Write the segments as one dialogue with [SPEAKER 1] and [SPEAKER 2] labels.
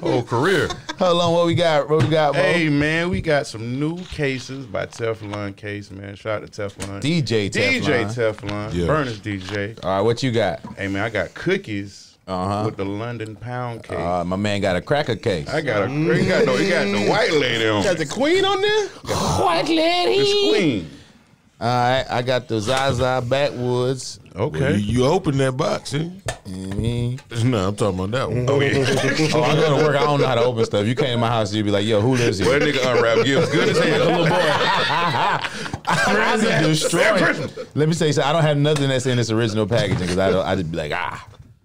[SPEAKER 1] Whole career.
[SPEAKER 2] How long? What we got? What we got, bro?
[SPEAKER 3] Hey man, we got some new cases by Teflon Case, man. Shout out to Teflon.
[SPEAKER 2] DJ
[SPEAKER 3] DJ
[SPEAKER 2] Teflon.
[SPEAKER 3] Teflon.
[SPEAKER 1] Yeah.
[SPEAKER 3] Burners DJ.
[SPEAKER 2] All right, what you got?
[SPEAKER 3] Hey man, I got cookies
[SPEAKER 2] Uh-huh.
[SPEAKER 3] with the London pound cake.
[SPEAKER 2] Uh, my man got a cracker case.
[SPEAKER 3] I got a
[SPEAKER 4] mm.
[SPEAKER 3] it got no, it got the white lady on.
[SPEAKER 4] Got
[SPEAKER 3] it.
[SPEAKER 4] the queen on there?
[SPEAKER 2] White
[SPEAKER 3] It's
[SPEAKER 2] lady.
[SPEAKER 3] queen.
[SPEAKER 2] All right, I got the Zaza Backwoods.
[SPEAKER 3] Oh,
[SPEAKER 1] You,
[SPEAKER 3] Okay.
[SPEAKER 1] you open that box, eh?
[SPEAKER 2] Mhm.
[SPEAKER 1] No, I'm talking about that one.
[SPEAKER 3] Oh yeah.
[SPEAKER 2] Oh, I go to work. I don't know how to open stuff. You came to my house, you'd be like, "Yo, who lives
[SPEAKER 3] Well,
[SPEAKER 2] here?"
[SPEAKER 3] that nigga unwrapped gifts good as hell.
[SPEAKER 2] I
[SPEAKER 3] that-
[SPEAKER 2] just destroy.
[SPEAKER 3] that
[SPEAKER 2] it. Let me say something. I don't have nothing that's in this original packaging because I don't. I just be like, ah,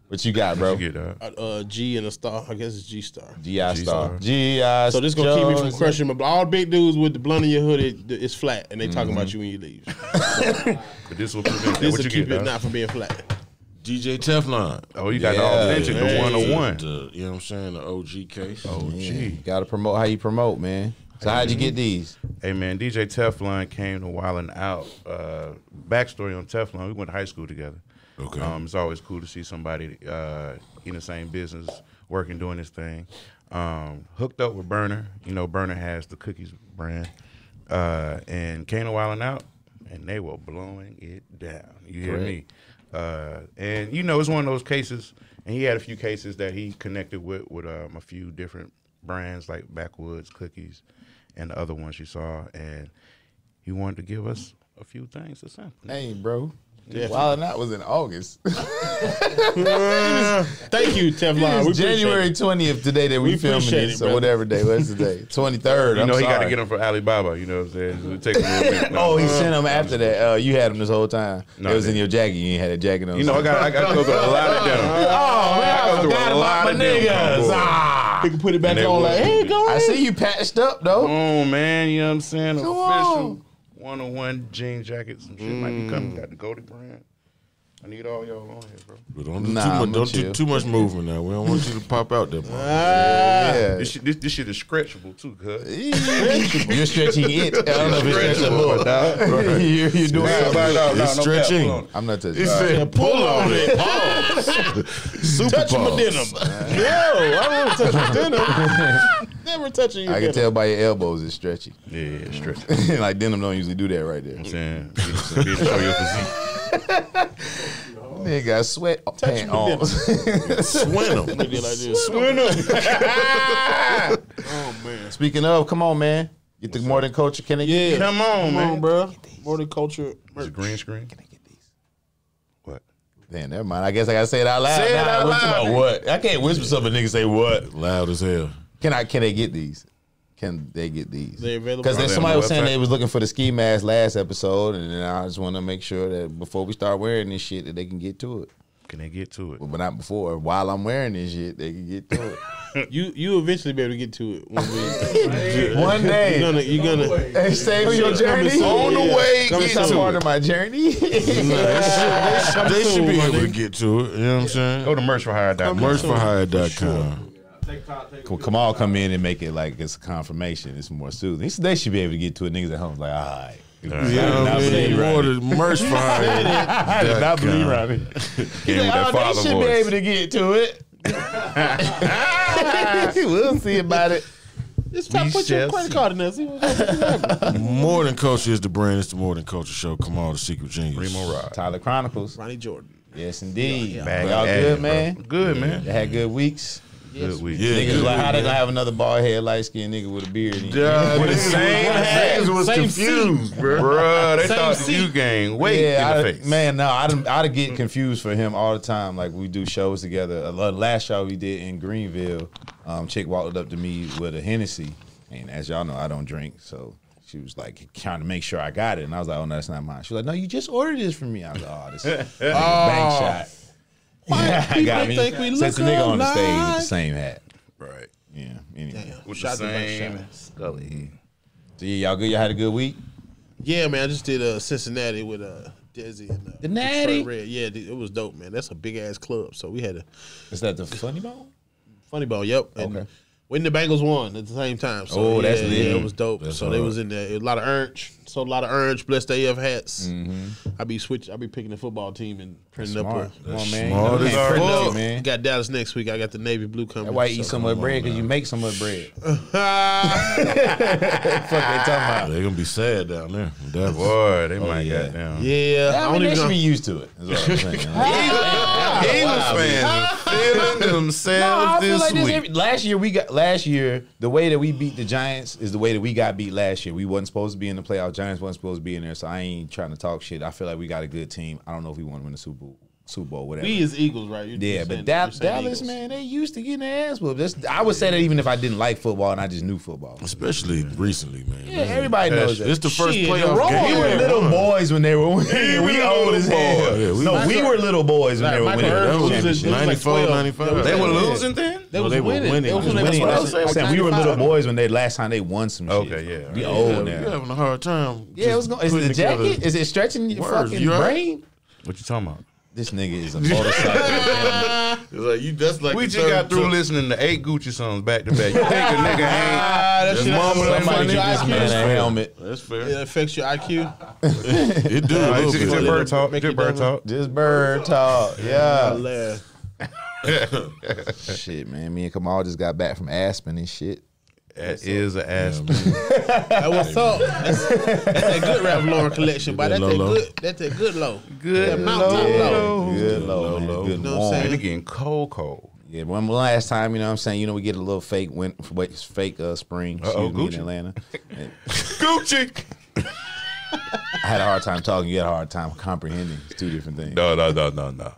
[SPEAKER 2] what you got, bro?
[SPEAKER 3] Get out.
[SPEAKER 4] Uh, G and a star. I guess it's G star.
[SPEAKER 2] Gi
[SPEAKER 3] G-Star.
[SPEAKER 2] star. Gi.
[SPEAKER 4] So this gonna keep me from
[SPEAKER 2] Jones.
[SPEAKER 4] crushing my bl- all big dudes with the blunt in your hood. It, it's flat, and they talking about you when you leave.
[SPEAKER 3] But this will prevent that.
[SPEAKER 4] This
[SPEAKER 3] What
[SPEAKER 4] will
[SPEAKER 3] you
[SPEAKER 4] keep
[SPEAKER 3] get?
[SPEAKER 4] it
[SPEAKER 3] dog?
[SPEAKER 4] not from being flat.
[SPEAKER 1] DJ Teflon.
[SPEAKER 3] Oh, you got
[SPEAKER 2] Yeah.
[SPEAKER 3] the authentic,
[SPEAKER 4] Yeah.
[SPEAKER 3] the one on one.
[SPEAKER 1] The, you know what I'm saying? The OG case.
[SPEAKER 3] Oh gee.
[SPEAKER 2] Got to promote how you promote, man. So how'd you get these?
[SPEAKER 3] Hey man, DJ Teflon came to Wildin' Out. Uh, backstory on Teflon: We went to high school together.
[SPEAKER 1] Okay.
[SPEAKER 3] Um, it's always cool to see somebody uh, in the same business, working, doing this thing. Um, hooked up with Burner. You know, Burner has the cookies brand, uh, and came to Wildin' Out, and they were blowing it down. You hear me? Uh, and you know, it's one of those cases. And he had a few cases that he connected with with um, a few different brands like Backwoods Cookies and the other ones you saw, and he wanted to give us a few things to sample.
[SPEAKER 2] Hey, bro. Wild Out was in August.
[SPEAKER 4] Thank you, Teflon. We
[SPEAKER 2] it's January
[SPEAKER 4] January.
[SPEAKER 2] twentieth today that we,
[SPEAKER 4] We
[SPEAKER 2] filming
[SPEAKER 4] appreciate
[SPEAKER 2] this.
[SPEAKER 4] it,
[SPEAKER 2] so
[SPEAKER 4] brother.
[SPEAKER 2] whatever day, what's the day? Twenty third.
[SPEAKER 3] You know,
[SPEAKER 2] I'm
[SPEAKER 3] he got to
[SPEAKER 2] sorry.
[SPEAKER 3] get them from Alibaba. You know what I'm saying? It'll take a little bit. No.
[SPEAKER 2] Oh, he sent them after that. Uh, you had them this whole time.
[SPEAKER 3] No,
[SPEAKER 2] it was
[SPEAKER 3] I
[SPEAKER 2] in your jacket. You ain't had a jacket on.
[SPEAKER 3] you know, I got I got to go through a lot of them.
[SPEAKER 2] Oh man,
[SPEAKER 3] I
[SPEAKER 2] I,
[SPEAKER 3] go through
[SPEAKER 2] forgot
[SPEAKER 3] a lot
[SPEAKER 2] about my
[SPEAKER 3] of them
[SPEAKER 2] niggas.
[SPEAKER 3] before.
[SPEAKER 2] Ah.
[SPEAKER 4] He can put it back
[SPEAKER 3] And they
[SPEAKER 4] on like,
[SPEAKER 3] will.
[SPEAKER 4] hey, go
[SPEAKER 2] I
[SPEAKER 4] ahead.
[SPEAKER 2] see you patched up though.
[SPEAKER 3] Oh man, you know what I'm saying?
[SPEAKER 2] Come
[SPEAKER 3] Official one on one jean jackets and shit might be coming. Got the Goldie brand. I need all y'all on here, bro.
[SPEAKER 1] But don't do,
[SPEAKER 2] Nah,
[SPEAKER 1] too,
[SPEAKER 2] I'ma
[SPEAKER 1] much, don't
[SPEAKER 2] chill.
[SPEAKER 1] do too much moving now. We don't want you to pop out there. bro.
[SPEAKER 2] Yeah.
[SPEAKER 3] This shit, this, this shit is stretchable too, cuz.
[SPEAKER 2] You're stretching it. I don't know if it's stretching more.
[SPEAKER 3] dog.
[SPEAKER 2] You're, you're doing
[SPEAKER 3] Nah,
[SPEAKER 2] something.
[SPEAKER 3] nah, nah, nah,
[SPEAKER 1] It's
[SPEAKER 3] no cap,
[SPEAKER 1] stretching.
[SPEAKER 3] hold on.
[SPEAKER 2] I'm not touching.
[SPEAKER 1] He said, pull on it. Super
[SPEAKER 4] Touch my
[SPEAKER 1] pause.
[SPEAKER 4] denim. Yo, I don't want to touch my denim. Never touching your
[SPEAKER 2] I can
[SPEAKER 4] denim.
[SPEAKER 2] tell by your elbows it's stretchy.
[SPEAKER 3] Yeah, it's stretching.
[SPEAKER 2] like denim don't usually do that right there.
[SPEAKER 3] You know what I'm saying? Get- get- show your physique.
[SPEAKER 2] Nigga, I sweat Oh, pant
[SPEAKER 4] my
[SPEAKER 2] on.
[SPEAKER 1] Swin 'em.
[SPEAKER 4] Look at it like this. oh man.
[SPEAKER 2] Speaking of, come on, man. Get the more than culture. Can I get?
[SPEAKER 4] Yeah.
[SPEAKER 3] Come on,
[SPEAKER 4] Come on,
[SPEAKER 3] man.
[SPEAKER 4] bro. Horticulture.
[SPEAKER 3] Is it green screen? Can I get these? What?
[SPEAKER 2] Damn, never mind. I guess I gotta say it out loud.
[SPEAKER 3] Say it
[SPEAKER 2] Nah,
[SPEAKER 3] out
[SPEAKER 2] what's
[SPEAKER 3] loud.
[SPEAKER 2] about What? I can't whisper something. Nigga say what?
[SPEAKER 1] Loud as hell.
[SPEAKER 2] Can I? Can they get these? Can they get these?
[SPEAKER 4] They available?
[SPEAKER 2] Because
[SPEAKER 3] Are
[SPEAKER 2] then
[SPEAKER 3] they on
[SPEAKER 2] somebody
[SPEAKER 3] the
[SPEAKER 2] was saying
[SPEAKER 3] website?
[SPEAKER 2] they was looking for the ski mask last episode, and then I just want to make sure that before we start wearing this shit, that they can get to it.
[SPEAKER 3] Can they get to it?
[SPEAKER 2] But not before. While I'm wearing this shit, they can get to
[SPEAKER 4] You you eventually be able to get to it. One day.
[SPEAKER 2] it. One
[SPEAKER 4] You're
[SPEAKER 2] day.
[SPEAKER 4] gonna. You're gonna.
[SPEAKER 2] Hey, save your journey.
[SPEAKER 4] soon.
[SPEAKER 2] On the
[SPEAKER 4] Yeah.
[SPEAKER 2] way,
[SPEAKER 4] Coming
[SPEAKER 2] it's not
[SPEAKER 4] soon.
[SPEAKER 2] part of my journey.
[SPEAKER 1] They should
[SPEAKER 4] soon,
[SPEAKER 1] be
[SPEAKER 4] my
[SPEAKER 1] able to
[SPEAKER 4] nigga.
[SPEAKER 1] get to it. You know what I'm saying?
[SPEAKER 3] Go to merchforhire.com.
[SPEAKER 1] Merchforhire.com.
[SPEAKER 2] Well, Kamal come in and make it like it's a confirmation. It's more soothing. He said They should be able to get to it. Niggas at home like, all right.
[SPEAKER 1] You know what I mean? More than Merchforhire.
[SPEAKER 2] I did not believe Robbie.
[SPEAKER 3] Game with that
[SPEAKER 2] oh,
[SPEAKER 3] father
[SPEAKER 2] they should be
[SPEAKER 3] voice.
[SPEAKER 2] able to get to it. we'll see about it.
[SPEAKER 4] Just try to
[SPEAKER 3] We
[SPEAKER 4] put your
[SPEAKER 3] shall
[SPEAKER 4] credit
[SPEAKER 3] see.
[SPEAKER 4] card in there. See what
[SPEAKER 1] More Than Culture is the brand. It's the More Than Culture show. Come on, the secret genius.
[SPEAKER 3] Remo Rod.
[SPEAKER 2] Tyler Chronicles.
[SPEAKER 4] Ronnie Jordan.
[SPEAKER 2] Yes, indeed.
[SPEAKER 3] Back
[SPEAKER 2] Y'all
[SPEAKER 3] at
[SPEAKER 2] good,
[SPEAKER 3] it, bro.
[SPEAKER 2] man?
[SPEAKER 3] Good, man.
[SPEAKER 2] They had good weeks.
[SPEAKER 3] Good week.
[SPEAKER 1] Yeah.
[SPEAKER 2] Niggas like, how they gonna have another bald head, light skinned nigga with a beard? in it?
[SPEAKER 1] Yeah,
[SPEAKER 3] With the
[SPEAKER 1] niggas
[SPEAKER 3] same
[SPEAKER 1] was-
[SPEAKER 3] hat.
[SPEAKER 1] niggas was
[SPEAKER 4] Same
[SPEAKER 1] confused, bro.
[SPEAKER 3] Bruh, they
[SPEAKER 4] Same
[SPEAKER 3] thought
[SPEAKER 4] seat.
[SPEAKER 3] you gang weight
[SPEAKER 2] yeah,
[SPEAKER 3] in the
[SPEAKER 2] I-
[SPEAKER 3] face.
[SPEAKER 2] man, no, I done- I done get confused for him all the time. Like we do shows together. A lot- Last show we did in Greenville, um, chick walked up to me with a Hennessy, and as y'all know, I don't drink, so she was like trying to make sure I got it, and I was like, oh no, that's not mine. She was like, no, you just ordered this from me. I was like, oh, this is a bank shot. Oh. Yeah, I got
[SPEAKER 4] people
[SPEAKER 2] me.
[SPEAKER 4] think we
[SPEAKER 2] Since the
[SPEAKER 4] look
[SPEAKER 2] nigga on the stage with
[SPEAKER 4] alike?
[SPEAKER 2] the same hat.
[SPEAKER 3] Right.
[SPEAKER 2] Yeah. Anyway.
[SPEAKER 3] With
[SPEAKER 4] Shout out
[SPEAKER 3] the
[SPEAKER 4] to Mike
[SPEAKER 3] same
[SPEAKER 4] Shannon.
[SPEAKER 3] Scully.
[SPEAKER 2] So yeah, y'all good. Y'all had a good week.
[SPEAKER 4] Yeah, man. I just did uh, Cincinnati with uh, Desi and uh,
[SPEAKER 2] The Natty?
[SPEAKER 4] Detroit Red. Yeah, dude, it was dope, man. That's a big ass club. So we had a
[SPEAKER 2] Is that the funny bone?
[SPEAKER 4] funny ball. Yep. And
[SPEAKER 2] Okay.
[SPEAKER 4] When the Bengals won at the same time, so
[SPEAKER 2] Oh,
[SPEAKER 4] yeah,
[SPEAKER 2] that's lit.
[SPEAKER 4] yeah, it was dope.
[SPEAKER 1] That's
[SPEAKER 4] so they
[SPEAKER 1] hard.
[SPEAKER 4] was in there. A lot of orange, so a lot of orange. Blessed AF hats. I be switch. I be picking the football team and printing
[SPEAKER 2] Smart.
[SPEAKER 4] up. A,
[SPEAKER 2] Come
[SPEAKER 1] That's
[SPEAKER 2] on, man.
[SPEAKER 1] smart
[SPEAKER 2] You
[SPEAKER 1] as
[SPEAKER 2] can't print
[SPEAKER 1] fuck.
[SPEAKER 2] nothing, man.
[SPEAKER 4] Got Dallas next week. I got the navy blue coming.
[SPEAKER 2] That's why you eat so much bread because you make so much bread. Fuck they talking about.
[SPEAKER 1] They're gonna be sad down there. That's
[SPEAKER 3] Boy, they might
[SPEAKER 2] yeah.
[SPEAKER 3] got down.
[SPEAKER 4] yeah,
[SPEAKER 2] I, mean,
[SPEAKER 4] I don't
[SPEAKER 2] they
[SPEAKER 4] even.
[SPEAKER 2] should be
[SPEAKER 4] Know.
[SPEAKER 2] used to it. Is what I'm saying.
[SPEAKER 3] Eagles fans are feeling
[SPEAKER 2] No, I
[SPEAKER 3] themselves
[SPEAKER 2] feel
[SPEAKER 3] this
[SPEAKER 2] like this
[SPEAKER 3] week.
[SPEAKER 2] every, last year we got last year the way that we beat the Giants is the way that we got beat last year. We wasn't supposed to be in the playoffs. Giants wasn't supposed to be in there, so I ain't trying to talk shit. I feel like we got a good team. I don't know if we want to win the Super Bowl, Super Bowl, whatever.
[SPEAKER 4] We is Eagles, right? You-
[SPEAKER 2] yeah,
[SPEAKER 4] you
[SPEAKER 2] but
[SPEAKER 4] saying-
[SPEAKER 2] Da-
[SPEAKER 4] you're saying
[SPEAKER 2] Dallas,
[SPEAKER 4] Eagles.
[SPEAKER 2] man, they used to getting their ass whooped. That's, I would say that even if I didn't like football and I just knew football.
[SPEAKER 1] especially recently, man.
[SPEAKER 2] Yeah, everybody knows that.
[SPEAKER 1] It's the first
[SPEAKER 4] Shit,
[SPEAKER 1] playoff
[SPEAKER 4] the Royals
[SPEAKER 1] game.
[SPEAKER 2] We were
[SPEAKER 1] Yeah,
[SPEAKER 2] little boys when they were winning. we old as hell.
[SPEAKER 1] Yeah, we
[SPEAKER 2] no,
[SPEAKER 1] was-
[SPEAKER 2] we were little boys when
[SPEAKER 4] Like
[SPEAKER 2] they were
[SPEAKER 4] Michael
[SPEAKER 2] winning.
[SPEAKER 4] Irvin
[SPEAKER 1] that was
[SPEAKER 4] was
[SPEAKER 2] championship.
[SPEAKER 4] just- it was like
[SPEAKER 1] 94,
[SPEAKER 4] 12.
[SPEAKER 1] 95.
[SPEAKER 3] They were
[SPEAKER 4] Yeah.
[SPEAKER 3] losing then?
[SPEAKER 4] They
[SPEAKER 1] No,
[SPEAKER 4] was
[SPEAKER 1] they were
[SPEAKER 4] winning.
[SPEAKER 1] winning.
[SPEAKER 4] They was
[SPEAKER 1] They
[SPEAKER 4] when they
[SPEAKER 1] was
[SPEAKER 4] was
[SPEAKER 1] winning.
[SPEAKER 2] I'm
[SPEAKER 4] playing.
[SPEAKER 2] saying, I'm saying we were little boys when they last time they won some shit.
[SPEAKER 3] Okay, yeah.
[SPEAKER 2] We
[SPEAKER 3] Yeah.
[SPEAKER 2] old
[SPEAKER 1] yeah,
[SPEAKER 2] now.
[SPEAKER 1] You're having a hard time.
[SPEAKER 2] Yeah, what's
[SPEAKER 1] just
[SPEAKER 2] going? Is
[SPEAKER 1] putting
[SPEAKER 2] the jacket?
[SPEAKER 1] together-
[SPEAKER 2] Is it stretching your
[SPEAKER 1] Words,
[SPEAKER 2] fucking
[SPEAKER 1] you all right?
[SPEAKER 2] brain?
[SPEAKER 3] What you talking about?
[SPEAKER 2] This nigga is a motorcycle.
[SPEAKER 1] It's like you. That's like
[SPEAKER 3] We
[SPEAKER 1] the
[SPEAKER 3] just
[SPEAKER 1] third-
[SPEAKER 3] got through listening to eight Gucci songs back to back. You think a nigga ain't
[SPEAKER 4] Ah, that shit.
[SPEAKER 3] mama
[SPEAKER 4] that
[SPEAKER 2] Somebody
[SPEAKER 3] like
[SPEAKER 4] affects
[SPEAKER 2] get
[SPEAKER 4] your
[SPEAKER 2] this man a
[SPEAKER 4] IQ.
[SPEAKER 2] helmet.
[SPEAKER 1] That's fair.
[SPEAKER 4] It affects your IQ.
[SPEAKER 1] It do. a
[SPEAKER 3] Alright,
[SPEAKER 1] little
[SPEAKER 3] just- just
[SPEAKER 1] bit.
[SPEAKER 3] bird talk.
[SPEAKER 4] Mickey
[SPEAKER 3] Just bird
[SPEAKER 4] Dillon.
[SPEAKER 3] talk.
[SPEAKER 2] Just bird talk.
[SPEAKER 4] I
[SPEAKER 2] Yeah.
[SPEAKER 4] laugh.
[SPEAKER 2] shit, man. Me and Kamal just got back from Aspen and shit.
[SPEAKER 3] That is an ass.
[SPEAKER 4] That was up. That's, that's that good Ralph Lauren collection, but
[SPEAKER 1] that
[SPEAKER 4] that's that
[SPEAKER 1] low, low.
[SPEAKER 4] good. That's that good low.
[SPEAKER 3] Good
[SPEAKER 4] That mountain top
[SPEAKER 3] low.
[SPEAKER 4] low.
[SPEAKER 2] Good low, man.
[SPEAKER 1] low.
[SPEAKER 2] Good
[SPEAKER 1] You
[SPEAKER 4] know what I'm
[SPEAKER 2] warm.
[SPEAKER 4] saying?
[SPEAKER 3] Man, it getting cold, cold.
[SPEAKER 2] Yeah, one last time, you know what I'm saying? You know, we get a little fake win, wait, fake uh, spring
[SPEAKER 3] Uh-oh,
[SPEAKER 2] excuse me, in
[SPEAKER 3] Gucci.
[SPEAKER 2] Atlanta. And
[SPEAKER 3] Gucci.
[SPEAKER 2] I had a hard time talking. You had a hard time comprehending. It's two different things.
[SPEAKER 3] No, no, no, no, no.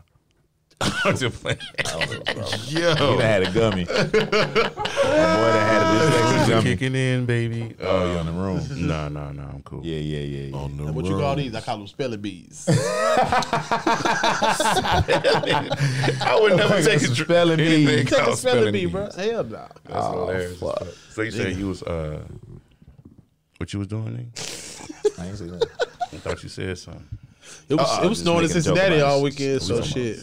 [SPEAKER 3] I'm just playing.
[SPEAKER 2] You
[SPEAKER 1] Yo,
[SPEAKER 2] done had a gummy. My boy done had a dyslexic gummy.
[SPEAKER 3] Kicking in, baby.
[SPEAKER 2] Oh, you in the room.
[SPEAKER 3] No, no, no. I'm cool.
[SPEAKER 2] Yeah, yeah, yeah. yeah.
[SPEAKER 1] on the
[SPEAKER 4] What you
[SPEAKER 1] road.
[SPEAKER 4] call these? I call them spelling bees.
[SPEAKER 3] I would never take a
[SPEAKER 2] Some
[SPEAKER 3] dr-
[SPEAKER 2] spelling
[SPEAKER 3] anything
[SPEAKER 2] bees.
[SPEAKER 3] called
[SPEAKER 4] Take a spelling bee,
[SPEAKER 3] bees.
[SPEAKER 4] bro. Hell no.
[SPEAKER 3] That's hilarious.
[SPEAKER 2] fuck.
[SPEAKER 3] So you said you was uh, what you was doing? Nick?
[SPEAKER 2] I ain't say that.
[SPEAKER 3] I thought you said something.
[SPEAKER 4] It was
[SPEAKER 2] Uh-uh,
[SPEAKER 4] it was
[SPEAKER 2] just
[SPEAKER 4] snowing in
[SPEAKER 2] making a joke
[SPEAKER 4] Cincinnati
[SPEAKER 2] about it.
[SPEAKER 4] all weekend, so
[SPEAKER 2] Just-
[SPEAKER 4] shit.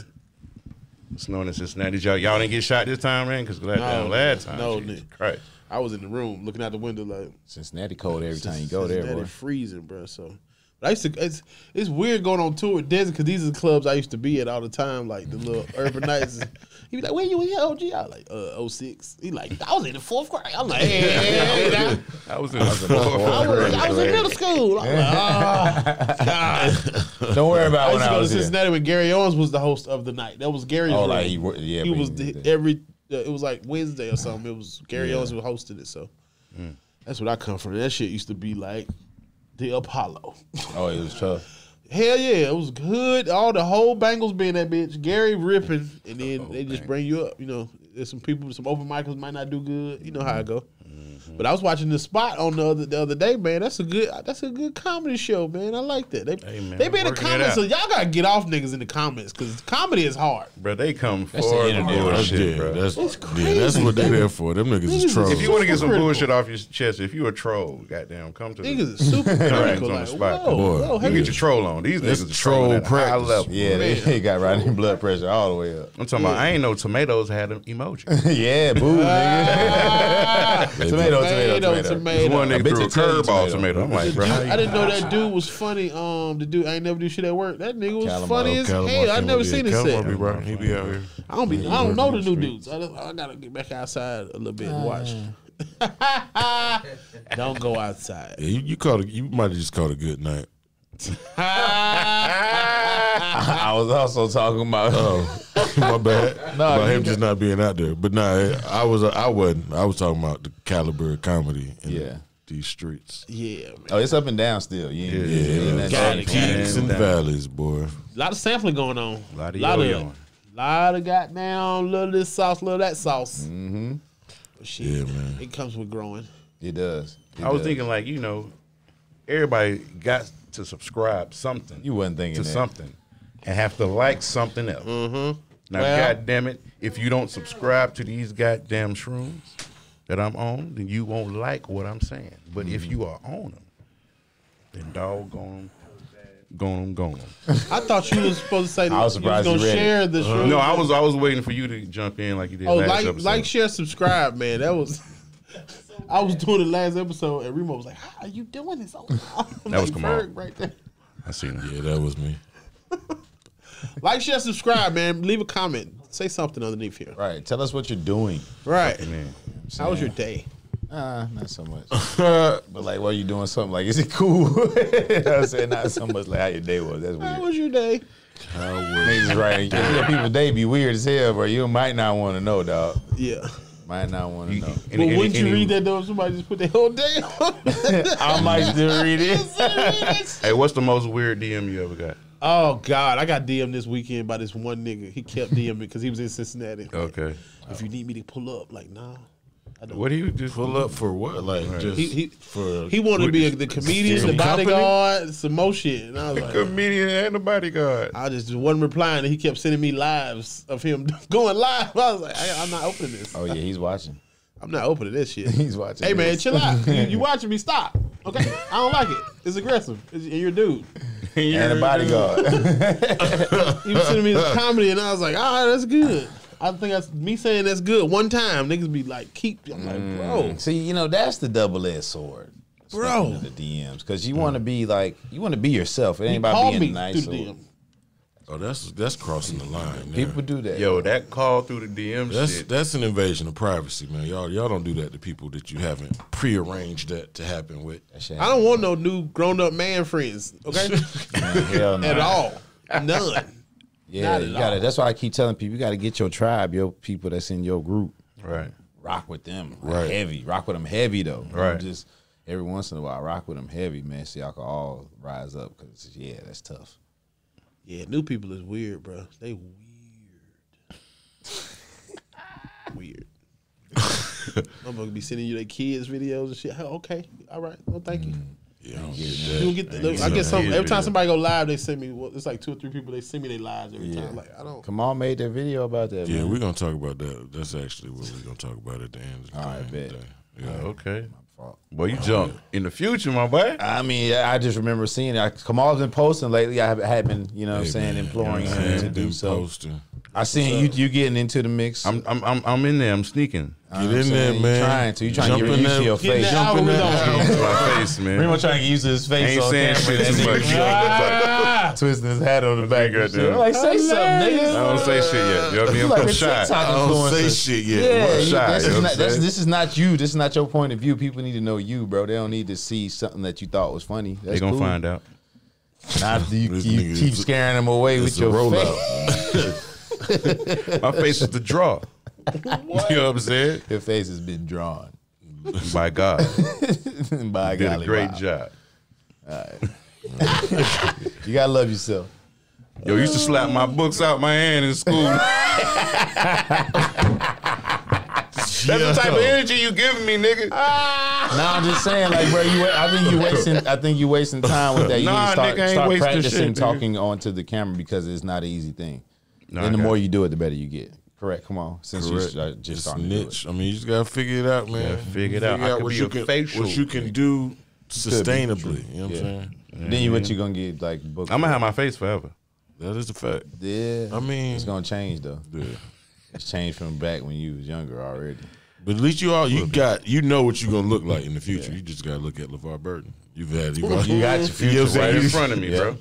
[SPEAKER 3] Snowing in Cincinnati. Y'all, y'all didn't get shot this time, man? Because glad
[SPEAKER 4] No,
[SPEAKER 3] damn last time.
[SPEAKER 4] no,
[SPEAKER 3] Jesus
[SPEAKER 4] Nick.
[SPEAKER 3] Christ.
[SPEAKER 4] I was in the room looking out the window like
[SPEAKER 2] Cincinnati cold every time you go there,
[SPEAKER 4] Cincinnati
[SPEAKER 2] boy.
[SPEAKER 4] freezing, bro. So. But I used to, it's it's weird going on tour with Desi because these are the clubs I used to be at all the time, like the little urban nights. He be like, "Where you at, OG?" I like, "Uh, 06. He like, "I was in the fourth grade." I'm like, "Hey, hey, hey, hey, hey."
[SPEAKER 3] I was in the fourth
[SPEAKER 4] I was, I was in
[SPEAKER 3] grade.
[SPEAKER 4] middle school. I'm like, oh, God.
[SPEAKER 2] Don't worry about
[SPEAKER 4] I
[SPEAKER 2] when
[SPEAKER 4] used to
[SPEAKER 2] I
[SPEAKER 4] go to
[SPEAKER 2] was here.
[SPEAKER 4] Cincinnati when Gary Owens was the host of the night. That was Gary's.
[SPEAKER 2] Oh,
[SPEAKER 4] room.
[SPEAKER 2] like he wor- yeah,
[SPEAKER 4] he
[SPEAKER 2] but
[SPEAKER 4] was
[SPEAKER 2] he
[SPEAKER 4] the,
[SPEAKER 2] did that.
[SPEAKER 4] every. Uh, it was like Wednesday or something. It was Gary Owens was hosting it. So
[SPEAKER 2] Mm.
[SPEAKER 4] that's what I come from. That shit used to be like the Apollo.
[SPEAKER 2] Oh, it was tough.
[SPEAKER 4] Hell yeah, it was good. All the whole Bengals being that bitch. Gary ripping, and then they just bring you up. You know, there's some people, some open micers might not do good. You know how it go.
[SPEAKER 3] Mm-hmm.
[SPEAKER 4] But I was watching the spot on the other the other day, man. That's a good that's a good comedy show, man. I like that. They
[SPEAKER 3] Hey, man,
[SPEAKER 4] they be in the
[SPEAKER 3] working it
[SPEAKER 4] comments, so
[SPEAKER 3] out.
[SPEAKER 4] y'all gotta get off niggas in the comments because comedy is hard.
[SPEAKER 3] Bro, they come
[SPEAKER 2] the
[SPEAKER 3] for the
[SPEAKER 2] internet.
[SPEAKER 1] That's,
[SPEAKER 3] bullshit,
[SPEAKER 1] yeah,
[SPEAKER 3] bro.
[SPEAKER 1] that's,
[SPEAKER 4] It's
[SPEAKER 1] yeah, that's
[SPEAKER 4] crazy.
[SPEAKER 1] what they're there for. Them niggas
[SPEAKER 4] Niggas
[SPEAKER 1] is
[SPEAKER 4] is-
[SPEAKER 1] trolls.
[SPEAKER 3] if you want to get some
[SPEAKER 4] Super
[SPEAKER 3] bullshit off your chest, if you a troll, goddamn, come to
[SPEAKER 4] Niggas
[SPEAKER 3] the
[SPEAKER 4] is super critical.
[SPEAKER 3] Mm-hmm. on the
[SPEAKER 4] like,
[SPEAKER 3] spot.
[SPEAKER 4] whoa,
[SPEAKER 1] Boy,
[SPEAKER 4] whoa,
[SPEAKER 3] You
[SPEAKER 4] hey,
[SPEAKER 3] get your troll on. These
[SPEAKER 1] That's
[SPEAKER 3] niggas are
[SPEAKER 1] troll
[SPEAKER 3] trolling at a high
[SPEAKER 1] practice.
[SPEAKER 3] level.
[SPEAKER 4] Oh,
[SPEAKER 2] Yeah, they, they got riding blood pressure all the way up.
[SPEAKER 3] I'm talking about I ain't no tomatoes had an emoji.
[SPEAKER 2] yeah, boo, nigga. tomato, tomato,
[SPEAKER 4] Ah. tomato,
[SPEAKER 2] tomato.
[SPEAKER 3] There's
[SPEAKER 4] tomato.
[SPEAKER 3] one
[SPEAKER 2] I
[SPEAKER 3] nigga
[SPEAKER 2] bet
[SPEAKER 3] threw a
[SPEAKER 2] you tell you
[SPEAKER 3] curveball tomato.
[SPEAKER 2] tomato.
[SPEAKER 3] I'm like,
[SPEAKER 4] The
[SPEAKER 3] bro,
[SPEAKER 4] dude-
[SPEAKER 3] how you-
[SPEAKER 4] I didn't know that dude was funny. Um, the dude I ain't never do shit at work. That nigga was
[SPEAKER 2] Calamari.
[SPEAKER 4] funny as
[SPEAKER 1] Calamari
[SPEAKER 4] hell. I
[SPEAKER 1] can't
[SPEAKER 4] never
[SPEAKER 1] be-
[SPEAKER 4] seen his
[SPEAKER 1] Calamari
[SPEAKER 4] set.
[SPEAKER 1] be right. He be out here.
[SPEAKER 4] I don't be. I don't know the new dudes. I, I gotta get back outside a little bit and watch. don't go outside.
[SPEAKER 1] Yeah, you, you called. It, you might have just called a good night.
[SPEAKER 2] I was also talking about.
[SPEAKER 1] Oh, my bad.
[SPEAKER 2] No,
[SPEAKER 1] about
[SPEAKER 2] you
[SPEAKER 1] him just not being out there. But nah, I was. I wasn't. I was talking about the caliber of comedy. In
[SPEAKER 2] Yeah.
[SPEAKER 1] These streets.
[SPEAKER 4] Yeah, man.
[SPEAKER 2] Oh, it's up and down still. You ain't,
[SPEAKER 3] Yeah,
[SPEAKER 2] you ain't that
[SPEAKER 4] Got
[SPEAKER 2] shit.
[SPEAKER 4] it, got
[SPEAKER 1] Peaks and valleys, boy.
[SPEAKER 4] a lot of sampling going on. A
[SPEAKER 3] Lot of yo-yoing.
[SPEAKER 4] lot of goddamn little this sauce, little that sauce. Mm-hmm. Shit,
[SPEAKER 1] Yeah, man.
[SPEAKER 4] it comes with growing.
[SPEAKER 2] It does. It
[SPEAKER 3] I was
[SPEAKER 2] does.
[SPEAKER 3] thinking like, you know, everybody got to subscribe something.
[SPEAKER 2] You wasn't thinking
[SPEAKER 3] to
[SPEAKER 2] that.
[SPEAKER 3] something and have to like something else. Now,
[SPEAKER 4] Well-
[SPEAKER 3] God damn it, if you don't subscribe to these goddamn shrooms that I'm on, then you won't Mm-hmm. like what I'm saying. But if you are on them, then doggone Gone, gone.
[SPEAKER 4] I thought you was supposed to say
[SPEAKER 2] I was
[SPEAKER 4] that you was
[SPEAKER 2] surprised
[SPEAKER 4] gonna
[SPEAKER 2] you read it.
[SPEAKER 4] share the show.
[SPEAKER 3] Uh-huh. No, I was I was waiting for you to jump in like you did
[SPEAKER 4] Oh,
[SPEAKER 3] last
[SPEAKER 4] like,
[SPEAKER 3] episode.
[SPEAKER 4] like, share, subscribe, man. That was. I was doing the last episode, and Remo was like, "How are you doing this?" Oh,
[SPEAKER 3] That was Kamal.
[SPEAKER 4] right there.
[SPEAKER 3] I seen him.
[SPEAKER 1] Yeah, that was me.
[SPEAKER 4] Like, share, subscribe, man. Leave a comment. Say something underneath here.
[SPEAKER 2] Right. Tell us what you're doing.
[SPEAKER 4] Right.
[SPEAKER 3] Man,
[SPEAKER 4] How was your day?
[SPEAKER 2] Uh, not so much. but like, while you doing something, like, is it cool? I said, not so much like how your day was. That's
[SPEAKER 4] How
[SPEAKER 2] weird.
[SPEAKER 4] was your day?
[SPEAKER 2] Niggas right. Your your people's day be weird as hell, bro. You might not want to know, dog.
[SPEAKER 4] Yeah.
[SPEAKER 2] Might not want to
[SPEAKER 3] You-
[SPEAKER 2] know.
[SPEAKER 4] But
[SPEAKER 3] any-
[SPEAKER 4] wouldn't
[SPEAKER 3] any-
[SPEAKER 4] you read that though? if Somebody just put their whole day on.
[SPEAKER 2] I might just read it.
[SPEAKER 3] Hey, what's the most weird DM you ever got?
[SPEAKER 4] oh God, I got DM'd this weekend by this one nigga. He kept DMing because he was in Cincinnati.
[SPEAKER 3] Okay.
[SPEAKER 4] If you need me to pull up, like nah.
[SPEAKER 3] What do you just
[SPEAKER 1] Pull up for what? Like just
[SPEAKER 4] He he
[SPEAKER 1] for
[SPEAKER 4] he wanted to be a, the
[SPEAKER 1] Some
[SPEAKER 4] comedian, the
[SPEAKER 1] company?
[SPEAKER 4] bodyguard, some more shit, and I was like.
[SPEAKER 3] comedian and the bodyguard?
[SPEAKER 4] I just wasn't replying, and he kept sending me lives of him going live. I was like, I, I'm not opening this.
[SPEAKER 2] Oh yeah, he's watching.
[SPEAKER 4] I'm not opening this shit.
[SPEAKER 2] He's watching
[SPEAKER 4] Hey man,
[SPEAKER 2] this.
[SPEAKER 4] chill out. You, you watching me? Stop. Okay, I don't like it. It's aggressive. It's, and you're a dude.
[SPEAKER 2] And a bodyguard.
[SPEAKER 4] He was sending me this comedy, and I was like, all right, that's good. I think that's me saying that's good one time. Niggas be like, keep. I'm
[SPEAKER 2] Mm.
[SPEAKER 4] like, bro,
[SPEAKER 2] See, you know that's the double-edged sword.
[SPEAKER 4] Bro.
[SPEAKER 2] Speaking of the DMs, because you want to be like, you want to be yourself. It ain't about
[SPEAKER 4] call me
[SPEAKER 2] being nice.
[SPEAKER 4] through the
[SPEAKER 2] or-
[SPEAKER 4] DM.
[SPEAKER 1] Oh, that's that's crossing the line. there.
[SPEAKER 2] People do that.
[SPEAKER 3] Yo, that call through the DM
[SPEAKER 1] That's
[SPEAKER 3] shit.
[SPEAKER 1] that's an invasion of privacy, man. Y'all y'all don't do that to people that you haven't prearranged that to happen with.
[SPEAKER 2] That shit-
[SPEAKER 4] I don't want no new grown up man friends. Okay,
[SPEAKER 2] hell no.
[SPEAKER 4] at all, none.
[SPEAKER 2] Yeah,
[SPEAKER 4] Not at
[SPEAKER 2] you gotta,
[SPEAKER 4] all.
[SPEAKER 2] that's why I keep telling people you got to get your tribe, your people that's in your group.
[SPEAKER 3] Right.
[SPEAKER 2] Rock with them, like,
[SPEAKER 1] Right.
[SPEAKER 2] Heavy, rock with them heavy though. You know,
[SPEAKER 3] Right.
[SPEAKER 2] just every once in a while, rock with them heavy, man. So y'all can all rise up because yeah, that's tough.
[SPEAKER 4] Yeah, new people is weird, bro. They weird. weird. I'm gonna be sending you their kids videos and shit. Oh, okay, all right. Well, thank
[SPEAKER 2] Mm.
[SPEAKER 4] you.
[SPEAKER 1] Yeah, I don't
[SPEAKER 4] You
[SPEAKER 1] get
[SPEAKER 4] don't
[SPEAKER 1] that.
[SPEAKER 4] get the,
[SPEAKER 3] you
[SPEAKER 4] I
[SPEAKER 3] know,
[SPEAKER 4] get some
[SPEAKER 3] kids
[SPEAKER 4] every time
[SPEAKER 3] video.
[SPEAKER 4] somebody go live, they send me. Well, it's like two or three people. They send me their lives every time. Like I don't.
[SPEAKER 2] Kamal made that video about that.
[SPEAKER 1] Yeah,
[SPEAKER 2] man.
[SPEAKER 1] we're gonna talk about that. That's actually what we're gonna talk about at the end of the
[SPEAKER 2] All right,
[SPEAKER 1] thing
[SPEAKER 2] bet.
[SPEAKER 1] today. Yeah.
[SPEAKER 3] Okay. Boy, you jump in the future, my boy.
[SPEAKER 2] I mean, I I just remember seeing it. I- Kamal's been posting lately. I have, had been, you know, what I'm
[SPEAKER 1] Hey,
[SPEAKER 2] saying,
[SPEAKER 1] man,
[SPEAKER 2] imploring
[SPEAKER 1] you know what I'm
[SPEAKER 2] him to
[SPEAKER 1] saying?
[SPEAKER 2] do
[SPEAKER 1] Them
[SPEAKER 2] so.
[SPEAKER 1] posting.
[SPEAKER 2] I seen you, you getting into the mix.
[SPEAKER 3] I'm I'm I'm, I'm in there. I'm sneaking.
[SPEAKER 1] Get in there,
[SPEAKER 2] you
[SPEAKER 1] man.
[SPEAKER 2] trying to. You trying
[SPEAKER 1] Jump
[SPEAKER 2] to get
[SPEAKER 1] in
[SPEAKER 2] used
[SPEAKER 1] that-
[SPEAKER 2] to your
[SPEAKER 1] get
[SPEAKER 4] in
[SPEAKER 2] face.
[SPEAKER 4] that-
[SPEAKER 1] Jump in
[SPEAKER 4] Algorithm.
[SPEAKER 1] that.
[SPEAKER 3] To my face, man.
[SPEAKER 2] Remo trying to use his face
[SPEAKER 3] Ain't
[SPEAKER 2] on
[SPEAKER 3] saying
[SPEAKER 2] camera.
[SPEAKER 3] shit
[SPEAKER 2] That
[SPEAKER 3] too
[SPEAKER 2] nigga
[SPEAKER 3] much.
[SPEAKER 2] trying to twisting his hat on the back
[SPEAKER 3] That's
[SPEAKER 2] right
[SPEAKER 3] pretty good,
[SPEAKER 2] there. I'm Like, say something, nigga.
[SPEAKER 3] I don't say shit yet. You know what I mean?
[SPEAKER 2] You
[SPEAKER 3] I'm
[SPEAKER 2] like a
[SPEAKER 3] shy.
[SPEAKER 2] TikTok
[SPEAKER 1] I don't say
[SPEAKER 2] influencer.
[SPEAKER 1] shit
[SPEAKER 2] Yeah,
[SPEAKER 1] yet.
[SPEAKER 2] you-
[SPEAKER 1] What?
[SPEAKER 3] shy,
[SPEAKER 2] this,
[SPEAKER 3] you
[SPEAKER 2] is
[SPEAKER 3] know what
[SPEAKER 2] not,
[SPEAKER 3] I'm
[SPEAKER 2] that's,
[SPEAKER 3] saying?
[SPEAKER 2] this is not you. This is not your point of view. People need to know you, bro. They don't need to see something that you thought was funny. That's
[SPEAKER 3] They gonna
[SPEAKER 2] cool.
[SPEAKER 3] find out.
[SPEAKER 2] Nah, you,
[SPEAKER 1] This
[SPEAKER 2] you
[SPEAKER 1] nigga
[SPEAKER 2] keep
[SPEAKER 1] is-
[SPEAKER 2] scaring them away
[SPEAKER 1] It's
[SPEAKER 2] with
[SPEAKER 1] a
[SPEAKER 2] your face.
[SPEAKER 1] rollout.
[SPEAKER 3] My face is the draw. You know what I'm saying?
[SPEAKER 2] Your face has been drawn.
[SPEAKER 3] By God,
[SPEAKER 2] By
[SPEAKER 3] did
[SPEAKER 2] golly,
[SPEAKER 3] a great
[SPEAKER 2] Bob.
[SPEAKER 3] job.
[SPEAKER 2] You gotta love yourself.
[SPEAKER 3] Yo, used to slap my books out my hand in school. That's the type of energy you giving me, nigga.
[SPEAKER 2] No, I'm just saying, like, bro, you. wa- I think you wasting. I think you wasting time with that. You
[SPEAKER 3] Nah,
[SPEAKER 2] need to start,
[SPEAKER 3] nigga, I ain't
[SPEAKER 2] start
[SPEAKER 3] wasting
[SPEAKER 2] practicing
[SPEAKER 3] shit, nigga.
[SPEAKER 2] talking onto the camera because it's not an easy thing.
[SPEAKER 3] Nah,
[SPEAKER 2] and the
[SPEAKER 3] I got
[SPEAKER 2] more
[SPEAKER 3] it.
[SPEAKER 2] you do it, the better you get. Correct. Come on, since you
[SPEAKER 1] Correct.
[SPEAKER 2] start, just
[SPEAKER 1] It's
[SPEAKER 2] starting to do it.
[SPEAKER 1] niche. I mean, you just gotta figure it out, man.
[SPEAKER 3] Gotta figure it out. I could
[SPEAKER 1] what
[SPEAKER 3] be
[SPEAKER 1] you
[SPEAKER 3] a
[SPEAKER 1] can
[SPEAKER 3] facial.
[SPEAKER 1] what you can do sustainably. You know what
[SPEAKER 2] Yeah.
[SPEAKER 1] I'm saying?
[SPEAKER 2] Then you what you gonna get like book?
[SPEAKER 3] I'm gonna have my face forever.
[SPEAKER 1] That is a fact.
[SPEAKER 2] Yeah,
[SPEAKER 1] I mean-
[SPEAKER 2] it's gonna change though.
[SPEAKER 1] Yeah.
[SPEAKER 2] It's changed from back when you was younger already.
[SPEAKER 1] But at least you all you got you know what you're gonna look like in the future. You just gotta look at LeVar Burton. You've had you've
[SPEAKER 2] You got your
[SPEAKER 1] You know
[SPEAKER 2] future
[SPEAKER 1] what I'm
[SPEAKER 3] Right
[SPEAKER 1] saying?
[SPEAKER 3] in
[SPEAKER 1] You-
[SPEAKER 3] front of me,
[SPEAKER 2] Yeah.
[SPEAKER 3] bro.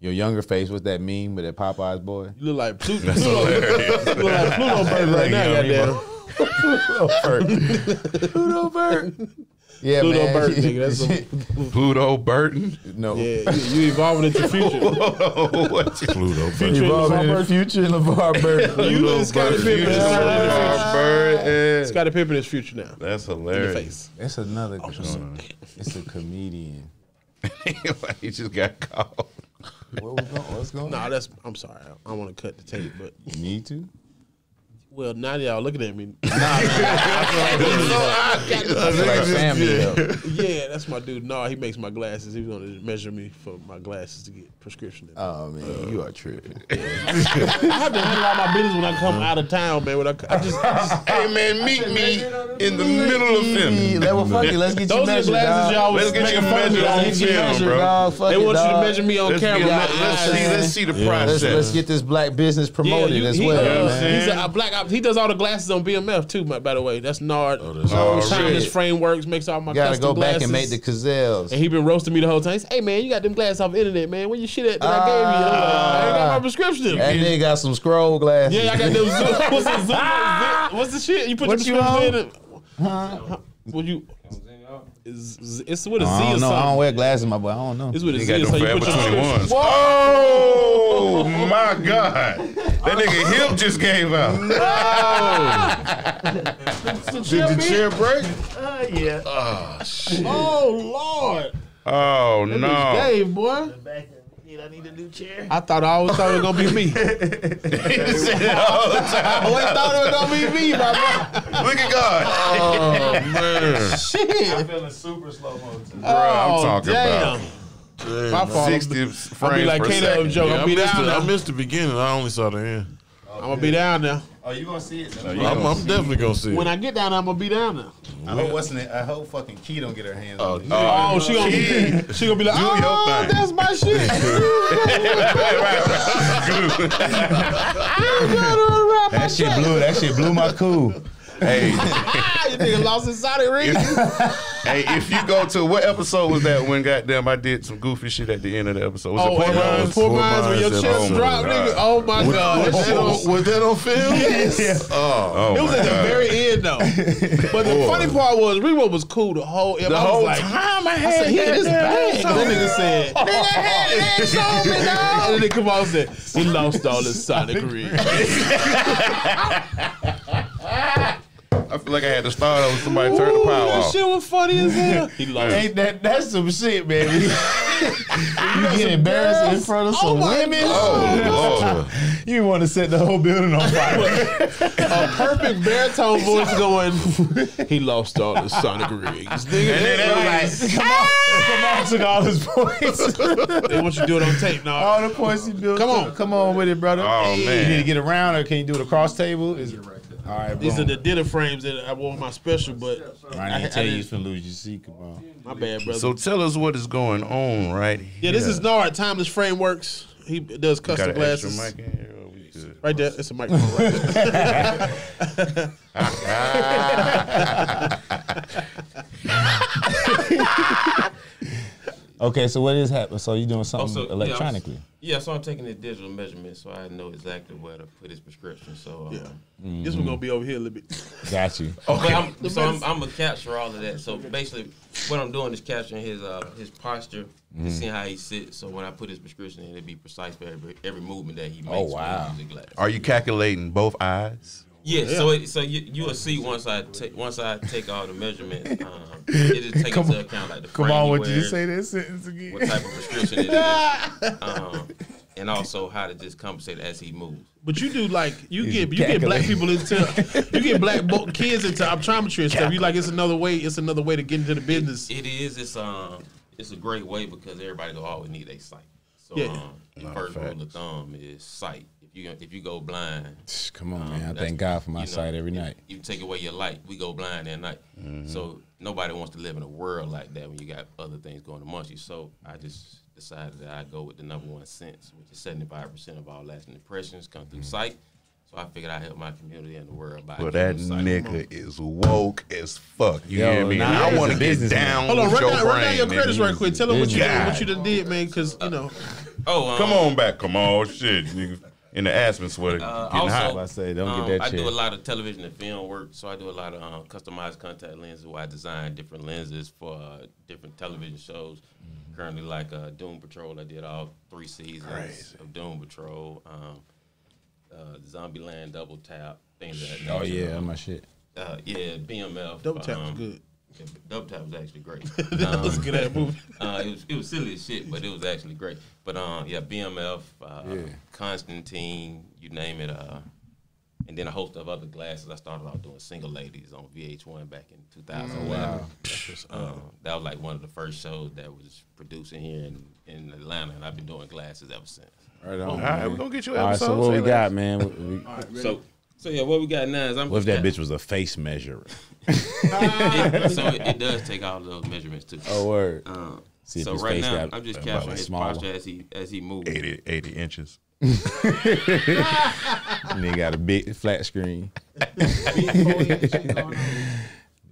[SPEAKER 2] Your younger face was that meme with that Popeyes boy.
[SPEAKER 4] You look like Pluto. Pluto you look like Pluto bird
[SPEAKER 2] Like,
[SPEAKER 4] right now.
[SPEAKER 2] you know,
[SPEAKER 4] Goddamn.
[SPEAKER 2] Pluto Bert. Pluto Bert. Yeah,
[SPEAKER 4] Pluto
[SPEAKER 2] man.
[SPEAKER 4] bird, nigga. That's a,
[SPEAKER 3] Pluto Burton.
[SPEAKER 2] no.
[SPEAKER 4] yeah. You, you evolving into future.
[SPEAKER 3] what you-
[SPEAKER 1] Pluto. But
[SPEAKER 2] Evolving in
[SPEAKER 4] Future LeVar
[SPEAKER 2] the
[SPEAKER 4] Burton.
[SPEAKER 2] future and LeVar Burton.
[SPEAKER 4] You and Scottie
[SPEAKER 3] Burton. You
[SPEAKER 4] Pippen.
[SPEAKER 3] just
[SPEAKER 4] Scottie
[SPEAKER 3] LeVar Burton.
[SPEAKER 4] Pippen is future now.
[SPEAKER 3] That's
[SPEAKER 4] In the
[SPEAKER 3] hilarious.
[SPEAKER 4] face.
[SPEAKER 2] That's another. It's a comedian.
[SPEAKER 3] he just got caught.
[SPEAKER 2] What was going, what's going
[SPEAKER 4] Nah,
[SPEAKER 2] on?
[SPEAKER 4] that's. I'm sorry. I, I want to cut the tape, but
[SPEAKER 2] You need to?
[SPEAKER 4] Well, now y'all looking at me. uh,
[SPEAKER 5] It's like family, though.
[SPEAKER 4] yeah, that's my dude. No, he makes my glasses. He was gonna measure me for my glasses to get prescription.
[SPEAKER 5] Oh man, you are tripping.
[SPEAKER 4] I have to handle all my business when I come out of town, man. When I, I just, just-
[SPEAKER 3] Hey man, meet me in the middle of
[SPEAKER 5] Hey,
[SPEAKER 3] film.
[SPEAKER 5] let- well, fuck it, let's get you
[SPEAKER 4] those are the
[SPEAKER 5] measured. dog.
[SPEAKER 4] glasses y'all was
[SPEAKER 3] Let's get you
[SPEAKER 4] making fun of me
[SPEAKER 3] measured
[SPEAKER 4] on
[SPEAKER 3] on
[SPEAKER 5] Let's get you
[SPEAKER 3] film,
[SPEAKER 5] measured,
[SPEAKER 3] bro.
[SPEAKER 5] dog. Fuck
[SPEAKER 4] They
[SPEAKER 5] it,
[SPEAKER 4] want you to
[SPEAKER 5] dog.
[SPEAKER 4] measure me on
[SPEAKER 3] Let's, get,
[SPEAKER 4] camera.
[SPEAKER 3] let, let's see. Let's see the process.
[SPEAKER 5] Let's, let's get this black business promoted
[SPEAKER 4] you-
[SPEAKER 5] as
[SPEAKER 4] he,
[SPEAKER 5] well,
[SPEAKER 4] uh,
[SPEAKER 5] man.
[SPEAKER 4] He's a, a black. op- He does all the glasses on BMF too. By, by the way, that's Nard. Oh,
[SPEAKER 1] that's
[SPEAKER 3] Nard.
[SPEAKER 4] Timeless
[SPEAKER 5] Shit.
[SPEAKER 4] frameworks makes all my.
[SPEAKER 5] You gotta
[SPEAKER 4] custom
[SPEAKER 5] go back
[SPEAKER 4] glasses.
[SPEAKER 5] and make the gazelles.
[SPEAKER 4] And he been roasting me the whole time. He's, hey man, you got them glasses off the internet, man. Where your shit at that I gave you? And I'm like, I ain't
[SPEAKER 5] Ah.
[SPEAKER 4] got my prescription.
[SPEAKER 5] That nigga got some scroll glasses.
[SPEAKER 4] yeah, I got them. Zoom, what's the Zoom? What's the shit? You put
[SPEAKER 5] What
[SPEAKER 4] your
[SPEAKER 5] you
[SPEAKER 4] prescription in. Huh? What you? It's, it's with a Z
[SPEAKER 5] I
[SPEAKER 4] or
[SPEAKER 5] don't know. I don't
[SPEAKER 4] something.
[SPEAKER 5] wear glasses, my boy. I don't know.
[SPEAKER 4] It's with a
[SPEAKER 3] He
[SPEAKER 4] Z.
[SPEAKER 3] got
[SPEAKER 4] or
[SPEAKER 3] them
[SPEAKER 4] something.
[SPEAKER 3] forever
[SPEAKER 4] You put your
[SPEAKER 3] twenty
[SPEAKER 4] prescription-
[SPEAKER 3] ones. Oh my god, that nigga hip just gave out.
[SPEAKER 1] Did the chair break?
[SPEAKER 4] Uh, Oh lord.
[SPEAKER 3] Oh no,
[SPEAKER 4] Dave, boy. I thought I always thought it was gonna be me. I
[SPEAKER 3] He said it all the time.
[SPEAKER 4] always thought it was gonna be me, my man.
[SPEAKER 3] Look at God.
[SPEAKER 1] Oh man.
[SPEAKER 4] Shit.
[SPEAKER 6] feeling super slow mo too.
[SPEAKER 3] Uh,
[SPEAKER 4] Oh,
[SPEAKER 3] talking
[SPEAKER 4] damn.
[SPEAKER 3] about
[SPEAKER 4] My fault.
[SPEAKER 3] 60
[SPEAKER 4] I'll be
[SPEAKER 3] frames
[SPEAKER 4] like
[SPEAKER 3] per
[SPEAKER 4] Kato
[SPEAKER 3] second.
[SPEAKER 4] joke.
[SPEAKER 1] Yeah,
[SPEAKER 4] I'm
[SPEAKER 1] I,
[SPEAKER 4] be
[SPEAKER 1] missed
[SPEAKER 4] down
[SPEAKER 1] the,
[SPEAKER 4] there.
[SPEAKER 1] I missed the beginning. I only saw the end.
[SPEAKER 4] I'm gonna be down there.
[SPEAKER 6] Oh, you gonna see it?
[SPEAKER 3] you
[SPEAKER 1] I'm,
[SPEAKER 3] gonna
[SPEAKER 1] I'm definitely gonna see.
[SPEAKER 4] When
[SPEAKER 1] it.
[SPEAKER 4] I get down there, I'm gonna be down there.
[SPEAKER 6] I hope what's in it. I hope fucking Key don't get her hands
[SPEAKER 1] Oh,
[SPEAKER 6] on it.
[SPEAKER 1] no.
[SPEAKER 4] Oh, she gonna
[SPEAKER 3] yeah.
[SPEAKER 4] be, she gonna be like,
[SPEAKER 3] your
[SPEAKER 4] oh,
[SPEAKER 3] thing."
[SPEAKER 4] that's my shit.
[SPEAKER 5] That shit blew. That shit blew my cool.
[SPEAKER 3] Hey,
[SPEAKER 4] ah, you nigga lost his Sonic ring.
[SPEAKER 3] hey, if you go to what episode was that when goddamn I did some goofy shit at the end of the episode? Was
[SPEAKER 4] Oh,
[SPEAKER 3] it Poor
[SPEAKER 4] and, uh,
[SPEAKER 3] Minds?
[SPEAKER 4] Poor
[SPEAKER 1] Poor
[SPEAKER 4] Minds when your
[SPEAKER 1] Minds,
[SPEAKER 4] chest
[SPEAKER 3] oh my
[SPEAKER 4] dropped,
[SPEAKER 3] God.
[SPEAKER 4] nigga. Oh my god, that shit on-
[SPEAKER 1] Oh, was that on film?
[SPEAKER 3] Oh,
[SPEAKER 4] It was
[SPEAKER 3] my
[SPEAKER 4] at the
[SPEAKER 3] God.
[SPEAKER 4] very end though. But the funny part was Remo was cool the whole the
[SPEAKER 3] The
[SPEAKER 4] I was
[SPEAKER 3] whole
[SPEAKER 4] like,
[SPEAKER 3] time I
[SPEAKER 4] I
[SPEAKER 3] had
[SPEAKER 4] said, he in his bag.
[SPEAKER 3] goddamn-
[SPEAKER 4] That nigga said, nigga had legs on me, dog. And then come out and said, he lost all his Sonic ring.
[SPEAKER 3] I feel like I had to start over. Somebody turned the power
[SPEAKER 4] that
[SPEAKER 3] off.
[SPEAKER 4] shit was funny as hell. He lost.
[SPEAKER 5] Ain't that? That's some shit, baby. you get embarrassed in front of some women.
[SPEAKER 3] Oh,
[SPEAKER 5] You want to set the whole building on fire.
[SPEAKER 4] A perfect baritone voice going, he lost all his Sonic rings. Nigga,
[SPEAKER 3] and then they was like,
[SPEAKER 5] come on, come on, took all his points.
[SPEAKER 4] they want you to do it on tape now.
[SPEAKER 5] all the points he built.
[SPEAKER 4] Come
[SPEAKER 5] up.
[SPEAKER 4] on.
[SPEAKER 5] come on with it, brother.
[SPEAKER 3] Oh, man.
[SPEAKER 5] you need to get around, or can you do the cross table? Is it right All right,
[SPEAKER 4] These are
[SPEAKER 5] bro.
[SPEAKER 4] the dinner frames that I wore my special, but
[SPEAKER 5] I didn't tell you you gonna lose your seat. Come on.
[SPEAKER 4] my bad, brother.
[SPEAKER 3] so tell us what is going on right
[SPEAKER 4] yeah, this is Nard, Timeless Frameworks. He does
[SPEAKER 3] Got
[SPEAKER 4] custom
[SPEAKER 3] an extra
[SPEAKER 4] glasses.
[SPEAKER 3] mic in here? or we good?
[SPEAKER 4] Right there, it's a microphone. Right there.
[SPEAKER 5] Okay, so what is happening? Oh, So you doing something
[SPEAKER 7] Also, yeah, I was-
[SPEAKER 5] electronically?
[SPEAKER 7] Yeah, so I'm taking the digital measurement so I know exactly where to put his prescription. So, um,
[SPEAKER 4] Yeah. This one's gonna be over here a little bit.
[SPEAKER 5] Got you.
[SPEAKER 7] but I'm, so I'm, I'm gonna capture all of that. So basically, what I'm doing is capturing his uh, his posture,
[SPEAKER 5] Mm-hmm.
[SPEAKER 7] and seeing how he sits. So when I put his prescription in, it'll be precise for every every movement that he makes. when he
[SPEAKER 5] Oh, wow.
[SPEAKER 7] uses the glass.
[SPEAKER 5] Uh,
[SPEAKER 3] Are you calculating both eyes?
[SPEAKER 7] Yeah, so it, so you you will see once I take once I take all the measurements, um, it'll take into account like the frame he wears,
[SPEAKER 5] that sentence again?
[SPEAKER 7] What type of prescription it is, um, and also how to just compensate as he moves.
[SPEAKER 4] But you do like you get you get black people into you get black bo- kids into optometry and stuff. You like it's another way it's another way to get into the business.
[SPEAKER 7] It is. It's um. It's a great way because everybody gonna always need a sight. So
[SPEAKER 4] Yeah.
[SPEAKER 7] um, the
[SPEAKER 3] Nah,
[SPEAKER 7] first rule
[SPEAKER 3] facts.
[SPEAKER 7] of thumb is sight. If you if you go blind,
[SPEAKER 5] Come on, man. I
[SPEAKER 7] that's-
[SPEAKER 5] thank God for my
[SPEAKER 7] you know,
[SPEAKER 5] sight every
[SPEAKER 7] if-
[SPEAKER 5] night.
[SPEAKER 7] You take away your light, we go blind that night.
[SPEAKER 3] Mm-hmm.
[SPEAKER 7] So nobody wants to live in a world like that when you got other things going amongst you. So I just decided that I go with the number one sense, which is seventy five percent of all lasting impressions come through sight. So I figured I help my community and the world by
[SPEAKER 3] Mm-hmm. Well, that
[SPEAKER 7] giving sight.
[SPEAKER 3] nigga is woke as fuck. You
[SPEAKER 5] Yo,
[SPEAKER 3] hear me?
[SPEAKER 5] nah,
[SPEAKER 3] And I
[SPEAKER 5] he's a
[SPEAKER 3] want to get
[SPEAKER 5] businessman.
[SPEAKER 3] down
[SPEAKER 4] Hold on,
[SPEAKER 3] with
[SPEAKER 4] run
[SPEAKER 3] your
[SPEAKER 4] down, run down
[SPEAKER 3] brain,
[SPEAKER 4] your credits
[SPEAKER 3] nigga.
[SPEAKER 4] right quick. Tell them what you did,
[SPEAKER 3] God.
[SPEAKER 4] what you done did, man, because you know
[SPEAKER 7] Oh, um,
[SPEAKER 3] Come on back, come on, shit, nigga. In the aspen sweater,
[SPEAKER 7] Uh,
[SPEAKER 3] getting
[SPEAKER 7] also-
[SPEAKER 3] hot.
[SPEAKER 5] I say, don't
[SPEAKER 7] Um,
[SPEAKER 5] get that
[SPEAKER 7] I
[SPEAKER 5] shit.
[SPEAKER 7] do a lot of television and film work, so I do a lot of um, customized contact lenses where I design different lenses for uh, different television shows.
[SPEAKER 5] Mm-hmm.
[SPEAKER 7] Currently, like uh, Doom Patrol, I did all three seasons
[SPEAKER 3] Crazy.
[SPEAKER 7] of Doom Patrol, um, uh, Zombieland, Double Tap, things of that
[SPEAKER 5] Oh
[SPEAKER 7] nature.
[SPEAKER 5] yeah, my shit.
[SPEAKER 7] uh, yeah, BMF.
[SPEAKER 4] double tap was
[SPEAKER 7] um,
[SPEAKER 4] good.
[SPEAKER 7] yeah, Double Tap was actually great.
[SPEAKER 4] That was a good ass movie.
[SPEAKER 7] Uh, it was it was silly as shit, but it was actually great. But um, yeah, BMF, uh, Constantine, you name it. Uh, and then a host of other glasses. I started out doing single ladies on VH1 back in 2011. Um, that was like one of the first shows that was producing here in, in Atlanta, and I've been doing glasses ever since.
[SPEAKER 2] Right on.
[SPEAKER 3] All right, we're gonna get you an
[SPEAKER 2] All right,
[SPEAKER 3] episode.
[SPEAKER 2] so what we
[SPEAKER 3] Say
[SPEAKER 2] got, man?
[SPEAKER 3] less.
[SPEAKER 2] We- we-
[SPEAKER 7] So, so yeah, what we got now is I'm.
[SPEAKER 2] What if that bitch was a face measurer?
[SPEAKER 7] It- so it, it does take all of those measurements too.
[SPEAKER 2] Oh, word.
[SPEAKER 7] Um,
[SPEAKER 2] See if
[SPEAKER 7] so
[SPEAKER 2] his
[SPEAKER 7] right
[SPEAKER 2] face
[SPEAKER 7] now,
[SPEAKER 2] got
[SPEAKER 7] I'm just
[SPEAKER 2] about
[SPEAKER 7] capturing his
[SPEAKER 2] smaller.
[SPEAKER 7] posture as he as he moves.
[SPEAKER 3] 80, 80 inches.
[SPEAKER 2] And they got a big flat screen.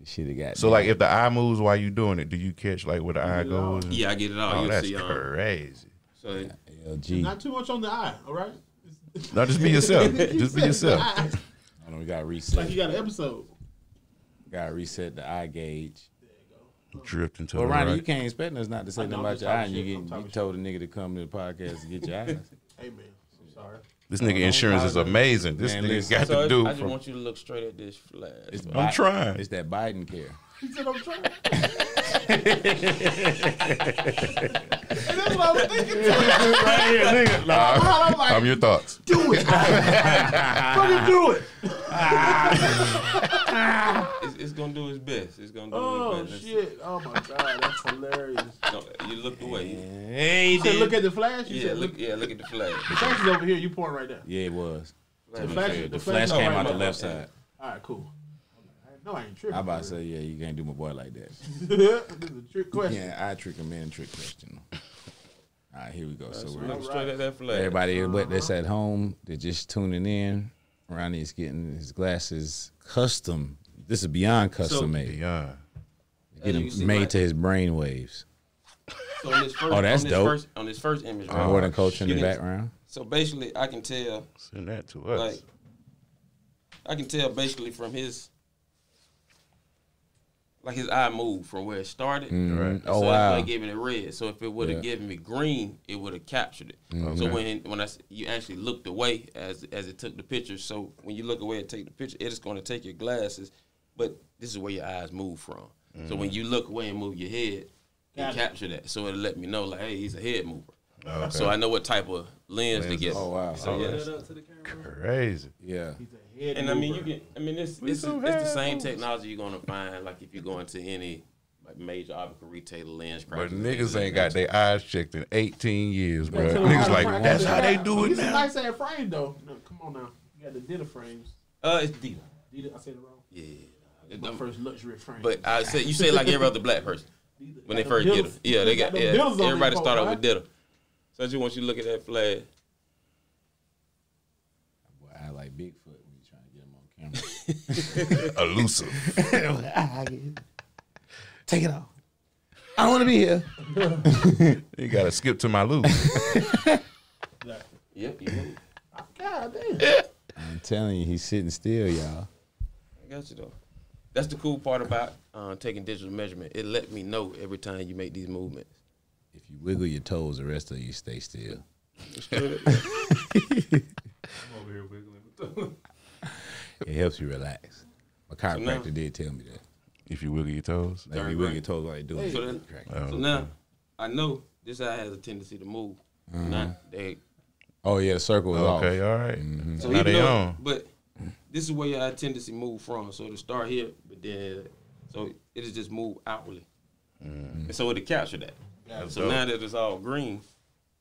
[SPEAKER 2] Shit, it got
[SPEAKER 3] So like, if the eye moves while you doing it, do you catch like where the eye goes? and-
[SPEAKER 7] Yeah, I get it all.
[SPEAKER 3] Oh,
[SPEAKER 7] You'll
[SPEAKER 3] that's
[SPEAKER 4] uh,
[SPEAKER 7] see. Um,
[SPEAKER 3] crazy.
[SPEAKER 7] so it-
[SPEAKER 2] LG.
[SPEAKER 4] Not too much on the eye, all right?
[SPEAKER 3] No, just be yourself. just be yourself.
[SPEAKER 2] Hold on, we gotta
[SPEAKER 4] Like
[SPEAKER 2] reset.
[SPEAKER 4] you got an episode.
[SPEAKER 2] gotta reset the eye gauge.
[SPEAKER 3] Drifting to
[SPEAKER 2] Well,
[SPEAKER 3] the
[SPEAKER 2] Ronnie,
[SPEAKER 3] right.
[SPEAKER 2] you can't expect us not to say
[SPEAKER 4] know,
[SPEAKER 2] nothing
[SPEAKER 4] I'm
[SPEAKER 2] about
[SPEAKER 4] just
[SPEAKER 2] your eye,
[SPEAKER 4] talking
[SPEAKER 2] and you
[SPEAKER 4] shit. I'm
[SPEAKER 2] get you
[SPEAKER 4] talking
[SPEAKER 2] told a nigga to come to the podcast to get your eyes.
[SPEAKER 4] Hey man, I'm sorry.
[SPEAKER 3] This nigga insurance is amazing. This
[SPEAKER 2] Man,
[SPEAKER 3] nigga
[SPEAKER 2] listen.
[SPEAKER 3] got
[SPEAKER 7] so
[SPEAKER 3] to
[SPEAKER 7] if-
[SPEAKER 3] do.
[SPEAKER 7] I just
[SPEAKER 3] from-
[SPEAKER 7] want you to look straight at this flash.
[SPEAKER 2] It's
[SPEAKER 7] But-
[SPEAKER 2] Bi-
[SPEAKER 3] trying.
[SPEAKER 2] It's that Biden care.
[SPEAKER 4] He said I'm trying. and that's what I was thinking. Too. I'm like,
[SPEAKER 3] I'm your thoughts.
[SPEAKER 4] do it. Fucking do it.
[SPEAKER 7] it's, it's gonna do its best. It's gonna do
[SPEAKER 4] Oh
[SPEAKER 7] its best.
[SPEAKER 4] shit! Oh my god, that's hilarious.
[SPEAKER 7] No, you looked away. You,
[SPEAKER 2] Hey,
[SPEAKER 4] You said look at the flash. You
[SPEAKER 7] yeah,
[SPEAKER 4] said
[SPEAKER 7] look.
[SPEAKER 4] look.
[SPEAKER 7] Yeah, look at the
[SPEAKER 4] The
[SPEAKER 7] flash.
[SPEAKER 4] flash is over here. You pointing right there.
[SPEAKER 2] yeah, it was.
[SPEAKER 7] Flash is
[SPEAKER 4] flash-
[SPEAKER 7] there.
[SPEAKER 2] The
[SPEAKER 4] The
[SPEAKER 2] flash
[SPEAKER 4] flash
[SPEAKER 2] came
[SPEAKER 4] right
[SPEAKER 2] out the
[SPEAKER 4] now.
[SPEAKER 2] left side.
[SPEAKER 4] All right, cool. No, I ain't tripping.
[SPEAKER 2] I about to say, yeah, you can't do my boy like that.
[SPEAKER 4] this is a trick question.
[SPEAKER 2] Yeah, eye trick a man trick question. All right, here we go. So we're
[SPEAKER 7] Look straight at that flash.
[SPEAKER 2] Everybody but that's at home, they're just tuning in. Ronnie is getting his glasses custom. This is beyond custom
[SPEAKER 7] So-
[SPEAKER 2] made.
[SPEAKER 3] Yeah.
[SPEAKER 2] Get
[SPEAKER 7] you see
[SPEAKER 2] them made
[SPEAKER 7] right-
[SPEAKER 2] to his brain waves.
[SPEAKER 7] So on this first,
[SPEAKER 2] Oh, that's
[SPEAKER 7] on this
[SPEAKER 2] dope.
[SPEAKER 7] First, on this first image,
[SPEAKER 3] Oh,
[SPEAKER 7] right?
[SPEAKER 2] More than coach in the
[SPEAKER 7] You can-
[SPEAKER 2] background.
[SPEAKER 7] So basically, I can tell,
[SPEAKER 3] Send that to
[SPEAKER 7] like,
[SPEAKER 3] us.
[SPEAKER 7] I can tell basically from his, like his eye moved from where it started.
[SPEAKER 2] Mhm.
[SPEAKER 7] So
[SPEAKER 2] Oh
[SPEAKER 7] that's why
[SPEAKER 2] wow.
[SPEAKER 7] it gave me the red. So if it would have
[SPEAKER 2] Yeah. Mm-hmm.
[SPEAKER 7] given me green, it would have captured it. So when when I s- you actually looked away as as it took the picture. So when you look away and take the picture, it is going to take your glasses, but this is where your eyes move from. So when you look away and move your head,
[SPEAKER 4] Got
[SPEAKER 7] it
[SPEAKER 4] it.
[SPEAKER 7] capture that. So it'll let me know like, hey, he's a head mover. So I know what type of lens, to get.
[SPEAKER 2] Oh wow.
[SPEAKER 7] So yes.
[SPEAKER 3] Crazy.
[SPEAKER 2] Yeah.
[SPEAKER 4] He's a head
[SPEAKER 7] And I mean, you
[SPEAKER 4] mover.
[SPEAKER 7] can. I mean, it's it's, it's
[SPEAKER 3] some
[SPEAKER 7] the
[SPEAKER 3] head
[SPEAKER 7] same technology you're gonna find. Like if you go into any like major optical retailer lens.
[SPEAKER 3] But
[SPEAKER 7] crafters, things
[SPEAKER 3] niggas
[SPEAKER 7] of
[SPEAKER 3] ain't
[SPEAKER 7] that
[SPEAKER 3] got their eyes checked in 18 years, bro.
[SPEAKER 4] Tell them how
[SPEAKER 3] Niggas
[SPEAKER 4] to
[SPEAKER 3] like,
[SPEAKER 4] frame
[SPEAKER 3] that's
[SPEAKER 4] it.
[SPEAKER 3] how they do it
[SPEAKER 4] It's a
[SPEAKER 3] now.
[SPEAKER 4] nice ass frame though. No, come on now. You got the dinner frames.
[SPEAKER 7] Uh, it's Dita.
[SPEAKER 4] Dita, I said it wrong.
[SPEAKER 7] Yeah.
[SPEAKER 4] It's my first luxury frame.
[SPEAKER 7] But I said you say like every other black person
[SPEAKER 4] Dita
[SPEAKER 7] when they
[SPEAKER 4] got
[SPEAKER 7] first
[SPEAKER 4] them
[SPEAKER 7] get
[SPEAKER 4] diddles.
[SPEAKER 7] them. Yeah, they got.
[SPEAKER 4] them
[SPEAKER 7] Yeah,
[SPEAKER 4] diddles on them
[SPEAKER 7] everybody
[SPEAKER 4] folks,
[SPEAKER 7] start out
[SPEAKER 4] right?
[SPEAKER 7] with diddle. So I just want you to look at that flag.
[SPEAKER 2] Boy, I like Bigfoot when you're trying to get him on camera.
[SPEAKER 3] Elusive.
[SPEAKER 2] Take it off. I don't want to be here.
[SPEAKER 3] You got to skip to my loop.
[SPEAKER 7] Yep. You move.
[SPEAKER 4] God damn.
[SPEAKER 2] I'm telling you, he's sitting still, y'all.
[SPEAKER 7] I got you though. That's the cool part about uh, taking digital measurement. It let me know every time you make these movements.
[SPEAKER 2] If you wiggle your toes, the rest of you stay still. It helps you relax. My chiropractor
[SPEAKER 7] now-
[SPEAKER 2] did tell me that.
[SPEAKER 3] if you wiggle your toes.
[SPEAKER 2] Like, if you wiggle your toes while you do it.
[SPEAKER 7] So then-
[SPEAKER 3] Oh,
[SPEAKER 7] So now I know this eye has a tendency to move.
[SPEAKER 3] Mm-hmm.
[SPEAKER 7] Not they.
[SPEAKER 2] Oh yeah, the circle is off.
[SPEAKER 3] okay, all right.
[SPEAKER 7] So
[SPEAKER 3] Now
[SPEAKER 7] even
[SPEAKER 3] they
[SPEAKER 7] though-
[SPEAKER 3] on.
[SPEAKER 7] But this is where your eye tendency move from. So to start here, but then so it is just move outwardly. And so it'll capture that.
[SPEAKER 3] Mm-hmm.
[SPEAKER 7] so
[SPEAKER 3] dope.
[SPEAKER 7] now that it's all green,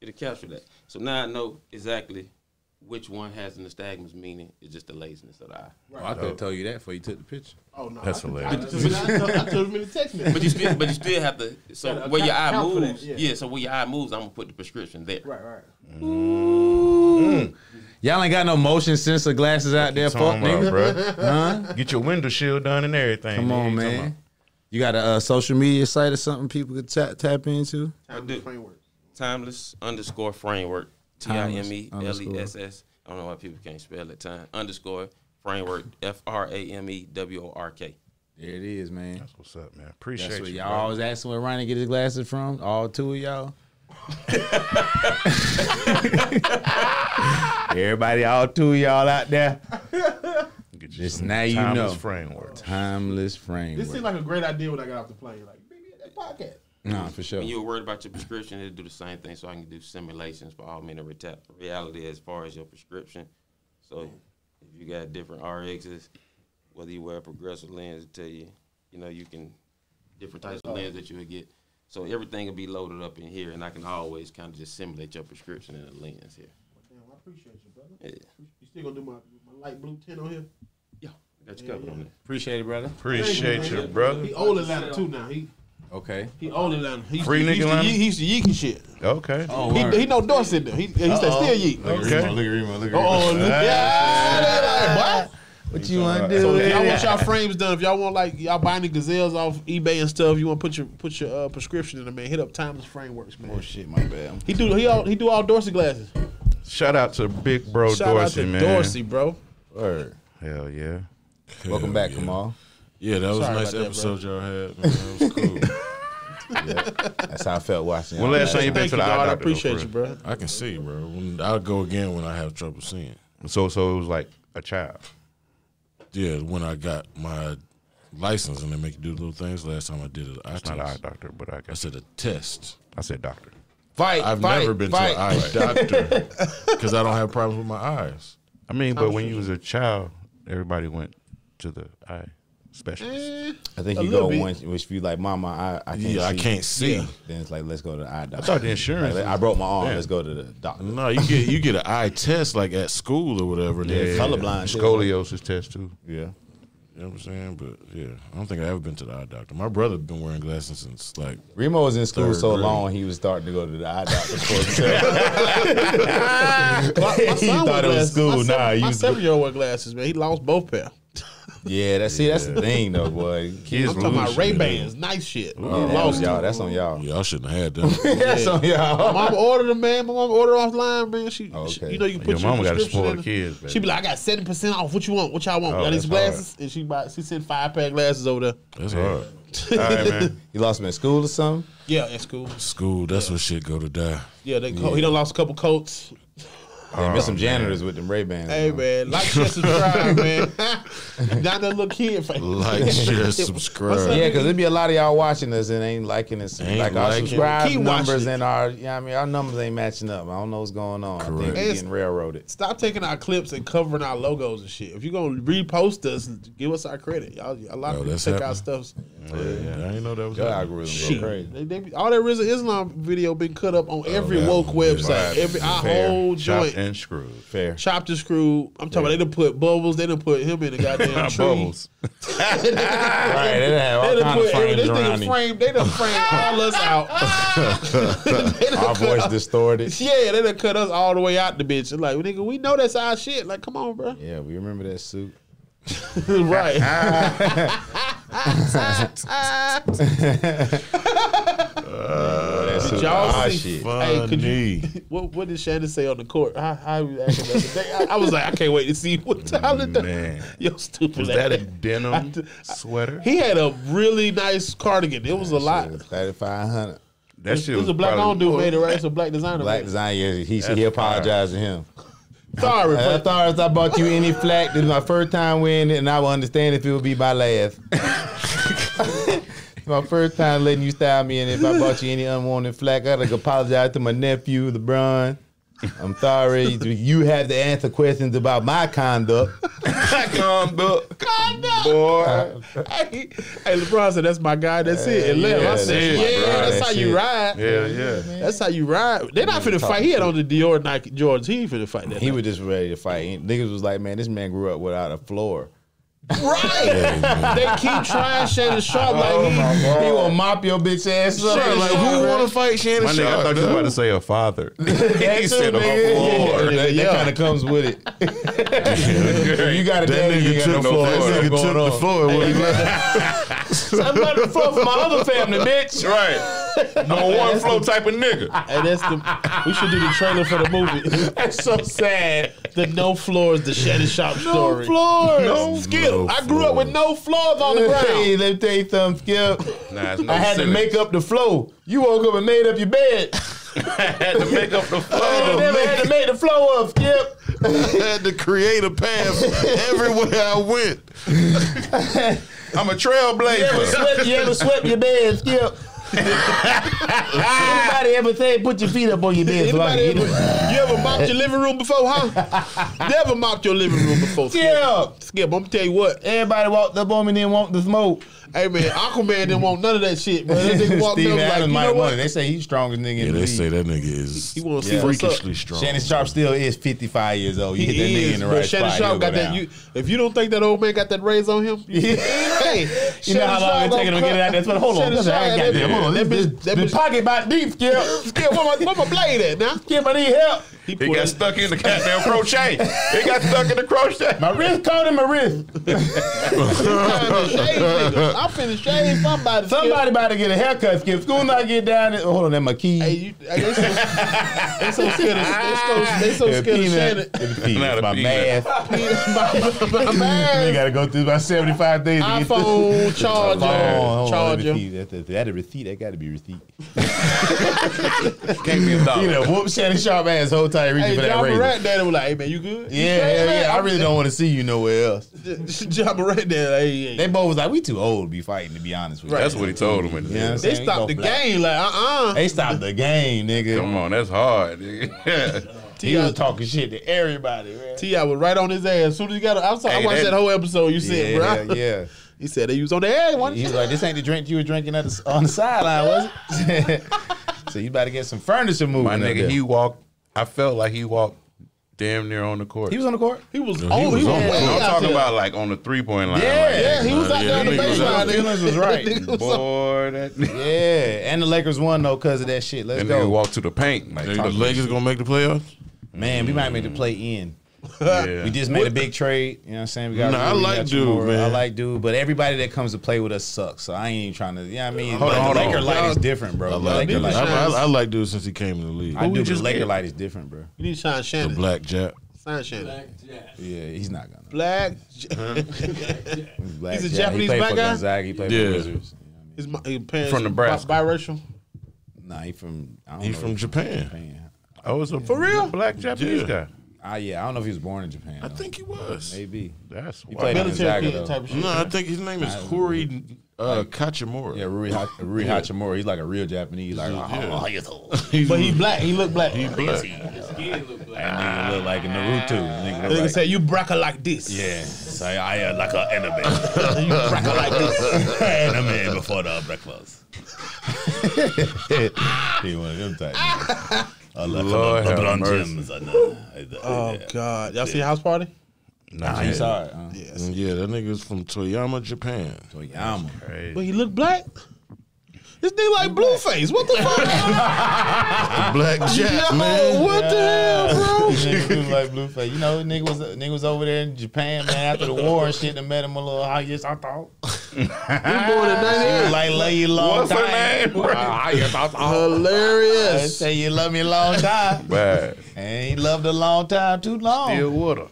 [SPEAKER 7] it'll capture that. So now I know exactly which one has the nystagmus, meaning it's just the laziness of the eye.
[SPEAKER 2] Oh, I could have told you that before you took the picture.
[SPEAKER 4] Oh no.
[SPEAKER 3] That's
[SPEAKER 4] I took-
[SPEAKER 3] hilarious.
[SPEAKER 4] I took- I took him in the text
[SPEAKER 7] But
[SPEAKER 4] message.
[SPEAKER 7] you still, but you still have to. So
[SPEAKER 4] Gotta
[SPEAKER 7] where your
[SPEAKER 4] account-
[SPEAKER 7] eye
[SPEAKER 4] account for that,
[SPEAKER 7] moves,
[SPEAKER 4] yeah.
[SPEAKER 7] yeah. So where your eye moves, I'm gonna put the prescription there.
[SPEAKER 4] Right, right.
[SPEAKER 2] Y'all ain't got no motion sensor glasses out there, fuck
[SPEAKER 3] Talking about,
[SPEAKER 2] nigga.
[SPEAKER 3] bruh. Get your window shield done and everything.
[SPEAKER 2] Come
[SPEAKER 3] nigga.
[SPEAKER 2] on,
[SPEAKER 3] You talking
[SPEAKER 2] man. You got a uh, social media site or something people could tap tap into?
[SPEAKER 4] Time
[SPEAKER 7] do.
[SPEAKER 4] to framework.
[SPEAKER 7] Timeless underscore framework. T I
[SPEAKER 2] Timeless
[SPEAKER 7] M E L E S S. I don't know why people can't spell it. Time underscore framework. F R A M E W O R K.
[SPEAKER 2] There it is, man.
[SPEAKER 3] That's what's up, man. Appreciate
[SPEAKER 2] That's what
[SPEAKER 3] you.
[SPEAKER 2] y'all
[SPEAKER 3] bro.
[SPEAKER 2] always asking where Ronnie get his glasses from. All two of y'all. Everybody, all two of y'all out there.
[SPEAKER 3] Get you
[SPEAKER 2] Just
[SPEAKER 3] some
[SPEAKER 2] now you
[SPEAKER 3] timeless
[SPEAKER 2] know.
[SPEAKER 3] framework.
[SPEAKER 2] Timeless
[SPEAKER 4] This seemed
[SPEAKER 2] framework.
[SPEAKER 4] like a great idea when I got off the plane. Like, nigga, that podcast.
[SPEAKER 2] Nah, for sure.
[SPEAKER 7] When you were worried about your prescription, it'll do the same thing. So I can do simulations for augmented reta- reality as far as your prescription. So if If you got different RXs, whether you wear a progressive lens, it tell you, you know, you can different types of lens that you would get. So everything will be loaded up in here, and I can always kind of just simulate your prescription in a lens here.
[SPEAKER 4] Damn, I appreciate you, brother.
[SPEAKER 7] Yeah,
[SPEAKER 4] You still gonna do my, my light blue tint on here?
[SPEAKER 7] yeah, got you covered on that.
[SPEAKER 2] Appreciate it, brother.
[SPEAKER 3] Appreciate you, brother.
[SPEAKER 4] He old Atlanta too now. He
[SPEAKER 2] Okay.
[SPEAKER 4] he old Atlanta. He,
[SPEAKER 3] Free
[SPEAKER 4] he,
[SPEAKER 3] nigga
[SPEAKER 4] used to,
[SPEAKER 3] Atlanta?
[SPEAKER 4] ye- he used to yeek and shit.
[SPEAKER 3] Okay.
[SPEAKER 2] Oh,
[SPEAKER 4] He,
[SPEAKER 2] word.
[SPEAKER 4] he know Dorset though. He, he said
[SPEAKER 2] Uh-oh.
[SPEAKER 4] still yeek.
[SPEAKER 2] Look at
[SPEAKER 3] Okay.
[SPEAKER 2] Remo, look at Remo, look at Remo.
[SPEAKER 4] Oh, look, yeah. What?
[SPEAKER 2] What you want to
[SPEAKER 4] So
[SPEAKER 2] do?
[SPEAKER 4] if y'all want y'all frames done, if y'all want like y'all binding gazelles off eBay and stuff, you want to put your put your uh, prescription in there, man. Hit up Timeless Frameworks,
[SPEAKER 2] Oh
[SPEAKER 4] man.
[SPEAKER 2] shit, my bad.
[SPEAKER 4] He do he all, he do all Dorsey glasses.
[SPEAKER 3] Shout out to Big Bro
[SPEAKER 4] Shout
[SPEAKER 3] Oh, Dorsey,
[SPEAKER 4] out to
[SPEAKER 3] man.
[SPEAKER 4] Dorsey, bro.
[SPEAKER 2] Word.
[SPEAKER 3] Hell yeah.
[SPEAKER 2] Welcome back, Kamal.
[SPEAKER 1] Yeah, that was
[SPEAKER 4] Sorry
[SPEAKER 1] a nice
[SPEAKER 4] about that,
[SPEAKER 1] episode y'all had. Man. That was cool.
[SPEAKER 2] That's how I felt watching.
[SPEAKER 3] When
[SPEAKER 2] y'all.
[SPEAKER 3] last time you been
[SPEAKER 4] Thank
[SPEAKER 3] to
[SPEAKER 4] you,
[SPEAKER 3] the eye
[SPEAKER 4] God. I
[SPEAKER 3] doctor? though,
[SPEAKER 4] appreciate
[SPEAKER 3] for
[SPEAKER 4] you, bro.
[SPEAKER 1] I can see, bro. When- I'll go again when I have trouble seeing.
[SPEAKER 3] real? So so it was like a child.
[SPEAKER 1] Yeah, when I got my license and they make you do little things. Last time I did it, I,
[SPEAKER 3] Not an eye
[SPEAKER 1] test.
[SPEAKER 3] doctor, but I
[SPEAKER 1] I
[SPEAKER 3] guess
[SPEAKER 1] said a test.
[SPEAKER 3] I said doctor.
[SPEAKER 2] Fight.
[SPEAKER 1] I've
[SPEAKER 2] fight,
[SPEAKER 1] never been
[SPEAKER 2] fight.
[SPEAKER 1] to an eye doctor because I don't have problems with my eyes.
[SPEAKER 3] I mean, but when you was a child, everybody went to the eye specialist.
[SPEAKER 2] I think
[SPEAKER 4] A
[SPEAKER 2] you
[SPEAKER 4] little
[SPEAKER 2] go
[SPEAKER 4] bit.
[SPEAKER 2] once, which if you like, Mama, I, I can't
[SPEAKER 1] Yeah,
[SPEAKER 2] see.
[SPEAKER 1] I can't see.
[SPEAKER 2] Then it's like, let's go to the eye doctor.
[SPEAKER 3] I thought the insurance.
[SPEAKER 2] Like, I broke my arm. Let's go to the doctor.
[SPEAKER 1] No, you get you get an eye test like at school or whatever. and then-
[SPEAKER 3] Yeah.
[SPEAKER 2] colorblind, too.
[SPEAKER 3] Scoliosis test too.
[SPEAKER 2] Yeah.
[SPEAKER 1] You know what I'm saying? But yeah, I don't think I ever been to the eye doctor. My brother been wearing glasses since like
[SPEAKER 2] Remo was in school
[SPEAKER 1] Third
[SPEAKER 2] so
[SPEAKER 1] grade.
[SPEAKER 2] long, he was starting to go to the eye doctor. for himself. he
[SPEAKER 4] Son wear
[SPEAKER 2] thought it was
[SPEAKER 4] glasses. My
[SPEAKER 2] school.
[SPEAKER 4] seven-
[SPEAKER 2] Nah, you
[SPEAKER 4] my
[SPEAKER 2] was
[SPEAKER 4] seven year old wear glasses, man. He lost both pair.
[SPEAKER 2] Yeah, that's see, that's the thing though, boy. Kids,
[SPEAKER 4] I'm talking about Ray Bans, nice shit.
[SPEAKER 2] yeah, that
[SPEAKER 4] lost
[SPEAKER 2] on y'all. That's on y'all.
[SPEAKER 1] yeah, I shouldn't have had that.
[SPEAKER 2] that's on y'all.
[SPEAKER 4] My mama ordered them, man. My mama ordered offline, man. She,
[SPEAKER 2] Oh,
[SPEAKER 4] she-
[SPEAKER 2] okay.
[SPEAKER 4] you know, you
[SPEAKER 3] Your
[SPEAKER 4] put your
[SPEAKER 3] mama gotta
[SPEAKER 4] prescription
[SPEAKER 3] spoil
[SPEAKER 4] in
[SPEAKER 3] the
[SPEAKER 4] it.
[SPEAKER 3] kids, baby.
[SPEAKER 4] She be like, I got seven percent off. What you want? What y'all want?
[SPEAKER 3] Oh,
[SPEAKER 4] got these
[SPEAKER 3] that's
[SPEAKER 4] glasses? And she buy, she sent five pair of glasses over there.
[SPEAKER 1] That's hard.
[SPEAKER 3] All right, man.
[SPEAKER 2] You lost him at school or something?
[SPEAKER 4] Yeah, that's cool.
[SPEAKER 1] School, that's where shit go to die.
[SPEAKER 4] Yeah, they co- he done lost a couple coats.
[SPEAKER 2] There's been some janitors with them Ray Bans.
[SPEAKER 4] Hey man, like share, subscribe, man. Not that little kid face.
[SPEAKER 1] Like, share, subscribe.
[SPEAKER 2] Yeah, because there'd be a lot of y'all watching us and ain't liking us.
[SPEAKER 1] Ain't
[SPEAKER 2] like our
[SPEAKER 1] liking it.
[SPEAKER 2] subscribe
[SPEAKER 4] Keep
[SPEAKER 2] numbers
[SPEAKER 4] watching it.
[SPEAKER 2] and our, yeah, I mean, our numbers ain't matching up. I don't know what's going on. I think
[SPEAKER 1] Correct.
[SPEAKER 2] we're
[SPEAKER 4] It's-
[SPEAKER 2] getting railroaded.
[SPEAKER 4] Stop taking our clips and covering our logos and shit. If you're gonna repost us, give us our credit. Y'all, a lot
[SPEAKER 1] Oh,
[SPEAKER 4] of people
[SPEAKER 1] that's
[SPEAKER 4] take our
[SPEAKER 1] happening.
[SPEAKER 4] stuff.
[SPEAKER 1] Yeah, I ain't know that was
[SPEAKER 2] Your
[SPEAKER 1] happening.
[SPEAKER 2] algorithm
[SPEAKER 4] Shit.
[SPEAKER 2] go crazy.
[SPEAKER 4] They, they, be- all that RZA Islam video been cut up on every
[SPEAKER 1] that
[SPEAKER 4] woke
[SPEAKER 1] one is
[SPEAKER 4] website.
[SPEAKER 1] vibing.
[SPEAKER 4] Every our
[SPEAKER 2] Fair.
[SPEAKER 4] whole
[SPEAKER 3] Chopped
[SPEAKER 4] joint.
[SPEAKER 3] and screwed.
[SPEAKER 2] Fair.
[SPEAKER 4] Chopped and screwed. I'm talking about they done put bubbles. They done put him in a goddamn tree.
[SPEAKER 3] Bubbles.
[SPEAKER 2] Right, they done had all
[SPEAKER 4] They
[SPEAKER 2] kinds of
[SPEAKER 4] done put every-
[SPEAKER 2] frames
[SPEAKER 4] this
[SPEAKER 2] around
[SPEAKER 4] nigga
[SPEAKER 2] him.
[SPEAKER 4] framed. They done framed all us out. They done
[SPEAKER 2] Our
[SPEAKER 4] cut
[SPEAKER 2] voice
[SPEAKER 4] us-
[SPEAKER 2] distorted.
[SPEAKER 4] Yeah, they done cut us all the way out the bitch. It's like, nigga, we know that's our shit. Like, come on, bro.
[SPEAKER 2] Yeah, we remember that suit.
[SPEAKER 4] right.
[SPEAKER 2] that suit.
[SPEAKER 4] y'all
[SPEAKER 2] Ah,
[SPEAKER 4] see-
[SPEAKER 2] shit.
[SPEAKER 4] Hey, could you-
[SPEAKER 1] Funny.
[SPEAKER 4] What, what did Shannon say on the court? How, how he was acting the other day? I, I was like, I can't wait to see what Tyler
[SPEAKER 3] Man.
[SPEAKER 4] does. Yo, stupid.
[SPEAKER 3] Was that a
[SPEAKER 4] ass.
[SPEAKER 3] denim sweater?
[SPEAKER 4] He had a really nice cardigan. It was a lot.
[SPEAKER 2] Thirty five hundred.
[SPEAKER 3] That shit
[SPEAKER 4] It was a black owned
[SPEAKER 3] probably-
[SPEAKER 4] dude made it, right? It's a black designer.
[SPEAKER 2] Black
[SPEAKER 4] made it.
[SPEAKER 2] design. Yeah, he he apologized to him. I
[SPEAKER 4] Sorry, bro.
[SPEAKER 2] thought if I bought you any flack, this is my first time wearing it, and I will understand if it would be my last. It's my first time letting you style me, and if I bought you any unwanted flack, I'd like apologize to my nephew, LeBron. I'm sorry. You have to answer questions about my conduct.
[SPEAKER 3] Conduct. Boy.
[SPEAKER 4] Hey, hey, LeBron said, that's my guy. That's it. And left. I
[SPEAKER 2] that's
[SPEAKER 4] said,
[SPEAKER 3] it,
[SPEAKER 4] yeah,
[SPEAKER 3] bro.
[SPEAKER 4] that's,
[SPEAKER 2] That's
[SPEAKER 4] how you
[SPEAKER 2] it.
[SPEAKER 4] ride.
[SPEAKER 3] Yeah, yeah.
[SPEAKER 4] That's how you ride. They're not finna fight. He had on the Dior Nike Jordans. He ain't finna fight that.
[SPEAKER 2] He
[SPEAKER 4] night.
[SPEAKER 2] was just ready to fight. And niggas was like, man, this man grew up without a floor.
[SPEAKER 4] right. they keep trying Shannon Sharp like he
[SPEAKER 2] He will mop your bitch ass up.
[SPEAKER 1] Sure, like who want to fight Shannon
[SPEAKER 3] My nigga, I
[SPEAKER 1] Sharp?
[SPEAKER 3] thought you was
[SPEAKER 1] though?
[SPEAKER 3] about to say a father.
[SPEAKER 2] That
[SPEAKER 3] he
[SPEAKER 2] too,
[SPEAKER 3] said
[SPEAKER 2] nigga.
[SPEAKER 3] a floor.
[SPEAKER 2] Yeah,
[SPEAKER 4] Yeah.
[SPEAKER 2] That kind of comes with it. If you got a
[SPEAKER 1] that
[SPEAKER 2] daddy, you ain't
[SPEAKER 1] nigga took,
[SPEAKER 2] got no floor.
[SPEAKER 1] that nigga
[SPEAKER 2] What's
[SPEAKER 1] took
[SPEAKER 2] going
[SPEAKER 1] the
[SPEAKER 2] on?
[SPEAKER 1] floor. when he left.
[SPEAKER 2] I'm not the floor for my other family, bitch.
[SPEAKER 3] right. No one flow type of nigga.
[SPEAKER 4] Hey, that's the. We should do the trailer for the movie.
[SPEAKER 2] That's so sad.
[SPEAKER 4] The no floors, the Shannon Shop story.
[SPEAKER 2] floors.
[SPEAKER 4] No skill.
[SPEAKER 1] No
[SPEAKER 4] I grew up with no floors on the
[SPEAKER 2] Hey,
[SPEAKER 4] ground.
[SPEAKER 2] let me tell you something, Skip.
[SPEAKER 3] Nah, it's no
[SPEAKER 2] I had to
[SPEAKER 3] ceiling.
[SPEAKER 2] make up the flow. You woke up and made up your bed.
[SPEAKER 3] I had to make up the
[SPEAKER 2] I
[SPEAKER 3] floor.
[SPEAKER 2] never had to make the flow up, Skip.
[SPEAKER 1] had to create a path everywhere I went.
[SPEAKER 3] I'm a
[SPEAKER 2] You
[SPEAKER 3] trailblazer.
[SPEAKER 2] ever swept, you ever swept your bed, Skip?
[SPEAKER 8] Anybody ever say put your feet up on your bed so I
[SPEAKER 4] Anybody
[SPEAKER 8] can
[SPEAKER 4] ever,
[SPEAKER 8] get it?
[SPEAKER 4] you ever mopped your living room before, huh? Never mopped your living room before. Skip.
[SPEAKER 8] Yeah.
[SPEAKER 4] Skip, I'm gonna tell you what.
[SPEAKER 8] Everybody walked up on me and didn't want the smoke.
[SPEAKER 4] Hey man, Aquaman didn't want none of that shit, man. That nigga walked
[SPEAKER 2] Steve
[SPEAKER 4] up like,
[SPEAKER 2] Adams
[SPEAKER 4] you know
[SPEAKER 2] might
[SPEAKER 4] what?
[SPEAKER 2] want it. They say he's strongest nigga
[SPEAKER 1] Yeah,
[SPEAKER 2] in the
[SPEAKER 1] they
[SPEAKER 2] league.
[SPEAKER 1] say that nigga is
[SPEAKER 4] He wanna see
[SPEAKER 2] Yeah.
[SPEAKER 4] what's up.
[SPEAKER 1] freakishly strong.
[SPEAKER 2] Shannon Sharp still is 55 years old. You hit that nigga in the
[SPEAKER 4] but
[SPEAKER 2] right
[SPEAKER 4] Shannon
[SPEAKER 2] spot,
[SPEAKER 4] Sharp
[SPEAKER 2] he'll
[SPEAKER 4] got
[SPEAKER 2] go
[SPEAKER 4] that.
[SPEAKER 2] down.
[SPEAKER 4] You, if you don't think that old man got that raise on him, you, hey,
[SPEAKER 8] You know how long it taking to get it out there? But hold on,
[SPEAKER 4] Shannon
[SPEAKER 8] listen, I
[SPEAKER 4] Sharp,
[SPEAKER 8] got
[SPEAKER 4] that
[SPEAKER 8] them. Hold on,
[SPEAKER 4] bitch-
[SPEAKER 8] this
[SPEAKER 4] that
[SPEAKER 8] bitch,
[SPEAKER 4] bitch- that
[SPEAKER 8] this
[SPEAKER 4] bitch-
[SPEAKER 8] pocket by deep, Skip.
[SPEAKER 4] Skip, where my, where my blade at now?
[SPEAKER 8] Skip, I need help.
[SPEAKER 3] He got stuck in the goddamn crochet. He got stuck in the crochet.
[SPEAKER 8] My wrist caught in my wrist.
[SPEAKER 4] I'm finna shave somebody. Skip.
[SPEAKER 8] Somebody about to get a haircut, Skip. Soon as I get down there, oh, hold on, that my key.
[SPEAKER 4] Hey, you, hey, they, so, they so scared of, they so, they so
[SPEAKER 8] Yeah,
[SPEAKER 4] scared of Shannon.
[SPEAKER 8] peanut. It's peanut.
[SPEAKER 3] Not a
[SPEAKER 8] It's my
[SPEAKER 3] peanut.
[SPEAKER 8] math.
[SPEAKER 4] my, my
[SPEAKER 8] They
[SPEAKER 4] man,
[SPEAKER 8] gotta go through about 75 days to get this.
[SPEAKER 4] iPhone charger,
[SPEAKER 8] Hold on, let me
[SPEAKER 4] charger.
[SPEAKER 8] see. That, that, that a receipt. That got to be receipt.
[SPEAKER 3] Can't be a
[SPEAKER 8] You
[SPEAKER 3] dollar.
[SPEAKER 8] know, whoop Shannon Sharp ass whole time reaching
[SPEAKER 4] Hey,
[SPEAKER 8] for that
[SPEAKER 4] John
[SPEAKER 8] raise.
[SPEAKER 4] Morant daddy was like, hey man, you good? You
[SPEAKER 8] Yeah,
[SPEAKER 4] straight,
[SPEAKER 8] hell
[SPEAKER 4] man?
[SPEAKER 8] yeah. I really don't want to see you nowhere else.
[SPEAKER 4] John Morant daddy, like, hey, hey.
[SPEAKER 2] They both was like, we too old to be fighting, to be honest with you.
[SPEAKER 3] That's what he told him.
[SPEAKER 2] You know what I'm
[SPEAKER 3] Yeah.
[SPEAKER 4] They
[SPEAKER 2] saying?
[SPEAKER 4] stopped
[SPEAKER 2] He
[SPEAKER 4] the
[SPEAKER 2] go black.
[SPEAKER 4] game. Like, uh uh
[SPEAKER 2] They stopped the game, nigga.
[SPEAKER 3] Come on, that's hard. nigga.
[SPEAKER 8] He was talking shit to everybody, man.
[SPEAKER 4] T.I. was right on his ass. As soon as he got outside,
[SPEAKER 3] Hey,
[SPEAKER 4] I watched
[SPEAKER 3] that-
[SPEAKER 4] that, whole episode you said,
[SPEAKER 2] Yeah,
[SPEAKER 4] bro.
[SPEAKER 2] yeah.
[SPEAKER 4] He said they was on the air. One
[SPEAKER 2] He was like, this ain't the drink you were drinking at the, on the sideline, was it? so you better get some furniture moving.
[SPEAKER 3] My
[SPEAKER 2] up
[SPEAKER 3] nigga,
[SPEAKER 2] there.
[SPEAKER 3] he walked. I felt like he walked damn near on the court.
[SPEAKER 2] He was on the court.
[SPEAKER 4] he was on. He was
[SPEAKER 1] was on.
[SPEAKER 4] way
[SPEAKER 3] I'm
[SPEAKER 4] out
[SPEAKER 3] talking
[SPEAKER 4] there.
[SPEAKER 3] about like on the three point line.
[SPEAKER 2] Yeah,
[SPEAKER 3] like,
[SPEAKER 4] Yeah, he was out
[SPEAKER 1] Yeah,
[SPEAKER 4] there on the
[SPEAKER 1] nigga was
[SPEAKER 4] baseline.
[SPEAKER 1] out.
[SPEAKER 4] nigga.
[SPEAKER 2] Feelings was right.
[SPEAKER 4] Nigga was on-
[SPEAKER 3] Boy, that nigga.
[SPEAKER 2] Yeah, and the Lakers won though because of that shit. Let's
[SPEAKER 3] That nigga
[SPEAKER 2] go,
[SPEAKER 3] walked to the paint. Like,
[SPEAKER 1] Think
[SPEAKER 3] talk
[SPEAKER 1] the Lakers gonna make the playoffs?
[SPEAKER 2] man. We might make the play in.
[SPEAKER 3] yeah.
[SPEAKER 2] We just made a big trade. You know what I'm saying? We
[SPEAKER 1] Nah, I
[SPEAKER 2] Rui, we
[SPEAKER 1] like
[SPEAKER 2] got
[SPEAKER 1] dude,
[SPEAKER 2] Chamorro.
[SPEAKER 1] man.
[SPEAKER 2] I like dude, but everybody that comes to play with us sucks. So I ain't even trying to. Yeah, you know what I mean,
[SPEAKER 3] Hold
[SPEAKER 2] Like,
[SPEAKER 3] on, hold
[SPEAKER 2] the Laker
[SPEAKER 3] on.
[SPEAKER 2] light is different, bro. The
[SPEAKER 1] I,
[SPEAKER 2] Laker
[SPEAKER 4] dude.
[SPEAKER 2] light.
[SPEAKER 4] Like-
[SPEAKER 1] I, I like dude since he came in the league.
[SPEAKER 2] I do, but the
[SPEAKER 3] just
[SPEAKER 2] Laker
[SPEAKER 3] get?
[SPEAKER 2] light is different, bro.
[SPEAKER 4] You need to sign
[SPEAKER 1] The
[SPEAKER 4] Shannon.
[SPEAKER 1] black jack.
[SPEAKER 4] Sign Shannon.
[SPEAKER 2] Yeah, he's not gonna.
[SPEAKER 4] Black.
[SPEAKER 1] Uh-huh.
[SPEAKER 2] He's, black,
[SPEAKER 4] He's a
[SPEAKER 2] yeah,
[SPEAKER 4] Japanese
[SPEAKER 2] he played
[SPEAKER 4] black
[SPEAKER 2] for
[SPEAKER 4] guy?
[SPEAKER 2] Gonzaga, he played
[SPEAKER 1] Yeah.
[SPEAKER 2] for Wizards. You know what I mean?
[SPEAKER 4] His, mo- his parents
[SPEAKER 3] From
[SPEAKER 4] bi-
[SPEAKER 3] Nebraska.
[SPEAKER 4] Biracial.
[SPEAKER 2] Nah, he from. I don't
[SPEAKER 1] He's
[SPEAKER 2] know
[SPEAKER 1] from
[SPEAKER 2] if he's
[SPEAKER 1] Japan.
[SPEAKER 2] Japan.
[SPEAKER 3] I was a for
[SPEAKER 4] real?
[SPEAKER 3] black Japanese
[SPEAKER 1] Yeah.
[SPEAKER 3] guy.
[SPEAKER 2] Ah, yeah, I don't know if he was born in Japan.
[SPEAKER 1] I
[SPEAKER 2] though.
[SPEAKER 1] think he was.
[SPEAKER 2] maybe.
[SPEAKER 3] That's
[SPEAKER 2] He
[SPEAKER 3] wild.
[SPEAKER 2] played on
[SPEAKER 4] Military
[SPEAKER 2] Gonzaga
[SPEAKER 4] kid
[SPEAKER 2] though.
[SPEAKER 4] type of shit.
[SPEAKER 1] No, I think his name is Corey uh, Kachimura.
[SPEAKER 2] Yeah, Rui, ha- Rui Hachimura. He's like a real Japanese. Like, oh,
[SPEAKER 1] Yeah.
[SPEAKER 2] he
[SPEAKER 4] But he black. He look black.
[SPEAKER 1] He black.
[SPEAKER 2] look like Naruto. Nigga
[SPEAKER 4] They
[SPEAKER 2] look like,
[SPEAKER 4] say you bracka like this.
[SPEAKER 2] yeah, so I uh, like an anime.
[SPEAKER 4] You bracka like this.
[SPEAKER 2] anime before the breakfast. he one of them type. niggas. I like
[SPEAKER 3] Lord
[SPEAKER 2] the
[SPEAKER 3] have
[SPEAKER 2] blonde
[SPEAKER 3] mercy.
[SPEAKER 2] gems. I know.
[SPEAKER 4] Oh God! Y'all see House Party?
[SPEAKER 2] Nah, he's sorry. Huh?
[SPEAKER 4] Yes.
[SPEAKER 1] Uh-huh. Yeah, that nigga's from Toyama, Japan.
[SPEAKER 2] Toyama.
[SPEAKER 4] But he look black. This nigga like Blueface. What the fuck?
[SPEAKER 1] The black jack,
[SPEAKER 4] Yo,
[SPEAKER 1] man.
[SPEAKER 4] what the hell, bro?
[SPEAKER 2] Nigga look like Blueface. You know, nigga was nigga was over there in Japan, man, after the war and shit, and met him a little high. Yes, I thought.
[SPEAKER 4] You born in
[SPEAKER 2] He
[SPEAKER 4] 98.
[SPEAKER 2] like love you long
[SPEAKER 3] What's her
[SPEAKER 2] time.
[SPEAKER 3] name?
[SPEAKER 2] I
[SPEAKER 4] Hilarious.
[SPEAKER 2] say you love me a long time,
[SPEAKER 3] Bad.
[SPEAKER 2] and he loved a long time too long.
[SPEAKER 3] Still water.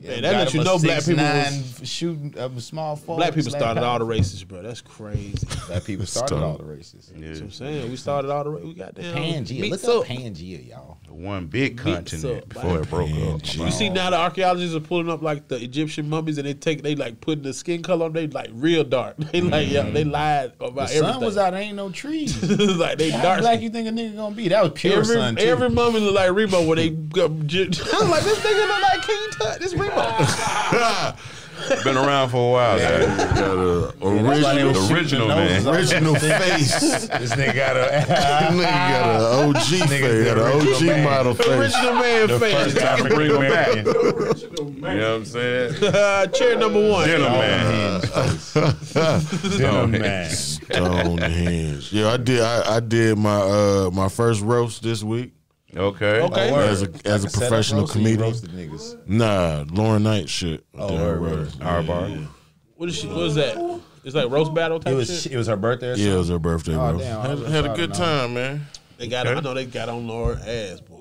[SPEAKER 4] Yeah, that lets you know black people was,
[SPEAKER 2] was, shooting of a small forward.
[SPEAKER 4] black people started all the races, bro. That's crazy. That's
[SPEAKER 2] black people started all the races.
[SPEAKER 4] what I'm saying. We started all the ra- we got down.
[SPEAKER 2] Pangea, look up Pangea, y'all.
[SPEAKER 3] One big continent
[SPEAKER 4] up.
[SPEAKER 3] before it broke up.
[SPEAKER 4] You see now the archaeologists are pulling up like the Egyptian mummies and they take they like putting the skin color on they like real dark. They like yeah, they lied about
[SPEAKER 2] The sun
[SPEAKER 4] everything.
[SPEAKER 2] was out, there ain't no trees.
[SPEAKER 4] like they
[SPEAKER 2] How
[SPEAKER 4] dark.
[SPEAKER 2] black you think a nigga gonna be? That was pure
[SPEAKER 4] every
[SPEAKER 2] sun too.
[SPEAKER 4] every mummy look like Remo where they go, I was like this nigga look like King Tut. This Remo.
[SPEAKER 3] Been around for a while.
[SPEAKER 1] Got a
[SPEAKER 2] That's why they
[SPEAKER 1] original,
[SPEAKER 2] was shooting
[SPEAKER 3] original
[SPEAKER 2] the noses
[SPEAKER 3] man.
[SPEAKER 2] off.
[SPEAKER 1] original face.
[SPEAKER 2] This nigga got a.
[SPEAKER 1] nigga got an OG face. Got an OG
[SPEAKER 2] original man.
[SPEAKER 1] model face.
[SPEAKER 4] Original man face.
[SPEAKER 3] time to bring them back. You know
[SPEAKER 9] Right.
[SPEAKER 3] what I'm saying?
[SPEAKER 4] Uh, chair number one.
[SPEAKER 3] Gentleman.
[SPEAKER 2] Denim man.
[SPEAKER 1] Stonehenge. Yeah, I did. I, I did my uh, my first roast this week
[SPEAKER 3] Okay.
[SPEAKER 4] Okay.
[SPEAKER 2] Word.
[SPEAKER 1] as a as a
[SPEAKER 2] Set up
[SPEAKER 1] professional
[SPEAKER 2] roast and you
[SPEAKER 1] comedian.
[SPEAKER 2] roasted niggas.
[SPEAKER 1] Nah, Lauren Knight shit.
[SPEAKER 2] Oh,
[SPEAKER 1] Damn
[SPEAKER 2] word,
[SPEAKER 1] right.
[SPEAKER 2] word.
[SPEAKER 1] Yeah, yeah.
[SPEAKER 4] What is she, what is that? It's like roast battle type
[SPEAKER 2] It was
[SPEAKER 4] shit.
[SPEAKER 2] it was her birthday.
[SPEAKER 1] Yeah,
[SPEAKER 2] Or
[SPEAKER 1] it
[SPEAKER 2] something?
[SPEAKER 1] was her birthday,
[SPEAKER 2] Oh,
[SPEAKER 1] bro.
[SPEAKER 2] damn, I
[SPEAKER 1] had
[SPEAKER 2] was
[SPEAKER 1] had a
[SPEAKER 2] excited
[SPEAKER 1] good
[SPEAKER 2] now.
[SPEAKER 1] time, man.
[SPEAKER 4] They got I know they got on Laura ass, boy.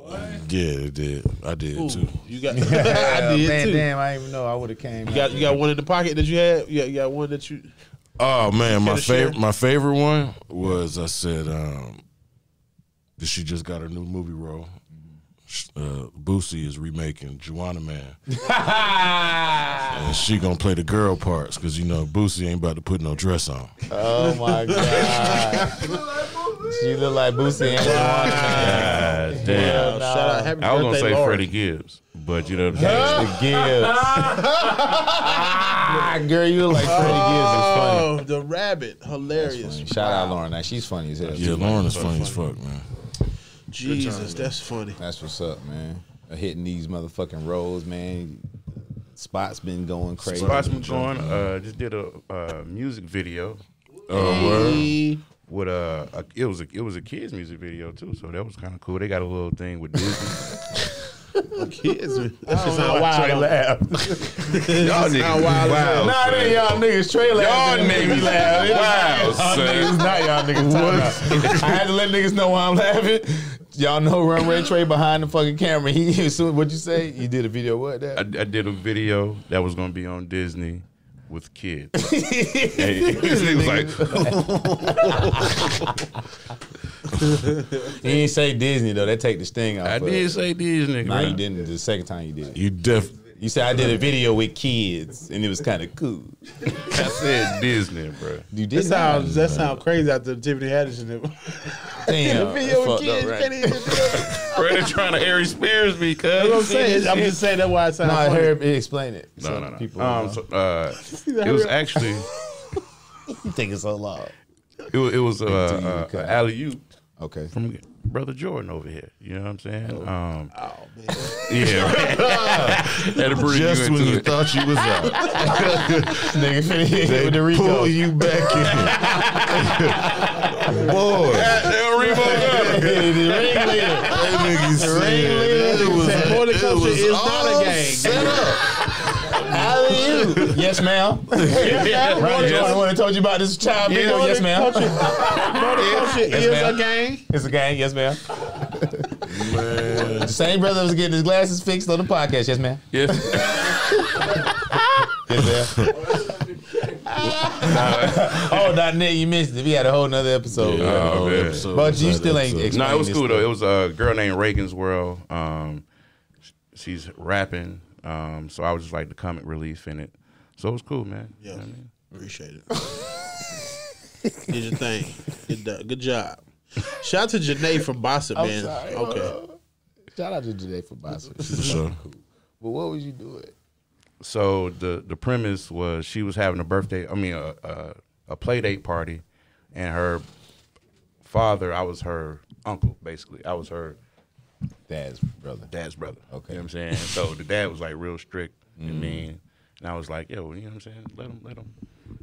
[SPEAKER 1] Yeah, it did. I did
[SPEAKER 4] Ooh,
[SPEAKER 1] too.
[SPEAKER 4] you got
[SPEAKER 2] Yeah,
[SPEAKER 4] I did
[SPEAKER 2] Oh, man,
[SPEAKER 4] too.
[SPEAKER 2] damn, I didn't even know I would have came.
[SPEAKER 4] You got you got one in the pocket that you had. Yeah, you got one that you.
[SPEAKER 1] Oh man, my
[SPEAKER 4] Should've shared.
[SPEAKER 1] favorite my favorite one was I said um, that she just got her new movie role. uh, Boosie is remaking Juana Man. and she gonna play the girl parts because you know Boosie ain't about to put no dress on.
[SPEAKER 2] Oh my god. she look like Boosie and Juana.
[SPEAKER 3] God Ah, damn.
[SPEAKER 2] Uh,
[SPEAKER 4] Shout out, happy
[SPEAKER 3] I was gonna
[SPEAKER 4] birthday,
[SPEAKER 3] say
[SPEAKER 4] Lauren.
[SPEAKER 3] Freddie Gibbs, but you know, the
[SPEAKER 2] Gangsta Gibbs. Ah, Girl, you look like Freddie
[SPEAKER 4] Oh, the rabbit, hilarious!
[SPEAKER 2] Gibbs is funny. Shout out Lauren. Now she's funny as hell.
[SPEAKER 1] Yeah, Lauren is funny as fuck, man.
[SPEAKER 4] Jesus, that's funny.
[SPEAKER 2] That's what's up, man. Hitting these motherfucking roles, man. Spot's been going crazy.
[SPEAKER 3] spots been going. Uh, just did a uh, music video Oh,
[SPEAKER 4] Hey,
[SPEAKER 3] with uh, a, it was a it was a kids music video too, so that was kind of cool. They got a little thing with Disney.
[SPEAKER 4] kids, man. that shit sound wild. don't it?
[SPEAKER 3] Y'all niggas,
[SPEAKER 4] wild as hell.
[SPEAKER 3] wow,
[SPEAKER 2] Nah, they y'all niggas. Trey
[SPEAKER 3] y'all
[SPEAKER 2] laughed.
[SPEAKER 3] niggas, wow,
[SPEAKER 2] It's
[SPEAKER 3] son.
[SPEAKER 2] not y'all niggas. Time out. I had to let niggas know why I'm laughing. Y'all know Run Red Trey behind the fucking camera. He as soon what you say? You did a video what
[SPEAKER 3] I, I
[SPEAKER 2] that?
[SPEAKER 3] did a video that was gonna be on Disney with kids. Hey, this nigga was like,
[SPEAKER 2] He ain't say Disney though. That take the sting out.
[SPEAKER 3] I
[SPEAKER 2] of it.
[SPEAKER 3] did say these niggas.
[SPEAKER 2] No, you didn't. The second time you did it.
[SPEAKER 1] You def
[SPEAKER 2] You said I did a video with kids and it was kind of cool.
[SPEAKER 3] I said Disney, bro.
[SPEAKER 2] You did
[SPEAKER 4] That sounds that sounds crazy after the Tiffany Haddish and them.
[SPEAKER 2] Damn,
[SPEAKER 4] Video
[SPEAKER 2] fucked up,
[SPEAKER 4] with kids
[SPEAKER 2] right?
[SPEAKER 4] can't even. That's
[SPEAKER 3] Bro, they trying to Harry Spears me, cuz.
[SPEAKER 4] what I'm saying. I'm just saying that's why it sounds
[SPEAKER 2] No, I
[SPEAKER 4] funny.
[SPEAKER 2] heard it explain it.
[SPEAKER 3] No, no, no.
[SPEAKER 2] People
[SPEAKER 3] um, so, uh, it was actually
[SPEAKER 2] think it's so long.
[SPEAKER 3] it was, it was uh, uh,
[SPEAKER 2] cut.
[SPEAKER 3] alley oop
[SPEAKER 2] Okay.
[SPEAKER 3] from brother Jordan over here. You know what I'm saying? Um, oh man, yeah, right. That'll bring
[SPEAKER 1] just
[SPEAKER 3] you
[SPEAKER 1] when
[SPEAKER 3] into
[SPEAKER 1] you
[SPEAKER 3] it.
[SPEAKER 1] thought you was out,
[SPEAKER 2] Nigga finna hit
[SPEAKER 1] they
[SPEAKER 2] with the Rico.
[SPEAKER 1] pull you back in. Boy, that
[SPEAKER 3] Del Remo got him.
[SPEAKER 1] nigga said it was,
[SPEAKER 4] That
[SPEAKER 1] it
[SPEAKER 4] horticulture
[SPEAKER 1] was
[SPEAKER 4] is
[SPEAKER 1] all
[SPEAKER 4] not a gang.
[SPEAKER 1] set up.
[SPEAKER 2] Yes, ma'am.
[SPEAKER 3] Yeah,
[SPEAKER 2] Ron Jordan,
[SPEAKER 3] yes.
[SPEAKER 2] one that told you about this child video. Yes, ma'am.
[SPEAKER 4] Horticulture
[SPEAKER 2] Yes,
[SPEAKER 4] is
[SPEAKER 2] ma'am.
[SPEAKER 4] a gang.
[SPEAKER 2] It's a gang. Yes, ma'am. The same brother was getting his glasses fixed on the podcast. Yes, ma'am.
[SPEAKER 3] Yes.
[SPEAKER 2] Yes, ma'am. oh, not Nick, you missed it. We had a whole nother episode.
[SPEAKER 1] Yeah,
[SPEAKER 3] Oh,
[SPEAKER 1] whole
[SPEAKER 3] man.
[SPEAKER 1] episode
[SPEAKER 2] But
[SPEAKER 1] was
[SPEAKER 2] you
[SPEAKER 1] that
[SPEAKER 2] still ain't
[SPEAKER 1] episode.
[SPEAKER 2] explain
[SPEAKER 3] No, it was
[SPEAKER 2] this
[SPEAKER 3] cool though.
[SPEAKER 2] stuff.
[SPEAKER 3] It was a girl named Reagan's World. Um, sh- she's rapping. Um, so I was just like the comic relief in it. So it was cool, man. You know what I mean?
[SPEAKER 4] Appreciate it. Did your thing. Good, do- good job. Shout out to Janae from Bossa Man. Okay.
[SPEAKER 2] Shout out to today for boxing.
[SPEAKER 1] For sure.
[SPEAKER 2] But what was you doing?
[SPEAKER 3] so the the premise was she was having a birthday. I mean, a a, a play date party, and her father. I was her uncle, basically. I was her
[SPEAKER 2] Dad's brother.
[SPEAKER 3] dad's brother.
[SPEAKER 2] Okay.
[SPEAKER 3] You know what I'm saying? So the dad was like real strict
[SPEAKER 4] Mm-hmm.
[SPEAKER 3] and mean. And I was like, yo, you know what I'm saying? Let him, let him.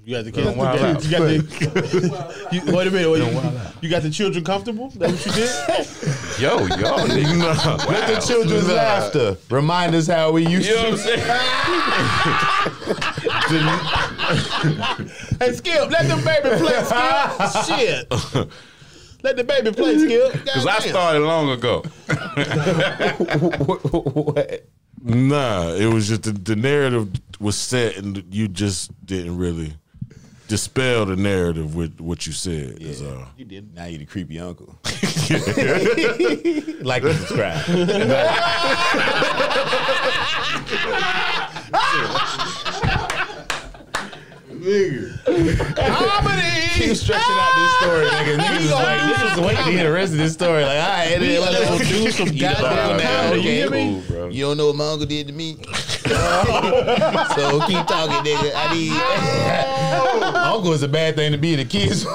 [SPEAKER 4] You got the kids. You
[SPEAKER 3] wild
[SPEAKER 4] got
[SPEAKER 3] out.
[SPEAKER 4] the, you got the, you, wait a minute. Wait, you, you got the children comfortable? That what you did?
[SPEAKER 3] Yo, yo, nigga. Wow.
[SPEAKER 2] The children's laughter. Remind us how we used
[SPEAKER 3] You know what I'm
[SPEAKER 2] to.
[SPEAKER 3] saying?
[SPEAKER 4] hey, Skip, let the baby play, Skip. Shit. Let the baby play, Skip.
[SPEAKER 3] Because I
[SPEAKER 4] Goddamn.
[SPEAKER 3] started long ago.
[SPEAKER 2] what?
[SPEAKER 1] Nah, it was just the, the narrative was set, and you just didn't really dispel the narrative with what you said. is all.
[SPEAKER 4] You did.
[SPEAKER 2] Now you the creepy uncle. like and subscribe. Keep
[SPEAKER 4] Comedy.
[SPEAKER 2] stretching out this story, nigga. Niggas is like, niggas is waiting to hear the rest of this story. Like, all right, it is. Let's do some
[SPEAKER 4] goddamn comedy, you hear me?
[SPEAKER 2] You don't know what my uncle did to me. so keep talking, nigga. I need. uncle is a bad thing to be in the kids.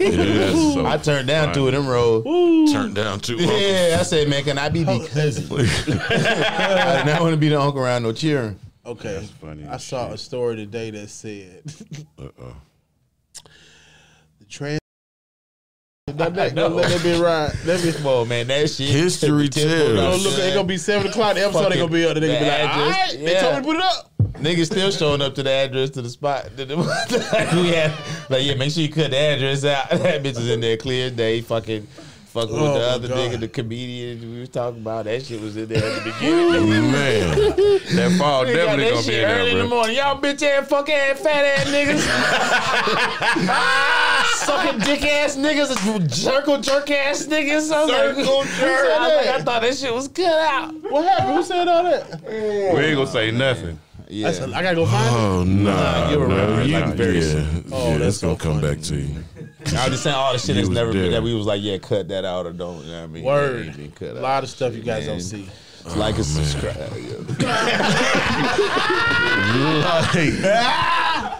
[SPEAKER 1] It is. So
[SPEAKER 2] I turned down two of them roles.
[SPEAKER 1] turned down too.
[SPEAKER 2] Yeah, I said, man, can I be the cousin? I do not want to be the uncle around no cheering.
[SPEAKER 4] Okay.
[SPEAKER 3] funny
[SPEAKER 4] I
[SPEAKER 3] as
[SPEAKER 4] saw a story today that said
[SPEAKER 1] Uh-oh.
[SPEAKER 4] the trans. That, that, that, let that be right. Let me.
[SPEAKER 2] Come on, man, that shit.
[SPEAKER 1] History
[SPEAKER 4] Oh,
[SPEAKER 1] tells.
[SPEAKER 4] look, it's gonna be seven o'clock. The episode they gonna be up. They gonna be like,
[SPEAKER 2] Fucking-
[SPEAKER 4] all right, they
[SPEAKER 2] Yeah.
[SPEAKER 4] told me to put it up.
[SPEAKER 2] Niggas still showing up to the address to the spot. we had like, yeah, make sure you cut the address out. that bitch is in there clear as day, fucking fucking
[SPEAKER 4] Oh,
[SPEAKER 2] with the
[SPEAKER 4] my
[SPEAKER 2] other
[SPEAKER 4] God.
[SPEAKER 2] nigga, the comedian we was talking about. That shit was in there at the beginning.
[SPEAKER 1] Man,
[SPEAKER 3] That fall
[SPEAKER 2] They got that
[SPEAKER 3] definitely going to be
[SPEAKER 2] shit
[SPEAKER 3] in
[SPEAKER 2] early in
[SPEAKER 3] there,
[SPEAKER 2] the
[SPEAKER 3] bro.
[SPEAKER 2] morning. Y'all bitch ass, fuck ass, fat ass niggas. sucking dick ass niggas, circle jerk ass niggas. I was like-
[SPEAKER 3] Circle jerk.
[SPEAKER 2] I, was like, I thought that shit was cut out.
[SPEAKER 4] What happened? Who said all that?
[SPEAKER 3] We ain't gonna say nothing.
[SPEAKER 4] I,
[SPEAKER 5] Yeah.
[SPEAKER 4] said, I gotta go find it.
[SPEAKER 1] Oh no, nah,
[SPEAKER 4] you're
[SPEAKER 1] bro.
[SPEAKER 4] right.
[SPEAKER 1] You-
[SPEAKER 4] Like,
[SPEAKER 1] yeah, yeah,
[SPEAKER 4] that's
[SPEAKER 1] that's
[SPEAKER 4] so
[SPEAKER 1] gonna come back to you.
[SPEAKER 2] I was just saying all the shit
[SPEAKER 1] You
[SPEAKER 2] that's
[SPEAKER 1] was
[SPEAKER 2] never been
[SPEAKER 1] there.
[SPEAKER 2] that we was like, yeah, cut that out or don't. You know what I mean,
[SPEAKER 4] Word.
[SPEAKER 2] Yeah, you
[SPEAKER 4] A
[SPEAKER 2] cut out.
[SPEAKER 4] lot of stuff you guys
[SPEAKER 5] Man.
[SPEAKER 4] don't see.
[SPEAKER 2] like and subscribe.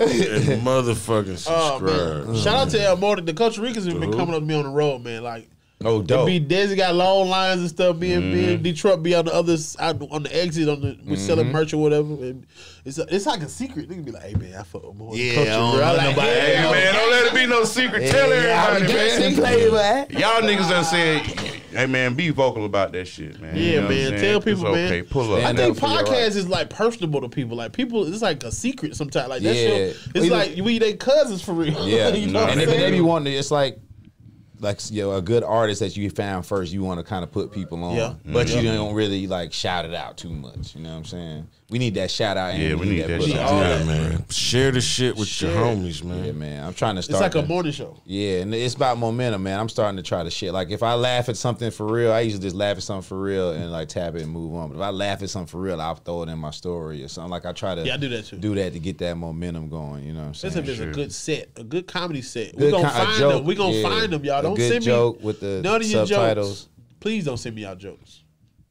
[SPEAKER 1] And motherfucking
[SPEAKER 4] Oh, man.
[SPEAKER 1] subscribe.
[SPEAKER 4] Shout out to El Morte. The Costa Ricans have been
[SPEAKER 1] Who?
[SPEAKER 4] coming up to me on the road, man. Like,
[SPEAKER 5] Oh,
[SPEAKER 4] It
[SPEAKER 5] dope.
[SPEAKER 4] be Desi got long lines and stuff. Me and me and Detroit be on the other s- out on the exit on the we selling merch or whatever. And it's it's like a secret. They can be like, hey man, I fuck with more. Yeah, culture,
[SPEAKER 6] I don't
[SPEAKER 4] bro.
[SPEAKER 6] know
[SPEAKER 4] like,
[SPEAKER 6] nobody-
[SPEAKER 4] "Hell
[SPEAKER 3] Hey man, don't let it be no secret. Tell everybody, man. Y'all niggas done said, hey man, be vocal about that shit, man.
[SPEAKER 4] Yeah,
[SPEAKER 3] know what I'm
[SPEAKER 4] man.
[SPEAKER 3] saying?
[SPEAKER 4] Tell
[SPEAKER 3] It's
[SPEAKER 4] people,
[SPEAKER 3] okay.
[SPEAKER 4] man.
[SPEAKER 3] Pull up.
[SPEAKER 4] I
[SPEAKER 2] Stand up
[SPEAKER 4] think
[SPEAKER 2] for your
[SPEAKER 4] podcast is like personable to people. Like people, it's like a secret sometimes. Like that
[SPEAKER 2] Yeah.
[SPEAKER 4] shit, it's
[SPEAKER 2] We-
[SPEAKER 4] like we they cousins for real.
[SPEAKER 2] Yeah,
[SPEAKER 4] you know what
[SPEAKER 2] and they,
[SPEAKER 4] I'm
[SPEAKER 2] they be
[SPEAKER 4] saying?
[SPEAKER 2] wanting to, it's like, like you know, a good artist that you found first, you want to kind of put people on,
[SPEAKER 4] Yeah.
[SPEAKER 2] but you don't really like shout it out too much. You know what I'm saying? We need that shout out. and
[SPEAKER 3] Yeah, we need that
[SPEAKER 2] put
[SPEAKER 3] shout
[SPEAKER 2] on.
[SPEAKER 4] out.
[SPEAKER 1] Yeah, man. Share the shit with your
[SPEAKER 4] Share.
[SPEAKER 1] homies,
[SPEAKER 2] Yeah,
[SPEAKER 1] man.
[SPEAKER 2] man. I'm trying to
[SPEAKER 4] It's
[SPEAKER 2] start.
[SPEAKER 4] like a
[SPEAKER 2] the-
[SPEAKER 4] morning show.
[SPEAKER 2] Yeah, and it's about momentum, man. I'm starting to try to shit. Like if I laugh at something for real, I usually just laugh at something for real and like tap it and move on. But if I laugh at something for real, I'll throw it in my story or something. Like I try to
[SPEAKER 4] Yeah, I do that too.
[SPEAKER 2] do that to get that momentum going. You know what I'm
[SPEAKER 4] This
[SPEAKER 2] saying?
[SPEAKER 4] is a good set, a good comedy set.
[SPEAKER 2] Good
[SPEAKER 4] We're gonna
[SPEAKER 2] co- a
[SPEAKER 4] find
[SPEAKER 2] joke,
[SPEAKER 4] them. We're gonna
[SPEAKER 2] yeah.
[SPEAKER 4] find them, y'all.
[SPEAKER 2] A
[SPEAKER 4] Don't
[SPEAKER 2] good
[SPEAKER 4] send me
[SPEAKER 2] joke with the
[SPEAKER 4] none of your
[SPEAKER 2] subtitles.
[SPEAKER 4] jokes. Please don't send me y'all jokes.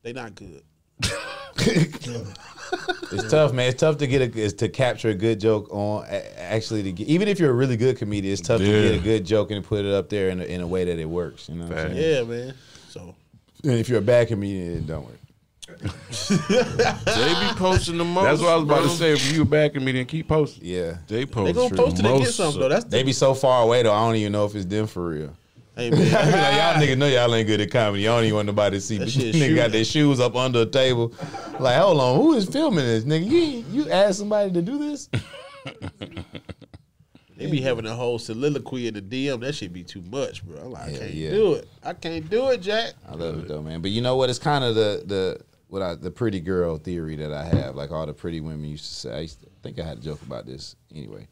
[SPEAKER 4] They not good.
[SPEAKER 2] It's tough, man. It's tough to get a is to capture a good joke on a- actually to get even if you're a really good comedian, it's tough to
[SPEAKER 1] Yeah.
[SPEAKER 2] get a good joke and put it up there in a, in a way that it works. You know, what I'm
[SPEAKER 3] Fact.
[SPEAKER 2] saying?
[SPEAKER 4] Yeah, man. So
[SPEAKER 2] And if you're a bad comedian, it don't work.
[SPEAKER 1] They be posting the most.
[SPEAKER 3] That's what I was about to
[SPEAKER 1] bro.
[SPEAKER 3] say. If you a bad comedian, keep posting.
[SPEAKER 2] Yeah,
[SPEAKER 1] They post.
[SPEAKER 4] they gonna
[SPEAKER 1] the
[SPEAKER 4] post it and get
[SPEAKER 1] most-
[SPEAKER 4] something though. That's the
[SPEAKER 2] they be so far away though. I don't even know if it's them for real.
[SPEAKER 4] hey,
[SPEAKER 2] I
[SPEAKER 4] man.
[SPEAKER 2] be like, y'all niggas know y'all ain't good at comedy. I don't even want nobody to see.
[SPEAKER 4] That
[SPEAKER 2] But
[SPEAKER 4] shit
[SPEAKER 2] nigga got
[SPEAKER 4] shooting.
[SPEAKER 2] their shoes up under a table. Like, hold on, who is filming this, nigga? You you asked somebody to do this?
[SPEAKER 4] They be having a whole soliloquy in the DM. That shit be too much, bro. I'm like, I
[SPEAKER 2] Hell
[SPEAKER 4] can't
[SPEAKER 2] yeah.
[SPEAKER 4] do it. I can't do it, Jack.
[SPEAKER 2] I love it though, man. But you know what? It's kind of the the what I the pretty girl theory that I have. Like all the pretty women used to say. I used to I think I had a joke about this anyway.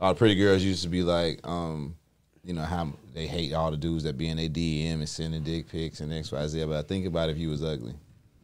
[SPEAKER 2] All the pretty girls used to be like, um, you know how they hate all the dudes that be in their DM and sending dick pics and X Y Z. But I think about if you was ugly,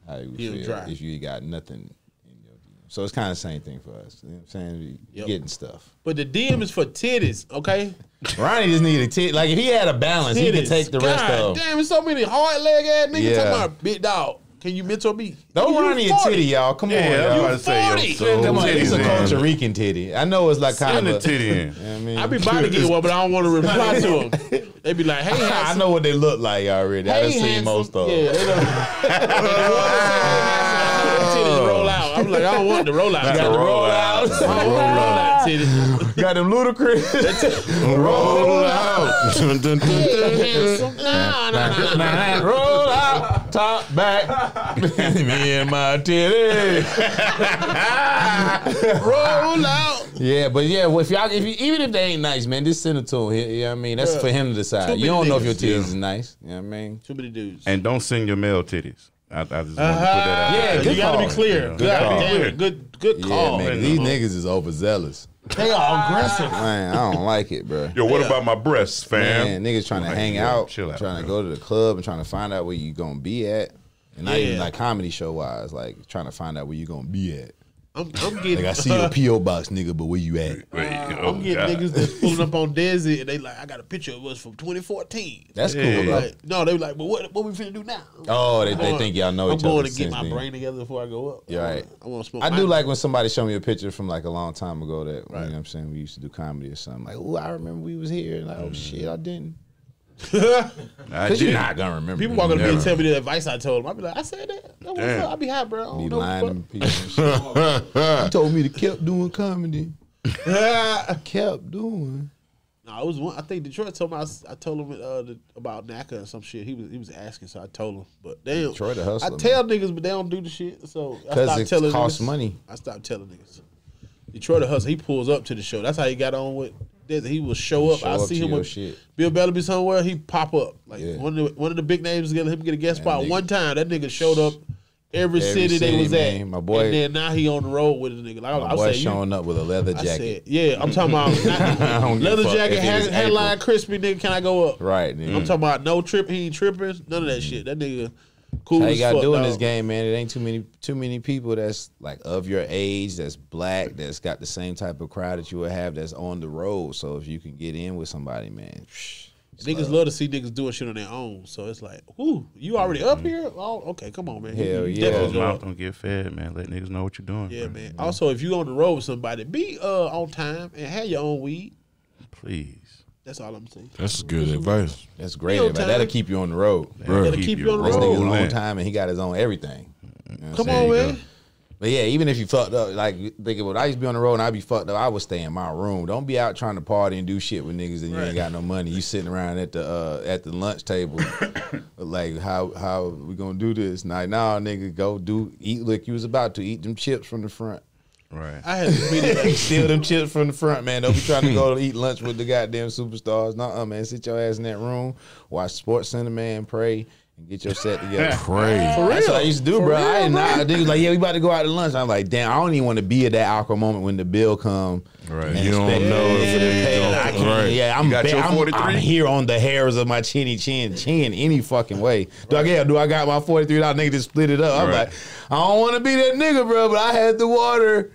[SPEAKER 2] how you would
[SPEAKER 4] You'd
[SPEAKER 2] feel
[SPEAKER 4] dry.
[SPEAKER 2] if you got nothing. in your DM. So it's kind of the same thing for us. You know what I'm saying? You
[SPEAKER 4] Yep.
[SPEAKER 2] Getting stuff.
[SPEAKER 4] But the DM is for titties, okay?
[SPEAKER 2] Ronnie just needed t- like if he had a balance, he could
[SPEAKER 4] Titties.
[SPEAKER 2] take the rest
[SPEAKER 4] God
[SPEAKER 2] of.
[SPEAKER 4] Damn, it's so many hard leg ass niggas
[SPEAKER 2] Yeah.
[SPEAKER 4] talking about big dog. Can you mentor me?
[SPEAKER 2] Don't
[SPEAKER 4] You
[SPEAKER 2] Ronnie a
[SPEAKER 4] 40.
[SPEAKER 2] titty, y'all. Come on,
[SPEAKER 3] Yeah,
[SPEAKER 2] y'all.
[SPEAKER 3] I was about to say, yo,
[SPEAKER 4] 40.
[SPEAKER 3] so
[SPEAKER 2] Come on,
[SPEAKER 3] titties
[SPEAKER 2] it's a
[SPEAKER 3] in.
[SPEAKER 2] Costa Rican titty. I know it's like kind
[SPEAKER 3] Send
[SPEAKER 2] of
[SPEAKER 3] the
[SPEAKER 2] a
[SPEAKER 3] titty in.
[SPEAKER 2] You know what I mean,
[SPEAKER 4] I be about to get one, but I don't want to reply to them. They be like, hey,
[SPEAKER 2] I
[SPEAKER 4] handsome.
[SPEAKER 2] know what they look like already. I done
[SPEAKER 4] Hey,
[SPEAKER 2] seen
[SPEAKER 4] handsome.
[SPEAKER 2] most of them.
[SPEAKER 4] Yeah, they don't. Titties roll out. I'm like, I don't want the roll out. I
[SPEAKER 2] Got
[SPEAKER 4] don't
[SPEAKER 2] the
[SPEAKER 4] want
[SPEAKER 2] roll out.
[SPEAKER 4] the roll out titties.
[SPEAKER 2] Got them ludicrous.
[SPEAKER 1] Roll out. Dun, dun, dun, dun.
[SPEAKER 4] Nah, nah, nah.
[SPEAKER 2] roll out, top back. Me and my titty.
[SPEAKER 4] Roll out.
[SPEAKER 2] Yeah, but yeah, well, if y'all, if you, even if they ain't nice, man, just send it to him. He- You know what I mean? That's
[SPEAKER 4] Yeah.
[SPEAKER 2] for him to
[SPEAKER 4] Too
[SPEAKER 2] decide.
[SPEAKER 4] many
[SPEAKER 2] You don't know if
[SPEAKER 4] niggas.
[SPEAKER 2] your titties is nice. You know what I mean?
[SPEAKER 4] Too many dudes.
[SPEAKER 3] And don't send your male titties. I, I just want to put
[SPEAKER 4] Uh-huh.
[SPEAKER 3] that out.
[SPEAKER 2] Yeah,
[SPEAKER 3] there.
[SPEAKER 2] good
[SPEAKER 4] you gotta
[SPEAKER 2] call.
[SPEAKER 4] be clear.
[SPEAKER 3] Yeah.
[SPEAKER 4] You
[SPEAKER 3] Good
[SPEAKER 4] gotta
[SPEAKER 3] call.
[SPEAKER 4] be clear. Good, good
[SPEAKER 2] Yeah,
[SPEAKER 4] call.
[SPEAKER 2] man. These niggas is overzealous.
[SPEAKER 4] They are aggressive.
[SPEAKER 2] Man, I don't like it, bro.
[SPEAKER 3] Yo, what about my breasts, fam?
[SPEAKER 2] Man, niggas trying to
[SPEAKER 3] Like,
[SPEAKER 2] hang
[SPEAKER 3] yo,
[SPEAKER 2] out,
[SPEAKER 3] chill out,
[SPEAKER 2] trying to
[SPEAKER 3] bro.
[SPEAKER 2] go to the club and trying to find out where you gonna be at, and not even
[SPEAKER 4] Yeah.
[SPEAKER 2] like comedy show wise, like trying to find out where you gonna be at.
[SPEAKER 4] I'm, I'm getting.
[SPEAKER 2] Like I see your PO box, nigga, but where you at?
[SPEAKER 3] Wait, oh,
[SPEAKER 4] I'm getting
[SPEAKER 3] God.
[SPEAKER 4] niggas that's pulling up on Desi and they like, I got a picture of us from 2014.
[SPEAKER 2] That's
[SPEAKER 3] Yeah.
[SPEAKER 2] cool, though.
[SPEAKER 4] Like, no, they were like, but what, what we finna do now?
[SPEAKER 2] Oh, they,
[SPEAKER 4] I'm
[SPEAKER 2] they
[SPEAKER 4] going-
[SPEAKER 2] think y'all know
[SPEAKER 4] I'm
[SPEAKER 2] each other.
[SPEAKER 4] going to get
[SPEAKER 2] since
[SPEAKER 4] my
[SPEAKER 2] then.
[SPEAKER 4] brain together before I go up.
[SPEAKER 2] Yeah,
[SPEAKER 4] I wanna-
[SPEAKER 2] right.
[SPEAKER 4] I want to smoke.
[SPEAKER 2] I
[SPEAKER 4] my-
[SPEAKER 2] do like when somebody show me a picture from like a long time ago that
[SPEAKER 4] Right.
[SPEAKER 2] you know what I'm saying we used to do comedy or something. Like, oh, I remember we was here. Like, oh shit, I didn't.
[SPEAKER 3] I
[SPEAKER 2] Cause you're
[SPEAKER 3] did.
[SPEAKER 2] not gonna remember.
[SPEAKER 4] People walking up to me and
[SPEAKER 3] Never.
[SPEAKER 4] tell me the advice I told them. I be like, I said that. That was
[SPEAKER 3] Damn.
[SPEAKER 4] up. I be high, bro. I don't
[SPEAKER 2] Be
[SPEAKER 4] know what the
[SPEAKER 2] lying
[SPEAKER 4] fuck.
[SPEAKER 2] to people. and shit. you told me to kept doing comedy. kept doing.
[SPEAKER 4] No, it was one. I think Detroit told me. I, s- I told him uh, the, about NACA and some shit. He was he was asking, so I told him. But damn,
[SPEAKER 2] Detroit a
[SPEAKER 4] I
[SPEAKER 2] hustler,
[SPEAKER 4] tell niggas, but they don't do the shit. So I
[SPEAKER 2] 'Cause
[SPEAKER 4] stopped
[SPEAKER 2] it
[SPEAKER 4] telling.
[SPEAKER 2] costs
[SPEAKER 4] niggas.
[SPEAKER 2] money.
[SPEAKER 4] I stopped telling niggas. Detroit a hustler. He pulls up to the show. That's how he got on with. Desi. He will show up.
[SPEAKER 2] Show
[SPEAKER 4] I
[SPEAKER 2] up
[SPEAKER 4] see
[SPEAKER 2] to
[SPEAKER 4] him
[SPEAKER 2] your
[SPEAKER 4] with
[SPEAKER 2] shit.
[SPEAKER 4] Bill Bellaby somewhere. He pop up like
[SPEAKER 2] Yeah.
[SPEAKER 4] one of the, one of the big names. Get him get a guest spot
[SPEAKER 2] nigga-
[SPEAKER 4] one time. That nigga showed up. every, city, they
[SPEAKER 2] city,
[SPEAKER 4] was at.
[SPEAKER 2] man. My boy-
[SPEAKER 4] and then now he on the road with a nigga. Like I,
[SPEAKER 2] My
[SPEAKER 4] I
[SPEAKER 2] boy
[SPEAKER 4] say, you,
[SPEAKER 2] showing up with a leather
[SPEAKER 4] I
[SPEAKER 2] jacket.
[SPEAKER 4] said, yeah, I'm talking about not-
[SPEAKER 2] don't give a
[SPEAKER 4] leather
[SPEAKER 2] fuck
[SPEAKER 4] jacket,
[SPEAKER 2] if it is
[SPEAKER 4] hat- headline crispy nigga. Can I go up?
[SPEAKER 2] Right. Mm. Nigga.
[SPEAKER 4] I'm talking about no trip. He ain't tripping. None of that shit. That nigga cool.
[SPEAKER 2] How
[SPEAKER 4] as
[SPEAKER 2] you gotta
[SPEAKER 4] fuck,
[SPEAKER 2] do in
[SPEAKER 4] dog.
[SPEAKER 2] this game, man? It ain't too many too many people that's like of your age, that's black, that's got the same type of crowd that you would have that's on the road. So if you can get in with somebody, man, psh,
[SPEAKER 4] Niggas love to see niggas doing shit on their own. So it's like, whoo, you already up here? Oh, okay, come on, man. You-
[SPEAKER 2] Mm. Hell
[SPEAKER 4] you
[SPEAKER 2] yeah.
[SPEAKER 4] definitely
[SPEAKER 3] Closed
[SPEAKER 4] go
[SPEAKER 3] mouth
[SPEAKER 4] up.
[SPEAKER 3] don't get fed, man. Let niggas know what you're doing.
[SPEAKER 4] Yeah,
[SPEAKER 3] bro.
[SPEAKER 4] man. Also, if you on the road with somebody, be uh on time and have your own weed.
[SPEAKER 3] Please.
[SPEAKER 4] That's all I'm saying.
[SPEAKER 1] That's good advice.
[SPEAKER 2] that's great.
[SPEAKER 4] Real
[SPEAKER 2] advice.
[SPEAKER 4] time.
[SPEAKER 2] That'll keep you on the road.
[SPEAKER 1] Bro.
[SPEAKER 4] That'll keep you on the
[SPEAKER 2] This
[SPEAKER 4] road.
[SPEAKER 2] nigga's on
[SPEAKER 3] rolling.
[SPEAKER 2] time and he got his own everything. You know what I'm
[SPEAKER 4] Come
[SPEAKER 2] saying?
[SPEAKER 4] on,
[SPEAKER 3] you go.
[SPEAKER 4] man.
[SPEAKER 2] But yeah, even if you fucked up, like thinking, well, I used to be on the road and I'd be fucked up. I would stay in my room. Don't be out trying to party and do shit with niggas and you ain't got no money. You sitting around at the uh, at the lunch table, like how how we gonna do this? Like nah, nigga, go do eat. Look, you was about to eat them chips from the front.
[SPEAKER 3] Right.
[SPEAKER 4] I had this meeting. like,
[SPEAKER 2] Steal them chips from the front, man. Don't be trying to go to eat lunch with the goddamn superstars. Nah, man, sit your ass in that room, watch Sports Center, man, pray and get your set together.
[SPEAKER 1] Crazy.
[SPEAKER 2] That's what I used to do, bro. I didn't know. They was like, yeah, we about to go out to lunch. I'm like, damn, I don't even want to be at that awkward moment when the bill come.
[SPEAKER 3] Right.
[SPEAKER 2] And
[SPEAKER 1] You don't
[SPEAKER 2] expect
[SPEAKER 1] know
[SPEAKER 2] niggas
[SPEAKER 1] if
[SPEAKER 2] to
[SPEAKER 1] it
[SPEAKER 2] pay.
[SPEAKER 1] don't-
[SPEAKER 2] I can't-
[SPEAKER 1] right.
[SPEAKER 2] Yeah, I'm,
[SPEAKER 3] got
[SPEAKER 2] ba-
[SPEAKER 3] your
[SPEAKER 2] I'm-
[SPEAKER 3] 43?
[SPEAKER 2] I'm here on the hairs of my chinny chin chin any fucking way. Do I get? Do I got my forty three dollars? Nigga just split it up. I'm
[SPEAKER 3] Right.
[SPEAKER 2] like, I don't want to be that nigga, bro. But I had the water.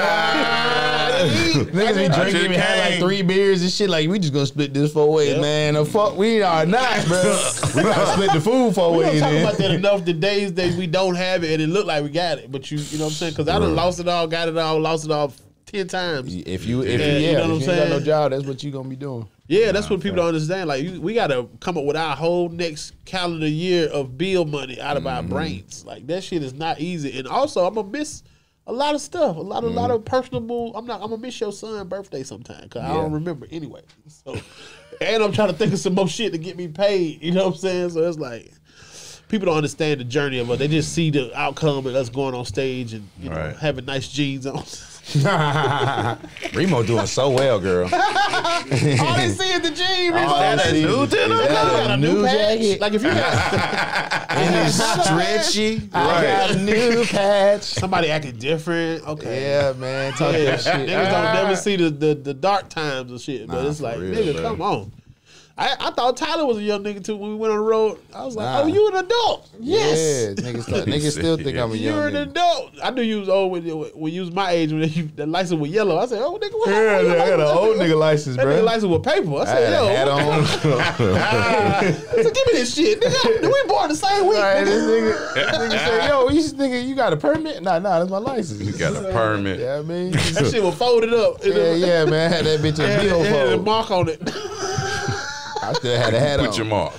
[SPEAKER 2] Niggas be
[SPEAKER 3] I just
[SPEAKER 2] drinking, we had like
[SPEAKER 3] came.
[SPEAKER 2] three beers and shit. Like we just gonna split this four ways, man. The fuck we are not, bro. we gotta split the food four
[SPEAKER 4] We don't
[SPEAKER 2] ways.
[SPEAKER 4] talk
[SPEAKER 2] then.
[SPEAKER 4] about that enough. The days that we don't have it and it looked like we got it, but you, you know what I'm saying? Because I done lost it all, got it all, lost it all ten times.
[SPEAKER 2] If you, if
[SPEAKER 4] Yeah,
[SPEAKER 2] you,
[SPEAKER 4] you
[SPEAKER 2] yeah,
[SPEAKER 4] know what
[SPEAKER 2] if
[SPEAKER 4] I'm
[SPEAKER 2] you ain't got no
[SPEAKER 4] saying?
[SPEAKER 2] job, that's what you gonna be doing.
[SPEAKER 4] Yeah, that's what people don't understand. Like, you, we got to come up with our whole next calendar year of bill money out of our brains. Like that shit is not easy. And also, I'm gonna miss a lot of stuff. A lot, a lot of personable. I'm not. I'm gonna miss your son's birthday sometime because I don't remember anyway. So, and I'm trying to think of some more shit to get me paid. You know what I'm saying? So it's like. People don't understand the journey of us. They just see the outcome of us going on stage and you know,
[SPEAKER 3] Right.
[SPEAKER 4] having nice jeans on.
[SPEAKER 2] Remo doing so well, girl.
[SPEAKER 4] All they see is the jeans.
[SPEAKER 2] that a new denim? Is that a new jacket?
[SPEAKER 4] Like if you got
[SPEAKER 2] And it's stretchy. I got a new patch.
[SPEAKER 4] Somebody acting different. Okay.
[SPEAKER 2] Yeah, man. Talk
[SPEAKER 4] Yeah.
[SPEAKER 2] your
[SPEAKER 4] Niggas don't
[SPEAKER 2] shit.
[SPEAKER 4] never see the, the, the dark times and shit, but
[SPEAKER 2] Nah,
[SPEAKER 4] it's
[SPEAKER 2] for
[SPEAKER 4] like,
[SPEAKER 2] real,
[SPEAKER 4] nigga,
[SPEAKER 2] bro.
[SPEAKER 4] come on. I, I thought Tyler was a young nigga too when we went on the road. I was like,
[SPEAKER 2] Nah.
[SPEAKER 4] oh, you an adult? Yes.
[SPEAKER 2] Yeah, niggas, thought- niggas still think I'm a young
[SPEAKER 4] You're an
[SPEAKER 2] nigga.
[SPEAKER 4] adult. I knew you was old when, when you was my age when you, the license was yellow. I said, oh, nigga, what
[SPEAKER 2] Yeah,
[SPEAKER 4] what
[SPEAKER 2] nigga, I got an
[SPEAKER 4] license?
[SPEAKER 2] old nigga license,
[SPEAKER 4] That nigga
[SPEAKER 2] bro.
[SPEAKER 4] license with paper. I
[SPEAKER 2] I had
[SPEAKER 4] said,
[SPEAKER 2] a hat
[SPEAKER 4] yo,
[SPEAKER 2] on.
[SPEAKER 4] I said, give me this shit. Nigga, we born the same week.
[SPEAKER 2] Right,
[SPEAKER 4] nigga.
[SPEAKER 2] this nigga, this nigga said, "Yo, you nigga, you got a permit? Nah, nah, that's my license."
[SPEAKER 3] You got a permit.
[SPEAKER 2] Yeah, I mean,
[SPEAKER 4] That shit was folded up. It
[SPEAKER 2] yeah,
[SPEAKER 4] was-
[SPEAKER 2] yeah, man, I had that bitch
[SPEAKER 4] it
[SPEAKER 2] in
[SPEAKER 4] had, it had a
[SPEAKER 2] billfold.
[SPEAKER 4] mark on it.
[SPEAKER 2] I still had a hat on.
[SPEAKER 3] Put your mark.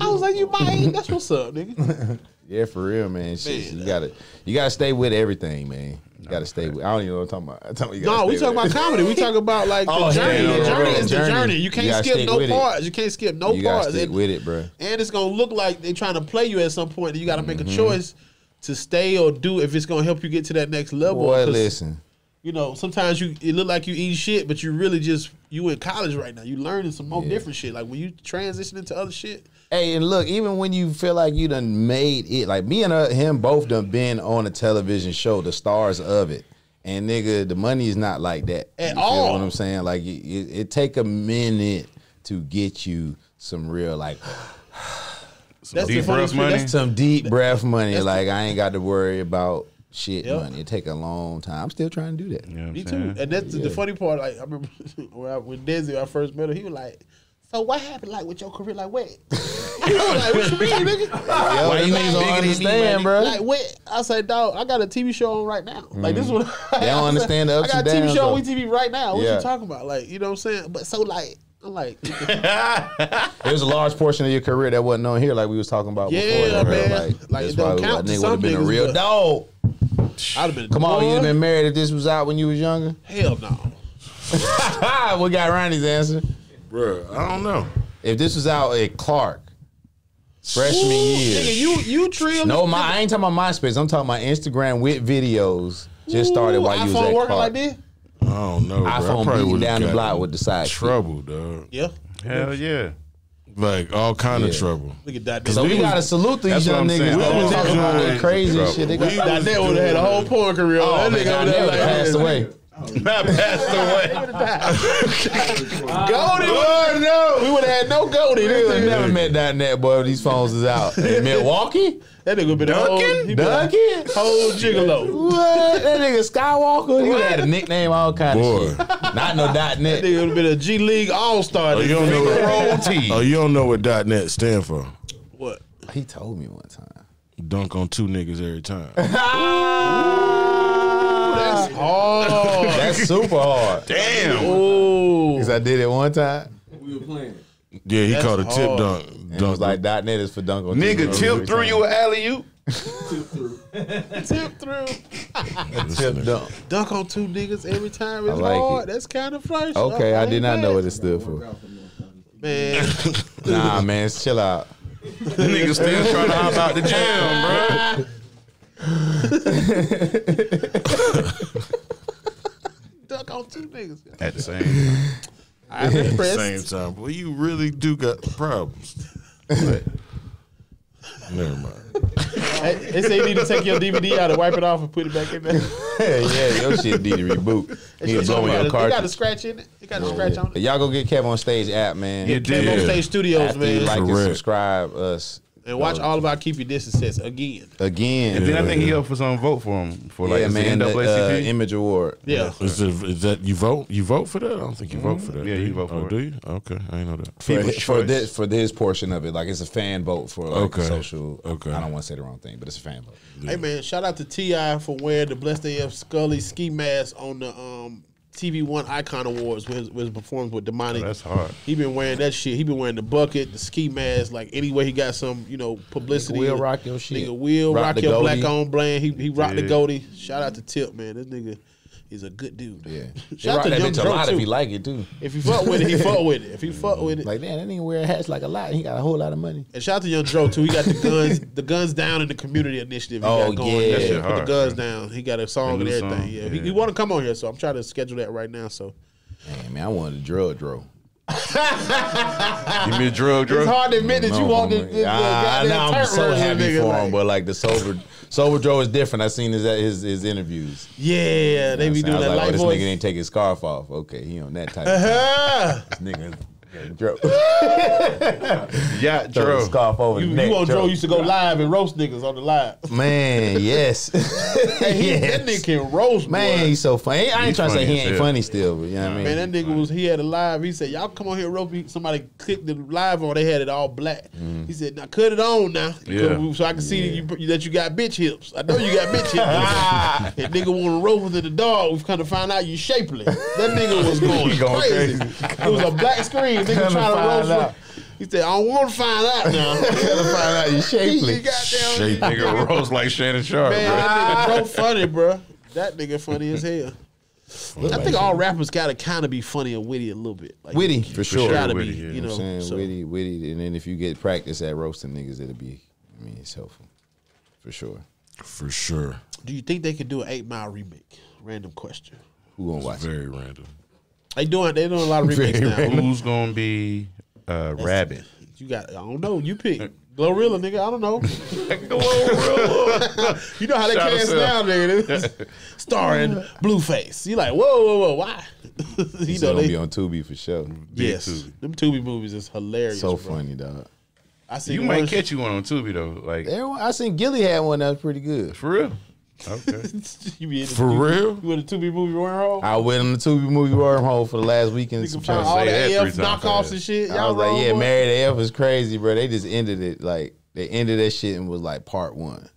[SPEAKER 4] I was like, you might. That's what's up, nigga.
[SPEAKER 2] Yeah, for real, man. Shit,
[SPEAKER 4] uh,
[SPEAKER 2] you gotta you gotta stay with everything, man. You gotta stay with. I don't even know what I'm talking about. I'm talking, you gotta
[SPEAKER 4] No, we
[SPEAKER 2] stay
[SPEAKER 4] talking
[SPEAKER 2] with
[SPEAKER 4] about
[SPEAKER 2] it.
[SPEAKER 4] comedy. We talking about like the
[SPEAKER 2] Oh,
[SPEAKER 4] journey.
[SPEAKER 2] yeah,
[SPEAKER 4] the
[SPEAKER 2] yeah,
[SPEAKER 4] journey
[SPEAKER 2] yeah.
[SPEAKER 4] is
[SPEAKER 2] Journey.
[SPEAKER 4] the journey. You
[SPEAKER 2] You
[SPEAKER 4] can't
[SPEAKER 2] gotta
[SPEAKER 4] skip
[SPEAKER 2] stick
[SPEAKER 4] no
[SPEAKER 2] with it.
[SPEAKER 4] parts. You can't skip no
[SPEAKER 2] You gotta
[SPEAKER 4] parts.
[SPEAKER 2] stick
[SPEAKER 4] and,
[SPEAKER 2] with it, Mm-hmm. bro.
[SPEAKER 4] and it's gonna look like they trying to play you at some point. And you gotta make a choice to stay or do if it's gonna help you get to that next level.
[SPEAKER 2] Boy,
[SPEAKER 4] 'Cause,
[SPEAKER 2] listen.
[SPEAKER 4] you know, sometimes you it look like you eat shit, but you really just you in college right now. You learning some more different shit. Like when you transition into other shit,
[SPEAKER 2] Hey, and look, even when you feel like you done made it, like me and uh, him both done been on a television show, the stars of it. And nigga, the money is not like that
[SPEAKER 4] At
[SPEAKER 2] You feel
[SPEAKER 4] all.
[SPEAKER 2] What I'm saying, like it, it, it take a minute to get you some real like
[SPEAKER 4] that's
[SPEAKER 3] deep
[SPEAKER 4] the funniest
[SPEAKER 3] breath
[SPEAKER 4] shit.
[SPEAKER 3] money?
[SPEAKER 4] That's-
[SPEAKER 2] some deep breath money. Like I ain't got to worry about shit
[SPEAKER 4] Yep.
[SPEAKER 2] money. It take a long time. I'm still trying to do that.
[SPEAKER 3] You know what
[SPEAKER 4] Me
[SPEAKER 3] I'm
[SPEAKER 4] too.
[SPEAKER 3] saying?
[SPEAKER 4] And that's the funny part. Like I remember when, I, when Desi, I first met her, he was like, "So what happened? Like with your career? Like what?" I was like, "What you mean, nigga?
[SPEAKER 2] Yo,
[SPEAKER 3] Why
[SPEAKER 2] them
[SPEAKER 3] you
[SPEAKER 2] niggas don't
[SPEAKER 3] bigger than me,
[SPEAKER 2] understand, bro.
[SPEAKER 3] buddy?
[SPEAKER 4] Like what?" I said, "Dog, I got a TV show on right now. Like this one,
[SPEAKER 2] Mm-hmm. They don't understand the
[SPEAKER 4] I
[SPEAKER 2] ups
[SPEAKER 4] got
[SPEAKER 2] and
[SPEAKER 4] a TV
[SPEAKER 2] downs.
[SPEAKER 4] show on
[SPEAKER 2] though.
[SPEAKER 4] WeTV right now. What
[SPEAKER 2] Yeah.
[SPEAKER 4] you talking about? Like you know what I'm saying? But so like." I'm like,
[SPEAKER 2] There's a large portion of your career that wasn't on here, like we was talking about before.
[SPEAKER 4] yeah,
[SPEAKER 2] bro.
[SPEAKER 4] man.
[SPEAKER 2] Like,
[SPEAKER 4] Like,
[SPEAKER 2] that's
[SPEAKER 4] it
[SPEAKER 2] why
[SPEAKER 4] don't
[SPEAKER 2] we- I
[SPEAKER 4] count to
[SPEAKER 2] think would
[SPEAKER 4] some
[SPEAKER 2] have been a
[SPEAKER 4] niggas,
[SPEAKER 2] real
[SPEAKER 4] but-
[SPEAKER 2] dog.
[SPEAKER 4] I'd have been.
[SPEAKER 2] Come on, you'd
[SPEAKER 4] "Boy,
[SPEAKER 2] have been married if this was out when you was younger.
[SPEAKER 4] Hell no.
[SPEAKER 2] Ah, we got Ronnie's answer.
[SPEAKER 1] Bro, I don't know.
[SPEAKER 2] If this was out at Clark, freshman year.
[SPEAKER 4] Nigga, you you trill.
[SPEAKER 2] No, my I ain't talking about MySpace. I'm talking about Instagram with videos. Just started while
[SPEAKER 4] iPhone
[SPEAKER 2] you was at
[SPEAKER 4] working
[SPEAKER 2] Clark.
[SPEAKER 4] like this.
[SPEAKER 1] I don't know. Bro. I
[SPEAKER 2] iPhone
[SPEAKER 1] probably
[SPEAKER 2] beating
[SPEAKER 1] would've
[SPEAKER 2] down the
[SPEAKER 1] got
[SPEAKER 2] block with the side.
[SPEAKER 1] trouble, dog.
[SPEAKER 4] Yeah.
[SPEAKER 3] Hell yeah.
[SPEAKER 1] like all kind of trouble.
[SPEAKER 4] Look at that.
[SPEAKER 2] So we gotta salute these
[SPEAKER 3] That's what
[SPEAKER 2] young
[SPEAKER 3] I'm
[SPEAKER 2] niggas. man.
[SPEAKER 3] saying. We
[SPEAKER 2] They
[SPEAKER 3] was
[SPEAKER 2] talking about
[SPEAKER 1] doing
[SPEAKER 2] that crazy
[SPEAKER 3] trouble.
[SPEAKER 2] shit. They got
[SPEAKER 1] We-
[SPEAKER 4] That would have had a whole porn career.
[SPEAKER 2] Oh,
[SPEAKER 4] that nigga over
[SPEAKER 2] never
[SPEAKER 4] there like
[SPEAKER 2] passed away.
[SPEAKER 3] passed away.
[SPEAKER 4] Goldie. no. We would have had no Goldie.
[SPEAKER 2] We
[SPEAKER 4] This
[SPEAKER 2] would've
[SPEAKER 4] nigga.
[SPEAKER 2] never met that net boy. when These phones is out. In Milwaukee,
[SPEAKER 4] That nigga been a whole, he been a
[SPEAKER 2] Duncan.
[SPEAKER 4] whole gigolo.
[SPEAKER 2] What that nigga Skywalker? He had a nickname, all kind
[SPEAKER 1] Boy.
[SPEAKER 2] of shit. Not no dot
[SPEAKER 4] That
[SPEAKER 2] net.
[SPEAKER 4] nigga would have been a G League All Star.
[SPEAKER 1] Oh, you don't know
[SPEAKER 3] Roll
[SPEAKER 1] what,
[SPEAKER 3] T.
[SPEAKER 1] oh, you don't know what .net stand for.
[SPEAKER 4] What?
[SPEAKER 2] He told me one time.
[SPEAKER 1] Dunk on two niggas every time.
[SPEAKER 4] That's hard.
[SPEAKER 2] That's super hard.
[SPEAKER 3] Damn.
[SPEAKER 4] Oh,
[SPEAKER 2] Cause I did it one time.
[SPEAKER 10] We were playing.
[SPEAKER 1] Yeah, he
[SPEAKER 4] That's
[SPEAKER 1] called a tip
[SPEAKER 4] hard.
[SPEAKER 1] dunk.
[SPEAKER 2] And it
[SPEAKER 1] dunk
[SPEAKER 2] was like dot net is for dunk on
[SPEAKER 3] Nigga,
[SPEAKER 2] TV.
[SPEAKER 3] tip through you an alley oop.
[SPEAKER 10] Tip through.
[SPEAKER 4] tip through.
[SPEAKER 2] Tip dunk.
[SPEAKER 4] Dunk on two niggas every time
[SPEAKER 2] I
[SPEAKER 4] is
[SPEAKER 2] like
[SPEAKER 4] hard.
[SPEAKER 2] it.
[SPEAKER 4] That's kind of fresh.
[SPEAKER 2] Okay, I did not know what it stood
[SPEAKER 10] Work
[SPEAKER 2] for.
[SPEAKER 10] out for me.
[SPEAKER 4] Man,
[SPEAKER 2] Nah, man, chill out.
[SPEAKER 3] Nigga still trying to hop out the jam, bro.
[SPEAKER 4] dunk on two niggas.
[SPEAKER 3] At the same time.
[SPEAKER 4] I'm
[SPEAKER 1] same
[SPEAKER 4] impressed.
[SPEAKER 1] time. Well, you really do got problems. Never mind.
[SPEAKER 4] Hey, They say you need to take your DVD out and wipe it off and put it back in there.
[SPEAKER 2] Hey, yeah, your shit need to reboot. Need to
[SPEAKER 4] It
[SPEAKER 2] blow in your
[SPEAKER 4] got a
[SPEAKER 2] cartridge. Oh,
[SPEAKER 4] scratch in it. It got a scratch on it.
[SPEAKER 2] Y'all go get Kev on stage app, man.
[SPEAKER 3] You
[SPEAKER 4] Came on
[SPEAKER 1] Yeah.
[SPEAKER 4] stage studios,
[SPEAKER 2] After you
[SPEAKER 4] man,
[SPEAKER 2] like and
[SPEAKER 1] Correct.
[SPEAKER 2] subscribe us
[SPEAKER 4] and watch all of our keep your distance sets again.
[SPEAKER 2] again.
[SPEAKER 3] And then I think he up for some vote for him for like
[SPEAKER 2] yeah,
[SPEAKER 3] it's
[SPEAKER 2] man,
[SPEAKER 3] the
[SPEAKER 2] the, uh,
[SPEAKER 3] NAACP.
[SPEAKER 2] image award.
[SPEAKER 4] Yeah,
[SPEAKER 1] Is, it, is that you vote? You vote for that? I don't think you vote for that.
[SPEAKER 3] Yeah,
[SPEAKER 1] do
[SPEAKER 3] you vote for
[SPEAKER 1] oh,
[SPEAKER 3] it.
[SPEAKER 1] Do you? Okay, I ain't know that.
[SPEAKER 2] For,
[SPEAKER 3] People's
[SPEAKER 2] for
[SPEAKER 3] choice.
[SPEAKER 2] this for his portion of it, like it's a fan vote for like
[SPEAKER 1] Okay.
[SPEAKER 2] social.
[SPEAKER 1] Okay.
[SPEAKER 2] I don't want to say the wrwrong thing, but it's a fan vote.
[SPEAKER 4] Hey man, shout out to Ti for wearing the Blessed AF Scully ski mask on the um, TV One Icon Awards with his, with his performance with
[SPEAKER 2] Oh,
[SPEAKER 4] Demonic.
[SPEAKER 3] That's hard.
[SPEAKER 4] He been wearing that shit. He been wearing the bucket, the ski mask, like any way he got some, you know, publicity.
[SPEAKER 2] Nigga will rock your shit.
[SPEAKER 4] Nigga will
[SPEAKER 2] Rock
[SPEAKER 4] rock,
[SPEAKER 2] the
[SPEAKER 4] your
[SPEAKER 2] goatee.
[SPEAKER 4] black on brand. He he rocked the
[SPEAKER 3] Yeah.
[SPEAKER 4] goatee. Shout out to Tip, man. This nigga is a good dude.
[SPEAKER 2] Yeah, They
[SPEAKER 4] Shout
[SPEAKER 2] rock
[SPEAKER 4] out to
[SPEAKER 2] that
[SPEAKER 4] Young
[SPEAKER 2] bitch a
[SPEAKER 4] Dro
[SPEAKER 2] lot
[SPEAKER 4] too.
[SPEAKER 2] if he like it too.
[SPEAKER 4] if he fuck with it, he fuck with it. If he fuck with it,
[SPEAKER 2] Like damn, that nigga wear hats like a lot. He got a whole lot of money.
[SPEAKER 4] And shout out to Young Dro too. He got the guns, the guns down in the community initiative. He
[SPEAKER 2] Oh,
[SPEAKER 4] got going.
[SPEAKER 2] yeah.
[SPEAKER 4] That
[SPEAKER 2] That
[SPEAKER 4] shit, put
[SPEAKER 3] shit
[SPEAKER 4] the
[SPEAKER 3] hard,
[SPEAKER 4] guns down. He got a song
[SPEAKER 3] The
[SPEAKER 4] and
[SPEAKER 3] new
[SPEAKER 4] everything.
[SPEAKER 3] song,
[SPEAKER 4] Yeah, He,
[SPEAKER 3] yeah.
[SPEAKER 4] want to come on here, so I'm trying to schedule that right now. So
[SPEAKER 2] Damn, man, I wanted to drill, drill.
[SPEAKER 3] Give me a drug, drug.
[SPEAKER 4] hard to admit that
[SPEAKER 2] No, I'm- Ah, nah, I'm so happy for him, but like the sober, sober Joe is different. I seen his his, his interviews.
[SPEAKER 4] yeah, they be
[SPEAKER 2] I
[SPEAKER 4] doing
[SPEAKER 2] was like,
[SPEAKER 4] that
[SPEAKER 2] oh,
[SPEAKER 4] light
[SPEAKER 2] this
[SPEAKER 4] voice.
[SPEAKER 2] nigga didn't take his scarf off. Okay, he on that type. of guy.
[SPEAKER 4] Ah,
[SPEAKER 2] This nigga, is Dro.
[SPEAKER 3] Yacht
[SPEAKER 2] Throw the
[SPEAKER 3] drug.
[SPEAKER 2] scarf over
[SPEAKER 4] you,
[SPEAKER 2] the neck.
[SPEAKER 4] you on Dro
[SPEAKER 2] Dro.
[SPEAKER 4] used to go live and roast niggas on the live.
[SPEAKER 2] Man, yes,
[SPEAKER 4] Hey, he,
[SPEAKER 2] yes.
[SPEAKER 4] That nigga can roast,
[SPEAKER 2] Man,
[SPEAKER 4] man.
[SPEAKER 2] he's so funny. I ain't
[SPEAKER 3] He's
[SPEAKER 2] trying to say he
[SPEAKER 3] funny as
[SPEAKER 2] ain't
[SPEAKER 3] hell.
[SPEAKER 2] funny still, but you know what I mean.
[SPEAKER 4] Man, that nigga was he had a live. He said, "Y'all come on here, rope me." Somebody clicked the live on. They had it all black. He said, "Now cut it on now,
[SPEAKER 3] Yeah.
[SPEAKER 4] so I can see that you that you got bitch hips. I know you got bitch hips. that nigga want to rope into the dog. We've come to find out you shapely. That nigga was going,
[SPEAKER 3] Going
[SPEAKER 4] crazy. It was a black screen. Nigga trying to
[SPEAKER 2] find
[SPEAKER 4] roast.
[SPEAKER 2] out.
[SPEAKER 4] me. He said, "I don't want to find out now."
[SPEAKER 2] gotta find out you
[SPEAKER 4] he
[SPEAKER 2] shapely.
[SPEAKER 4] got down.
[SPEAKER 1] Shape.
[SPEAKER 3] Nigga rolls like Shannon Sharp,
[SPEAKER 4] Man,
[SPEAKER 3] bro.
[SPEAKER 4] that nigga so funny, bro. That nigga funny as hell. I think all rappers gotta kind of be funny and witty a little bit. Like,
[SPEAKER 2] Witty for sure.
[SPEAKER 4] You
[SPEAKER 3] sure.
[SPEAKER 4] gotta
[SPEAKER 3] witty,
[SPEAKER 4] be,
[SPEAKER 3] yeah.
[SPEAKER 4] you
[SPEAKER 2] You know
[SPEAKER 4] know.
[SPEAKER 2] what I'm saying?
[SPEAKER 4] so.
[SPEAKER 2] Witty, witty, and then if you get practice at roasting niggas, it'll be. I mean, it's helpful for sure.
[SPEAKER 1] For sure.
[SPEAKER 4] Do you think they could do an Eight Mile remake? Random question.
[SPEAKER 2] Who gonna watch? it?
[SPEAKER 1] Very random.
[SPEAKER 4] They doing they doing a lot of remakes now.
[SPEAKER 3] Who's gonna be uh, rabbit?
[SPEAKER 4] You got I don't know. You pick Glorilla, nigga. I don't know. you know how they
[SPEAKER 3] Shout
[SPEAKER 4] cast
[SPEAKER 3] us
[SPEAKER 4] now,
[SPEAKER 3] out.
[SPEAKER 4] nigga. This is Starring Blueface. You like whoa whoa whoa why? you
[SPEAKER 2] It's
[SPEAKER 4] know
[SPEAKER 2] gonna
[SPEAKER 4] they
[SPEAKER 2] be on Tubi for sure.
[SPEAKER 4] yes. Them Tubi movies is hilarious.
[SPEAKER 2] So
[SPEAKER 4] bro.
[SPEAKER 2] funny, dog.
[SPEAKER 4] I see
[SPEAKER 3] You
[SPEAKER 4] the
[SPEAKER 3] might
[SPEAKER 4] ones-
[SPEAKER 3] catch you one on Tubi though, like
[SPEAKER 2] Everyone, I seen Gilly had one that was pretty good.
[SPEAKER 3] for real. Okay.
[SPEAKER 4] you be in the,
[SPEAKER 1] For
[SPEAKER 4] you,
[SPEAKER 1] real?
[SPEAKER 4] You in the Tubi movie wormhole?
[SPEAKER 2] I went on the Tubi movie wormhole for the last weekend. in
[SPEAKER 4] You can
[SPEAKER 2] September.
[SPEAKER 4] find all
[SPEAKER 3] Say
[SPEAKER 4] the
[SPEAKER 3] that
[SPEAKER 4] AF
[SPEAKER 3] three times
[SPEAKER 4] knockoffs
[SPEAKER 3] fast.
[SPEAKER 4] and shit.
[SPEAKER 2] I
[SPEAKER 4] Y'all
[SPEAKER 2] was like,
[SPEAKER 4] wrong,
[SPEAKER 2] yeah,
[SPEAKER 4] boy.
[SPEAKER 2] Married to F was crazy, bro. They just ended it like they ended that shit and was like part one.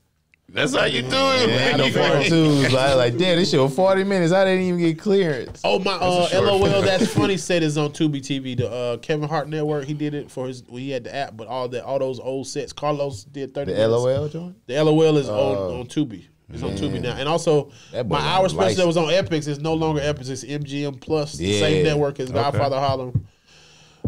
[SPEAKER 3] That's how you do
[SPEAKER 2] They
[SPEAKER 3] it, man.
[SPEAKER 2] had no
[SPEAKER 3] You
[SPEAKER 2] part
[SPEAKER 3] go-
[SPEAKER 2] two. So I was like, damn, this shit was 40 minutes. I didn't even get clearance.
[SPEAKER 4] Oh my uh,
[SPEAKER 3] short
[SPEAKER 4] LOL, that's funny. Set is on Tubi TV. The uh, Kevin Hart Network. He did it for his. Well, he had the app, but all that, all those old sets. Carlos did thirty.
[SPEAKER 2] The
[SPEAKER 4] minutes.
[SPEAKER 2] LOL joint?
[SPEAKER 4] The LOL is on on Tubi. It's on Tubi now, and also
[SPEAKER 2] Oh. That boy
[SPEAKER 4] my
[SPEAKER 2] got
[SPEAKER 4] hour special that
[SPEAKER 2] license.
[SPEAKER 4] was on Epics is no longer Epics. It's MGM Plus, the
[SPEAKER 2] Yeah.
[SPEAKER 4] same network as Godfather Harlem.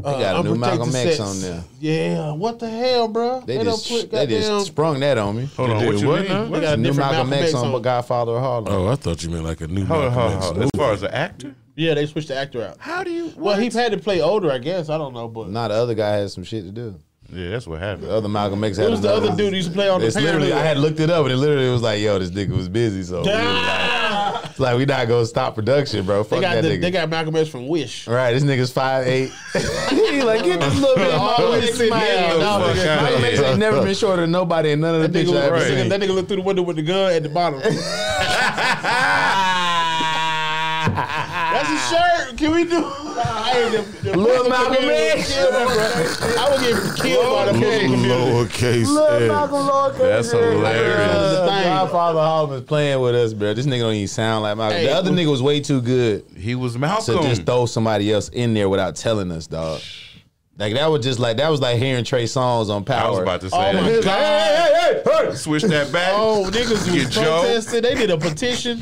[SPEAKER 4] Uh,
[SPEAKER 2] got a new Malcolm
[SPEAKER 4] unprotected
[SPEAKER 2] X on there.
[SPEAKER 4] Yeah, what the hell, bro?
[SPEAKER 2] They
[SPEAKER 4] done
[SPEAKER 2] just
[SPEAKER 4] put
[SPEAKER 2] they
[SPEAKER 4] goddamn-
[SPEAKER 2] just sprung that on me.
[SPEAKER 3] Hold on,
[SPEAKER 1] They
[SPEAKER 3] what
[SPEAKER 1] did
[SPEAKER 3] you
[SPEAKER 1] what
[SPEAKER 3] mean?
[SPEAKER 1] now?
[SPEAKER 4] they got a
[SPEAKER 2] New
[SPEAKER 4] different
[SPEAKER 2] Malcolm X on
[SPEAKER 4] on.
[SPEAKER 2] Godfather of Harlem.
[SPEAKER 1] Oh, I thought you meant like a new
[SPEAKER 3] Hold on,
[SPEAKER 1] Malcolm
[SPEAKER 3] hold on,
[SPEAKER 1] X
[SPEAKER 3] hold on.
[SPEAKER 1] movie.
[SPEAKER 3] As far as an actor,
[SPEAKER 4] Yeah, they switched the actor out.
[SPEAKER 3] How do you?
[SPEAKER 4] Well, he had to play older, I guess. I don't know, but
[SPEAKER 2] Nah, the other guy has some shit to do.
[SPEAKER 3] Yeah, that's what
[SPEAKER 2] The
[SPEAKER 3] happened.
[SPEAKER 4] Uh,
[SPEAKER 2] other Malcolm X had
[SPEAKER 4] it was the
[SPEAKER 2] another-
[SPEAKER 4] other dude who used to play on the
[SPEAKER 2] It's literally, I
[SPEAKER 4] Parenthood.
[SPEAKER 2] had looked it up, and it literally was like, "Yo, this nigga was busy, so we was like, it's like we not gonna stop production, bro. Fuck
[SPEAKER 4] Ah! They got
[SPEAKER 2] that
[SPEAKER 4] the,
[SPEAKER 2] nigga.
[SPEAKER 4] they got Malcolm X from Wish.
[SPEAKER 2] All right, this nigga's five eight. he like get this little bit of Malcolm X
[SPEAKER 4] Get the
[SPEAKER 2] smile.
[SPEAKER 4] fuck
[SPEAKER 2] dog.
[SPEAKER 3] outta here.
[SPEAKER 2] Malcolm X ain't never been shorter than nobody in none of the
[SPEAKER 4] That nigga,
[SPEAKER 2] pictures I ever
[SPEAKER 4] that nigga-
[SPEAKER 2] seen.
[SPEAKER 4] that nigga looked through the window with the gun at the bottom. That's a shirt. Can we do? I ain't the, the
[SPEAKER 2] Lil Malcolm X.
[SPEAKER 4] Kill that, bro. I would get killed by the
[SPEAKER 1] Little
[SPEAKER 4] fucking community.
[SPEAKER 1] Lowercase L.
[SPEAKER 2] That's
[SPEAKER 1] hilarious.
[SPEAKER 2] Godfather Hall was playing with us, bro. This nigga don't even sound like Malcolm.
[SPEAKER 4] Hey,
[SPEAKER 2] the other nigga was way too good
[SPEAKER 3] He was
[SPEAKER 2] to
[SPEAKER 3] Malcolm.
[SPEAKER 2] just throw somebody else in there without telling us, dog. Like that was just like that was like hearing Trey Songs on Power.
[SPEAKER 3] I was about to say
[SPEAKER 4] Oh
[SPEAKER 3] that.
[SPEAKER 4] my
[SPEAKER 3] Hey,
[SPEAKER 4] God.
[SPEAKER 3] hey, hey, hey. Switch that back.
[SPEAKER 4] Oh, niggas
[SPEAKER 3] Get
[SPEAKER 4] was
[SPEAKER 3] Joe.
[SPEAKER 4] protesting. They did a petition.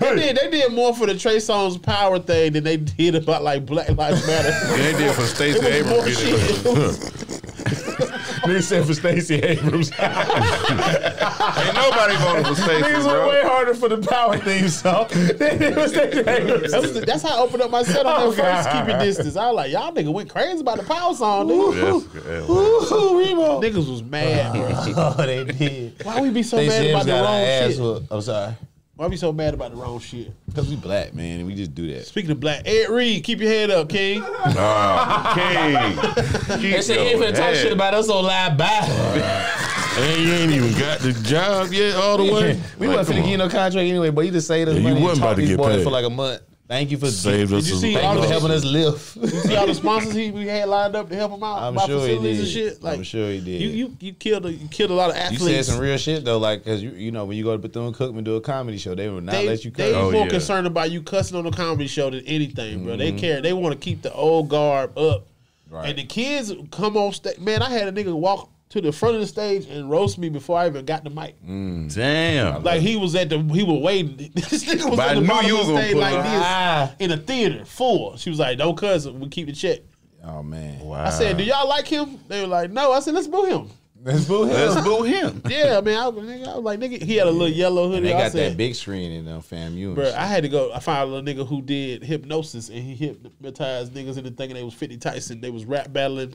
[SPEAKER 4] They did. They did more for the Trey Songz power thing than they did about like Black Lives Matter.
[SPEAKER 3] They did for Stacey
[SPEAKER 4] It was more
[SPEAKER 3] Abrams.
[SPEAKER 4] shit. It was-
[SPEAKER 2] Nigga said for Stacey Abrams.
[SPEAKER 3] Ain't nobody voted for Stacey, bro.
[SPEAKER 2] harder for the Power theme song than it was Stacey Abrams.
[SPEAKER 4] That's, the- that's how I opened up my set on
[SPEAKER 2] Oh,
[SPEAKER 4] that first
[SPEAKER 2] God.
[SPEAKER 4] keep it distance. I was like, y'all nigga went crazy about the power song. Nigga.
[SPEAKER 3] That's, yeah,
[SPEAKER 2] Ooh, Remo.
[SPEAKER 4] Niggas was mad.
[SPEAKER 2] Oh, they did.
[SPEAKER 4] Why we be so
[SPEAKER 2] Stacey
[SPEAKER 4] mad
[SPEAKER 2] Abrams
[SPEAKER 4] about the
[SPEAKER 2] got
[SPEAKER 4] wrong
[SPEAKER 2] our
[SPEAKER 4] shit?
[SPEAKER 2] ass whooped. I'm sorry.
[SPEAKER 4] Why we so mad about the wrong shit?
[SPEAKER 2] Because we black, man, and we just do that.
[SPEAKER 4] Speaking of black, Ed Reed, keep your head up, King.
[SPEAKER 3] King. Keep
[SPEAKER 2] They said he ain't
[SPEAKER 3] going.
[SPEAKER 2] finna talk
[SPEAKER 3] Hey.
[SPEAKER 2] shit about us on live by.
[SPEAKER 1] And you ain't even got the job yet all the way.
[SPEAKER 2] we
[SPEAKER 1] Like,
[SPEAKER 2] wasn't
[SPEAKER 1] come
[SPEAKER 2] finna get
[SPEAKER 1] on.
[SPEAKER 2] no contract anyway, but you just saved us
[SPEAKER 1] Yeah, you
[SPEAKER 2] money. and
[SPEAKER 1] wasn't
[SPEAKER 2] taught
[SPEAKER 1] about to
[SPEAKER 2] these
[SPEAKER 1] get
[SPEAKER 2] boys
[SPEAKER 1] paid.
[SPEAKER 2] for like a month. Thank you for
[SPEAKER 1] Saved us
[SPEAKER 4] you
[SPEAKER 1] some
[SPEAKER 2] Thank
[SPEAKER 4] see
[SPEAKER 2] you for
[SPEAKER 4] all
[SPEAKER 1] losses.
[SPEAKER 2] helping us live.
[SPEAKER 4] See all the sponsors he we had lined up to help him out.
[SPEAKER 2] I'm
[SPEAKER 4] by
[SPEAKER 2] sure he
[SPEAKER 4] facilities and
[SPEAKER 2] did.
[SPEAKER 4] shit. Like,
[SPEAKER 2] I'm sure he did.
[SPEAKER 4] You you you killed a, you killed a lot of
[SPEAKER 2] You
[SPEAKER 4] athletes.
[SPEAKER 2] said some real shit though, like because you you know when you go to Bethune Cookman do a comedy show, they will not
[SPEAKER 4] they
[SPEAKER 2] let you
[SPEAKER 4] they
[SPEAKER 2] cut.
[SPEAKER 3] Oh,
[SPEAKER 4] more
[SPEAKER 3] yeah.
[SPEAKER 4] concerned about you cussing on the comedy show than anything, bro.
[SPEAKER 2] Mm-hmm.
[SPEAKER 4] They care. They want to keep the old garb up.
[SPEAKER 2] Right.
[SPEAKER 4] And the kids come on stage. Man, I had a nigga walk to the front of the stage and roast me before I even got the mic.
[SPEAKER 3] Mm. Damn.
[SPEAKER 4] Like he was at the he was waiting. this nigga was
[SPEAKER 3] But I
[SPEAKER 4] at the
[SPEAKER 3] knew
[SPEAKER 4] bottom
[SPEAKER 3] you
[SPEAKER 4] of
[SPEAKER 3] was
[SPEAKER 4] the
[SPEAKER 3] gonna
[SPEAKER 4] stage
[SPEAKER 3] put
[SPEAKER 4] like
[SPEAKER 3] it-
[SPEAKER 4] this
[SPEAKER 2] Ah.
[SPEAKER 4] in a theater full. She was like, "Don't cuss. We keep the check."
[SPEAKER 2] Oh man,
[SPEAKER 3] wow.
[SPEAKER 4] I said, "Do y'all like him?" They were like, "No." I said, "Let's boo him."
[SPEAKER 2] that's bullshit.
[SPEAKER 3] Let's boo him.
[SPEAKER 4] Yeah, I mean, I was, nigga, I was like, "Nigga," he had a little yellow hoodie.
[SPEAKER 2] And they
[SPEAKER 4] I
[SPEAKER 2] got
[SPEAKER 4] said,
[SPEAKER 2] that big screen in them, fam. You and
[SPEAKER 4] Bro,
[SPEAKER 2] shit.
[SPEAKER 4] I had to go. I found a little nigga who did hypnosis, and he hypnotized niggas into thinking they was Fifty Tyson. They was rap battling,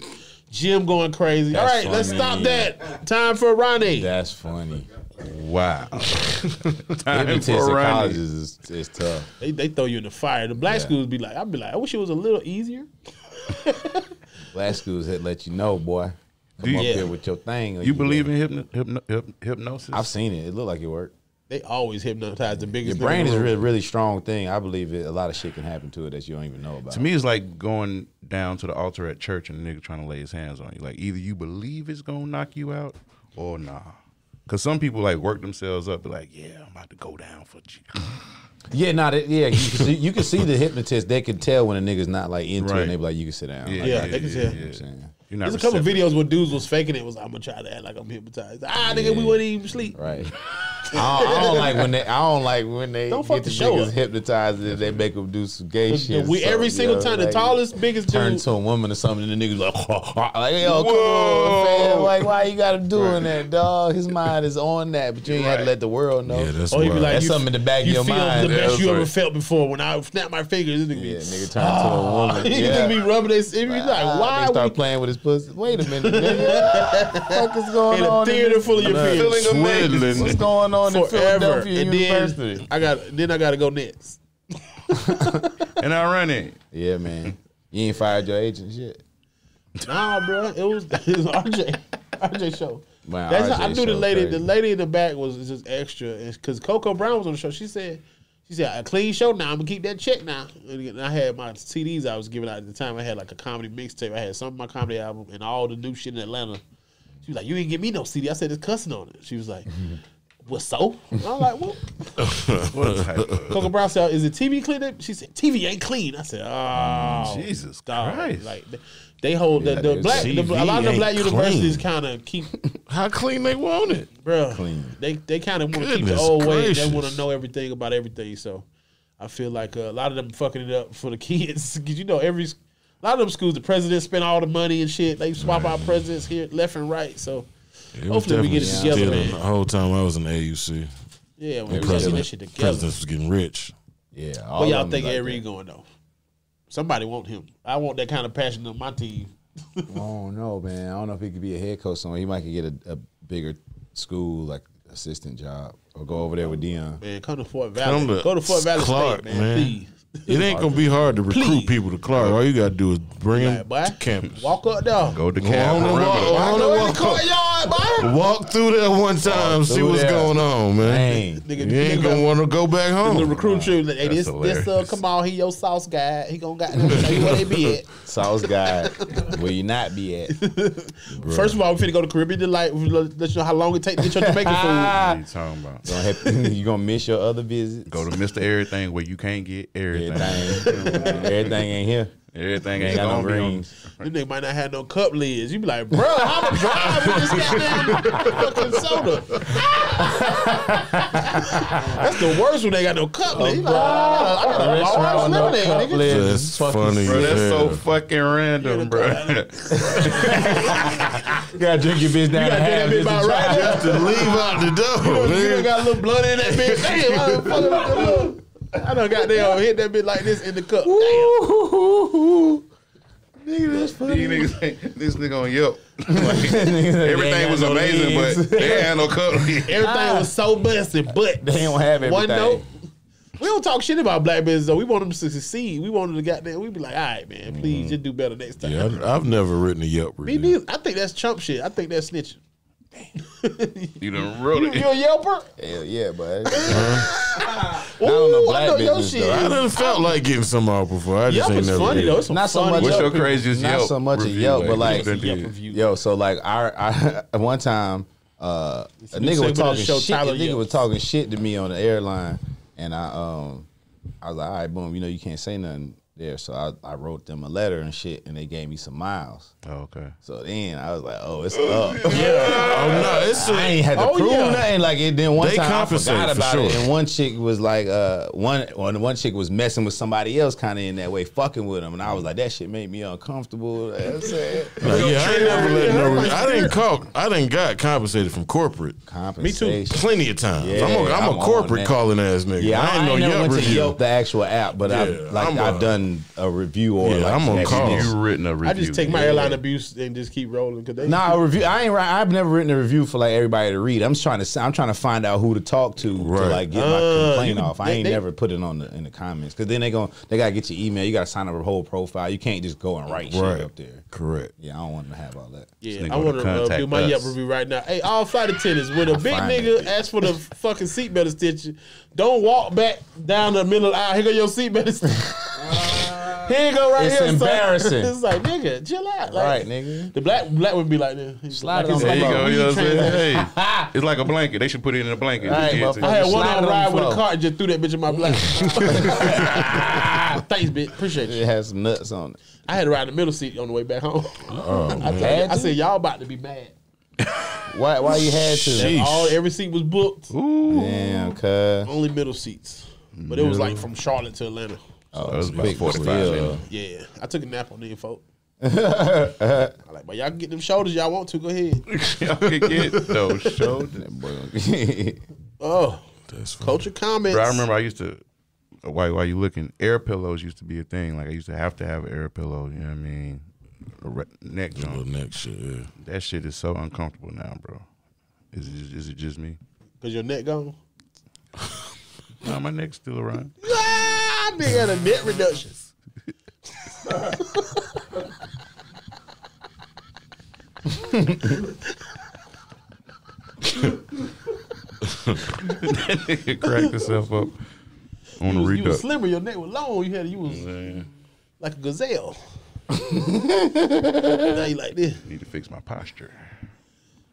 [SPEAKER 4] Jim going crazy.
[SPEAKER 2] That's
[SPEAKER 4] All right, let's
[SPEAKER 2] funny.
[SPEAKER 4] stop that. Time for Ronnie.
[SPEAKER 2] That's funny.
[SPEAKER 3] Wow. Time
[SPEAKER 2] Hypnotists
[SPEAKER 3] for
[SPEAKER 2] at
[SPEAKER 3] Ronnie.
[SPEAKER 2] colleges is, is tough.
[SPEAKER 4] They, they throw you in the fire. The black
[SPEAKER 2] Yeah.
[SPEAKER 4] schools be like, I'd be like, I wish it was a little easier.
[SPEAKER 2] Black schools had let you know, boy. Come
[SPEAKER 3] Do
[SPEAKER 2] up
[SPEAKER 4] you-
[SPEAKER 2] here with your thing. or
[SPEAKER 3] You believe in hypno- hypno- hyp- hypnosis?
[SPEAKER 2] I've seen it. It looked like it worked.
[SPEAKER 4] They always hypnotize the biggest.
[SPEAKER 2] Your
[SPEAKER 4] nigga in
[SPEAKER 2] brain
[SPEAKER 4] the
[SPEAKER 2] is a
[SPEAKER 4] room.
[SPEAKER 2] really, really strong thing. I believe it. A lot of shit can happen to it that you don't even know about.
[SPEAKER 3] to me, it's like going down to the altar at church and a nigga trying to lay his hands on you. Like either you believe it's gonna knock you out or nah. Cause some people like work themselves up, be like, yeah, I'm about to go down for you.
[SPEAKER 2] yeah, not that yeah. You can, see, you can see the hypnotist. They can tell when a nigga's not like into it.
[SPEAKER 3] Right.
[SPEAKER 2] and They be like, you can sit down.
[SPEAKER 3] Yeah,
[SPEAKER 2] Like,
[SPEAKER 4] Yeah, they can
[SPEAKER 2] you
[SPEAKER 4] tell.
[SPEAKER 2] know what I'm saying?
[SPEAKER 3] You're not
[SPEAKER 4] There's a couple
[SPEAKER 3] receptive.
[SPEAKER 4] videos where dudes was faking it. Was I'm gonna try to act like I'm hypnotized. Ah, nigga, we
[SPEAKER 2] Yeah.
[SPEAKER 4] wouldn't even sleep.
[SPEAKER 2] Right. I don't, I don't like when they. I don't like when they
[SPEAKER 4] Don't fuck
[SPEAKER 2] get the
[SPEAKER 4] the show
[SPEAKER 2] niggas
[SPEAKER 4] up.
[SPEAKER 2] hypnotized and they make them do some gay
[SPEAKER 4] The-
[SPEAKER 2] shit.
[SPEAKER 4] the- we
[SPEAKER 2] So,
[SPEAKER 4] every
[SPEAKER 2] you
[SPEAKER 4] single
[SPEAKER 2] know,
[SPEAKER 4] time the
[SPEAKER 2] like,
[SPEAKER 4] tallest, biggest
[SPEAKER 2] turn
[SPEAKER 4] dude.
[SPEAKER 2] to a woman or something, and the niggas like, like yo, come on,
[SPEAKER 3] Whoa.
[SPEAKER 2] fam. Like, why you got him doing that, dog? His mind is on that, but you ain't had to let the world know.
[SPEAKER 1] Yeah, that's
[SPEAKER 4] Oh,
[SPEAKER 1] wild.
[SPEAKER 4] he'd be like,
[SPEAKER 2] That's
[SPEAKER 4] you,
[SPEAKER 2] something in the back of
[SPEAKER 4] you
[SPEAKER 2] your
[SPEAKER 4] feel
[SPEAKER 2] mind.
[SPEAKER 4] the
[SPEAKER 2] Yeah,
[SPEAKER 4] best
[SPEAKER 2] that's
[SPEAKER 4] you ever
[SPEAKER 2] right.
[SPEAKER 4] felt before. When I snap my fingers, this nigga
[SPEAKER 2] yeah,
[SPEAKER 4] be
[SPEAKER 2] nigga turned to a woman.
[SPEAKER 4] He
[SPEAKER 2] Yeah.
[SPEAKER 4] just Ah, be rubbing his. He be
[SPEAKER 2] Ah,
[SPEAKER 4] like, why?
[SPEAKER 2] They start
[SPEAKER 4] we-
[SPEAKER 2] playing with his pussy. Wait a minute, nigga. what the fuck is going
[SPEAKER 4] in a
[SPEAKER 2] on? in
[SPEAKER 4] theater
[SPEAKER 2] this-
[SPEAKER 4] full of your
[SPEAKER 1] Nah.
[SPEAKER 4] peers
[SPEAKER 1] Feeling
[SPEAKER 2] What's
[SPEAKER 1] amazing.
[SPEAKER 2] going on in
[SPEAKER 4] forever,
[SPEAKER 2] Philadelphia
[SPEAKER 4] and
[SPEAKER 2] University?
[SPEAKER 4] then I got then I got to go next.
[SPEAKER 3] And I run it.
[SPEAKER 2] yeah, man. You ain't fired your agent shit.
[SPEAKER 4] Nah, bro, it was, it was RJ RJ show.
[SPEAKER 2] Man,
[SPEAKER 4] That's
[SPEAKER 2] RJ
[SPEAKER 4] how, I knew the
[SPEAKER 2] show
[SPEAKER 4] lady. The
[SPEAKER 2] crazy.
[SPEAKER 4] lady in the back was just extra because Coco Brown was on the show. She said. She said, "A clean show now. I'm gonna keep that check now." And I had my CDs I was giving out at the time. I had like a comedy mixtape. I had some of my comedy album and all the new shit in Atlanta. She was like, "You ain't give me no CD." I said, "It's cussing on it." She was like, "What so?" And I'm like, "Well,
[SPEAKER 3] What a type of-
[SPEAKER 4] Coco Brown said, "Is the TV clean?" up?" She said, "TV ain't clean." I said, "Oh,
[SPEAKER 3] Mm, Jesus
[SPEAKER 4] God!"
[SPEAKER 3] Christ.
[SPEAKER 4] Like they- they hold
[SPEAKER 2] Yeah,
[SPEAKER 4] the, the
[SPEAKER 2] dude,
[SPEAKER 4] black. The, a lot of the
[SPEAKER 1] TV
[SPEAKER 4] black
[SPEAKER 1] ain't
[SPEAKER 4] universities kind of keep,
[SPEAKER 1] How clean they want it?
[SPEAKER 4] bro.
[SPEAKER 2] Clean.
[SPEAKER 4] They they kind of want to keep the
[SPEAKER 1] Goodness
[SPEAKER 4] old way. They
[SPEAKER 1] gracious.
[SPEAKER 4] want to know everything about everything. So I feel like uh, a lot of them fucking it up for the kids because you know every a lot of them schools the president spent all the money and shit. They swap out presidents here left and right. So
[SPEAKER 1] It was
[SPEAKER 4] Hopefully we get it
[SPEAKER 1] definitely
[SPEAKER 4] together,
[SPEAKER 1] stealing
[SPEAKER 4] man.
[SPEAKER 1] The whole time I was in the AUC,
[SPEAKER 4] yeah, when we got
[SPEAKER 1] president,
[SPEAKER 4] that shit together.
[SPEAKER 1] presidents was getting rich.
[SPEAKER 2] Yeah. all
[SPEAKER 4] Where y'all
[SPEAKER 2] of 'em
[SPEAKER 4] think
[SPEAKER 2] like
[SPEAKER 4] Ed Reed going though? Somebody want him. I want that kind of passion on my team.
[SPEAKER 2] that. I don't know, man. I don't know if he could be a head coach somewhere. He might could get a, a bigger school, like assistant job, or go over there with Dion.
[SPEAKER 4] Man, come to Fort Valley.
[SPEAKER 1] Come to
[SPEAKER 4] Go to Fort Valley
[SPEAKER 1] Clark,
[SPEAKER 4] State, man.
[SPEAKER 1] man.
[SPEAKER 4] Please.
[SPEAKER 1] It ain't gonna be hard to recruit people to Clark. All you gotta do is bring them
[SPEAKER 4] Like, boy,
[SPEAKER 1] to campus.
[SPEAKER 4] Walk up there.
[SPEAKER 3] Go to
[SPEAKER 1] Well, I
[SPEAKER 3] Cal
[SPEAKER 1] don't know why-
[SPEAKER 3] Perimeter.
[SPEAKER 1] I don't know
[SPEAKER 4] Go in
[SPEAKER 1] why-
[SPEAKER 4] the courtyard, boy.
[SPEAKER 1] Walk through there one time, see
[SPEAKER 2] through
[SPEAKER 1] what's
[SPEAKER 2] there.
[SPEAKER 1] going on, man.
[SPEAKER 2] Dang.
[SPEAKER 4] Nigga,
[SPEAKER 1] You ain't
[SPEAKER 4] nigga,
[SPEAKER 1] gonna want to go back
[SPEAKER 4] the
[SPEAKER 1] home.
[SPEAKER 4] recruit you. Hey,
[SPEAKER 3] That's
[SPEAKER 4] this, this uh,
[SPEAKER 3] hilarious.
[SPEAKER 4] come on, he your sauce guy. He gonna got them show you where they be at.
[SPEAKER 2] Sauce guy, where you not be at?
[SPEAKER 4] First of all, we finna go to Caribbean Delight. We let let you know how long it take to get your Jamaican food.
[SPEAKER 3] What are you talking about?
[SPEAKER 2] Gonna have- you gonna miss your other visits.
[SPEAKER 3] Go to Mr. Everything where you can't get everything.
[SPEAKER 2] everything. everything ain't here.
[SPEAKER 3] Everything
[SPEAKER 2] Ain't
[SPEAKER 3] ain't
[SPEAKER 2] got no
[SPEAKER 3] gonna be on-
[SPEAKER 2] rings.
[SPEAKER 4] This nigga might not have no cup lids. You be like, bro, how am drive with this goddamn fucking soda? That's the worst when they got no cup lids. You like, "Ah, I got a- I got a large lemonade, nigga.
[SPEAKER 1] That's funny.
[SPEAKER 3] Bro, that's
[SPEAKER 1] as
[SPEAKER 3] so
[SPEAKER 1] hell.
[SPEAKER 3] fucking random, bro.
[SPEAKER 2] You gotta drink your bitch down.
[SPEAKER 4] You gotta
[SPEAKER 2] half
[SPEAKER 4] do that bitch
[SPEAKER 2] just to try
[SPEAKER 4] about right.
[SPEAKER 1] to
[SPEAKER 2] it.
[SPEAKER 1] leave out the door,
[SPEAKER 3] Oh,
[SPEAKER 4] You
[SPEAKER 1] nigga.
[SPEAKER 4] done got a little blood in that bitch. Damn, I done fucking with that little- I done got there hit that bitch like this in the cup. Damn.
[SPEAKER 3] These niggas ain't- this nigga on Yelp. Like, everything was amazing, but they ain't had no cup.
[SPEAKER 4] Everything was so busted, but
[SPEAKER 2] They don't have
[SPEAKER 4] One
[SPEAKER 2] everything.
[SPEAKER 4] note. We don't talk shit about black business though. We want them to succeed. We want them to goddamn. We be like, all right, man, please just do better next time.
[SPEAKER 1] Yeah, I- I've never written a Yelp
[SPEAKER 4] Me
[SPEAKER 1] review.
[SPEAKER 4] neither. I think that's chump shit. I think that's snitching.
[SPEAKER 3] You done wrote
[SPEAKER 4] You a
[SPEAKER 3] it.
[SPEAKER 4] yelper?
[SPEAKER 2] Hell yeah, but
[SPEAKER 4] Ooh,
[SPEAKER 2] on the
[SPEAKER 4] I
[SPEAKER 2] black
[SPEAKER 4] know your
[SPEAKER 2] business,
[SPEAKER 4] shit.
[SPEAKER 2] though.
[SPEAKER 1] I done felt like getting some out before. I just
[SPEAKER 4] Yelp
[SPEAKER 1] ain't
[SPEAKER 4] is
[SPEAKER 1] never.
[SPEAKER 4] funny
[SPEAKER 1] did.
[SPEAKER 4] though. It's some
[SPEAKER 2] not so
[SPEAKER 4] funny
[SPEAKER 2] much.
[SPEAKER 3] What's
[SPEAKER 4] shit.
[SPEAKER 3] your craziest
[SPEAKER 2] not
[SPEAKER 3] Yelp
[SPEAKER 2] so much a
[SPEAKER 3] review,
[SPEAKER 2] Yelp, but
[SPEAKER 3] like,
[SPEAKER 2] like,
[SPEAKER 3] what you done did?
[SPEAKER 2] yo, so like, our, our one time, uh, a
[SPEAKER 4] new
[SPEAKER 2] nigga
[SPEAKER 4] segment
[SPEAKER 2] was
[SPEAKER 4] of
[SPEAKER 2] talking
[SPEAKER 4] the show,
[SPEAKER 2] shit. A
[SPEAKER 4] Tyler
[SPEAKER 2] nigga
[SPEAKER 4] Yelp.
[SPEAKER 2] was talking shit to me on the airline, and I um, I was like, all right, boom, you know, you can't say nothing there, so I, I wrote them a letter and shit, and they gave me some miles.
[SPEAKER 3] Oh, okay.
[SPEAKER 2] So then I was like, oh, it's up.
[SPEAKER 1] Oh no, it's
[SPEAKER 2] I
[SPEAKER 1] a,
[SPEAKER 2] ain't had to
[SPEAKER 4] Oh,
[SPEAKER 2] prove
[SPEAKER 4] yeah.
[SPEAKER 2] nothing. Like it then one
[SPEAKER 1] They
[SPEAKER 2] time I
[SPEAKER 1] compensate
[SPEAKER 2] forgot
[SPEAKER 1] for
[SPEAKER 2] about it,
[SPEAKER 1] sure.
[SPEAKER 2] and one chick was like, uh, one one one chick was messing with somebody else, kind of in that way, fucking with him, and I was like, that shit made me uncomfortable. That's it.
[SPEAKER 1] like, yeah, I ain't never let no. re- I didn't call. I didn't got compensated from corporate.
[SPEAKER 2] Compensation.
[SPEAKER 1] Plenty of times.
[SPEAKER 2] Yeah,
[SPEAKER 1] I'm a, I'm
[SPEAKER 2] I'm
[SPEAKER 1] a
[SPEAKER 2] on
[SPEAKER 1] corporate
[SPEAKER 2] that.
[SPEAKER 1] calling ass nigga.
[SPEAKER 2] Yeah,
[SPEAKER 1] I ain't no
[SPEAKER 2] never
[SPEAKER 1] Yelp
[SPEAKER 2] went to
[SPEAKER 1] review.
[SPEAKER 2] Yelp, the actual app, but
[SPEAKER 1] Yeah,
[SPEAKER 2] I've like
[SPEAKER 1] I'm
[SPEAKER 2] i
[SPEAKER 1] a-
[SPEAKER 2] I've done a review or
[SPEAKER 1] Yeah,
[SPEAKER 2] like
[SPEAKER 1] I'm on
[SPEAKER 2] next-
[SPEAKER 1] call.
[SPEAKER 2] next-
[SPEAKER 3] You written a review.
[SPEAKER 4] I just take my
[SPEAKER 3] Yeah.
[SPEAKER 4] airline abuse and just keep rolling. Cause they,
[SPEAKER 2] Nah, a review. I ain't. write- I've never written a review for like everybody to read. I'm just trying to. s- I'm trying to find out who to talk to to
[SPEAKER 1] Right.
[SPEAKER 2] like get
[SPEAKER 4] Uh,
[SPEAKER 2] my complaint
[SPEAKER 4] you-
[SPEAKER 2] off. I
[SPEAKER 4] they-
[SPEAKER 2] ain't
[SPEAKER 4] they-
[SPEAKER 2] never put it on the, in the comments because then they going they gotta get your email. You gotta sign up a whole profile. You can't just go and
[SPEAKER 1] Right.
[SPEAKER 2] write shit up there.
[SPEAKER 1] Correct.
[SPEAKER 2] Yeah, I don't want to have all that.
[SPEAKER 4] yeah,
[SPEAKER 3] This nigga
[SPEAKER 4] I
[SPEAKER 3] wanna
[SPEAKER 4] want to uh, do
[SPEAKER 3] contact
[SPEAKER 4] my
[SPEAKER 3] us.
[SPEAKER 4] Yelp review right now. Hey, all flight attendants, when a big
[SPEAKER 2] find
[SPEAKER 4] nigga asks for the fucking seatbelt extension, don't walk back down the middle of the aisle. Here go your seatbelt extension. Here you go right
[SPEAKER 2] It's
[SPEAKER 4] here. son.
[SPEAKER 2] embarrassing.
[SPEAKER 4] it's like, nigga, chill out. Like,
[SPEAKER 2] Right, nigga.
[SPEAKER 4] The black black would be like this.
[SPEAKER 2] Slide it
[SPEAKER 4] like
[SPEAKER 2] on
[SPEAKER 4] it's
[SPEAKER 3] There
[SPEAKER 2] the
[SPEAKER 3] you
[SPEAKER 4] like
[SPEAKER 2] floor.
[SPEAKER 4] a
[SPEAKER 3] go. You know what I'm
[SPEAKER 4] weed transaction.
[SPEAKER 3] saying? Hey, it's like a blanket. They should put it in a blanket.
[SPEAKER 2] All right,
[SPEAKER 3] Just get it to
[SPEAKER 2] motherfucker.
[SPEAKER 4] I
[SPEAKER 3] you.
[SPEAKER 4] had one
[SPEAKER 2] Slide it
[SPEAKER 4] on
[SPEAKER 2] on
[SPEAKER 4] ride
[SPEAKER 2] the
[SPEAKER 4] with a
[SPEAKER 2] floor.
[SPEAKER 4] car and just threw that bitch in my black. Thanks, bitch. Appreciate you.
[SPEAKER 2] It has some nuts on it.
[SPEAKER 4] I had to ride in the middle seat on the way back home.
[SPEAKER 2] Oh,
[SPEAKER 4] I, told you-
[SPEAKER 2] Had
[SPEAKER 4] I
[SPEAKER 2] to?
[SPEAKER 4] said, y'all about to be mad.
[SPEAKER 2] Why? Why you had to?
[SPEAKER 4] And all every seat was booked.
[SPEAKER 2] Damn, cuz.
[SPEAKER 4] Only middle seats. But it was like from Charlotte to Atlanta.
[SPEAKER 2] Oh,
[SPEAKER 3] That was about
[SPEAKER 2] quick,
[SPEAKER 3] 45
[SPEAKER 2] yeah.
[SPEAKER 3] minutes.
[SPEAKER 4] Yeah. I took a nap on the folk. I like, but y'all can get them shoulders y'all want to. Go ahead.
[SPEAKER 3] Y'all can get those shoulders.
[SPEAKER 2] That boy-
[SPEAKER 4] Oh.
[SPEAKER 1] That's funny.
[SPEAKER 4] Culture comments.
[SPEAKER 3] Bro, I remember I used to. Why? Why you looking? Air pillows used to be a thing. Like I used to have to have an air pillow. You know what I mean? A re- neck
[SPEAKER 1] Little
[SPEAKER 3] joint.
[SPEAKER 1] neck shit. Yeah.
[SPEAKER 3] That shit is so uncomfortable now, bro. Is it just, is it just me?
[SPEAKER 4] Cause your neck gone.
[SPEAKER 3] No, my neck's still around.
[SPEAKER 4] Ah, nigga had a net reduction.
[SPEAKER 3] it cracked itself up on the
[SPEAKER 4] You was, you was
[SPEAKER 3] reduct.
[SPEAKER 4] slimmer, your neck was long. You had you was like a gazelle. now you like this.
[SPEAKER 3] Need to fix my posture.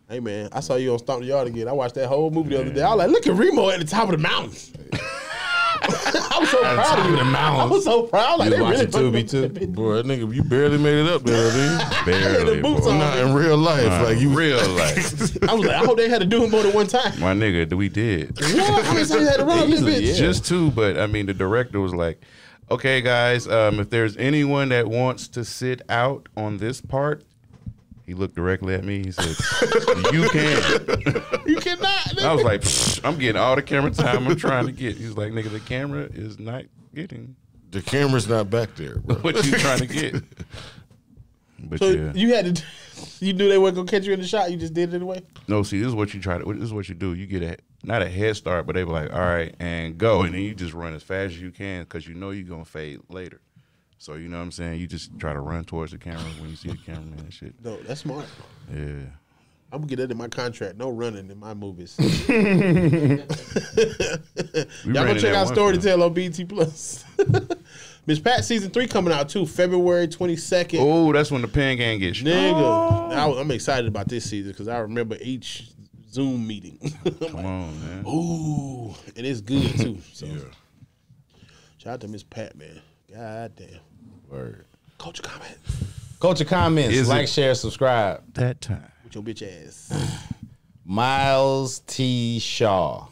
[SPEAKER 4] Hey man, I saw you on Stomp the Yard again. I watched that whole movie the other day. I was like, look at Remo at the top of the mountain. I was so proud of you. The I was so proud. Like
[SPEAKER 2] You
[SPEAKER 4] they really
[SPEAKER 2] watching
[SPEAKER 4] fucking-
[SPEAKER 2] Tubi too?
[SPEAKER 1] Boy, that nigga, you barely made it up there, dude.
[SPEAKER 3] Barely,
[SPEAKER 4] boots
[SPEAKER 3] boy.
[SPEAKER 4] on.
[SPEAKER 1] Not in real life,
[SPEAKER 3] Nah,
[SPEAKER 1] like you.
[SPEAKER 3] real life.
[SPEAKER 4] I was like, I hope they had to do it more than one time.
[SPEAKER 3] my nigga, we did.
[SPEAKER 4] What? How many times you had to run this bitch?
[SPEAKER 3] Just two, but I mean, the director was like, okay, guys, um, if there's anyone that wants to sit out on this part, He looked directly at me. He said, "You can."
[SPEAKER 4] You cannot.
[SPEAKER 3] I was like, "Pfft, "I'm getting all the camera time I'm trying to get." He's like, "Nigga, the camera is not getting
[SPEAKER 1] The camera's not back there, bro.
[SPEAKER 3] what you trying to get." But
[SPEAKER 4] So
[SPEAKER 3] yeah,
[SPEAKER 4] you had to. You knew they weren't gonna catch you in the shot. You just did it anyway.
[SPEAKER 3] no. See, this is what you try to. This is what you do. You get a not a head start, but they were like, "All right, and go," and then you just run as fast as you can because you know you're gonna fade later. So you know what I'm saying. You just try to run towards the camera when you see the cameraman and shit.
[SPEAKER 4] No, that's smart.
[SPEAKER 3] Yeah.
[SPEAKER 4] I'm gonna get that in my contract. No running in my movies.
[SPEAKER 3] We
[SPEAKER 4] Y'all
[SPEAKER 3] ran
[SPEAKER 4] go
[SPEAKER 3] in
[SPEAKER 4] check
[SPEAKER 3] that
[SPEAKER 4] out
[SPEAKER 3] one
[SPEAKER 4] Story to
[SPEAKER 3] film.
[SPEAKER 4] Tell on BT Plus. Miss Pat season three coming out too, February twenty second.
[SPEAKER 3] Oh, that's when the pen gang gets shot.
[SPEAKER 4] Nigga, I, am excited about this season because I remember each Zoom meeting. I'm
[SPEAKER 3] Come
[SPEAKER 4] like,
[SPEAKER 3] on, man.
[SPEAKER 4] Ooh, and it's good too. So, shout out to Miss Pat, man. God damn.
[SPEAKER 2] Word.
[SPEAKER 4] Culture comment
[SPEAKER 2] Culture comments.
[SPEAKER 3] Is
[SPEAKER 2] like,
[SPEAKER 3] it-
[SPEAKER 2] share, subscribe.
[SPEAKER 3] That time.
[SPEAKER 4] with your bitch ass.
[SPEAKER 2] Miles T. Shaw.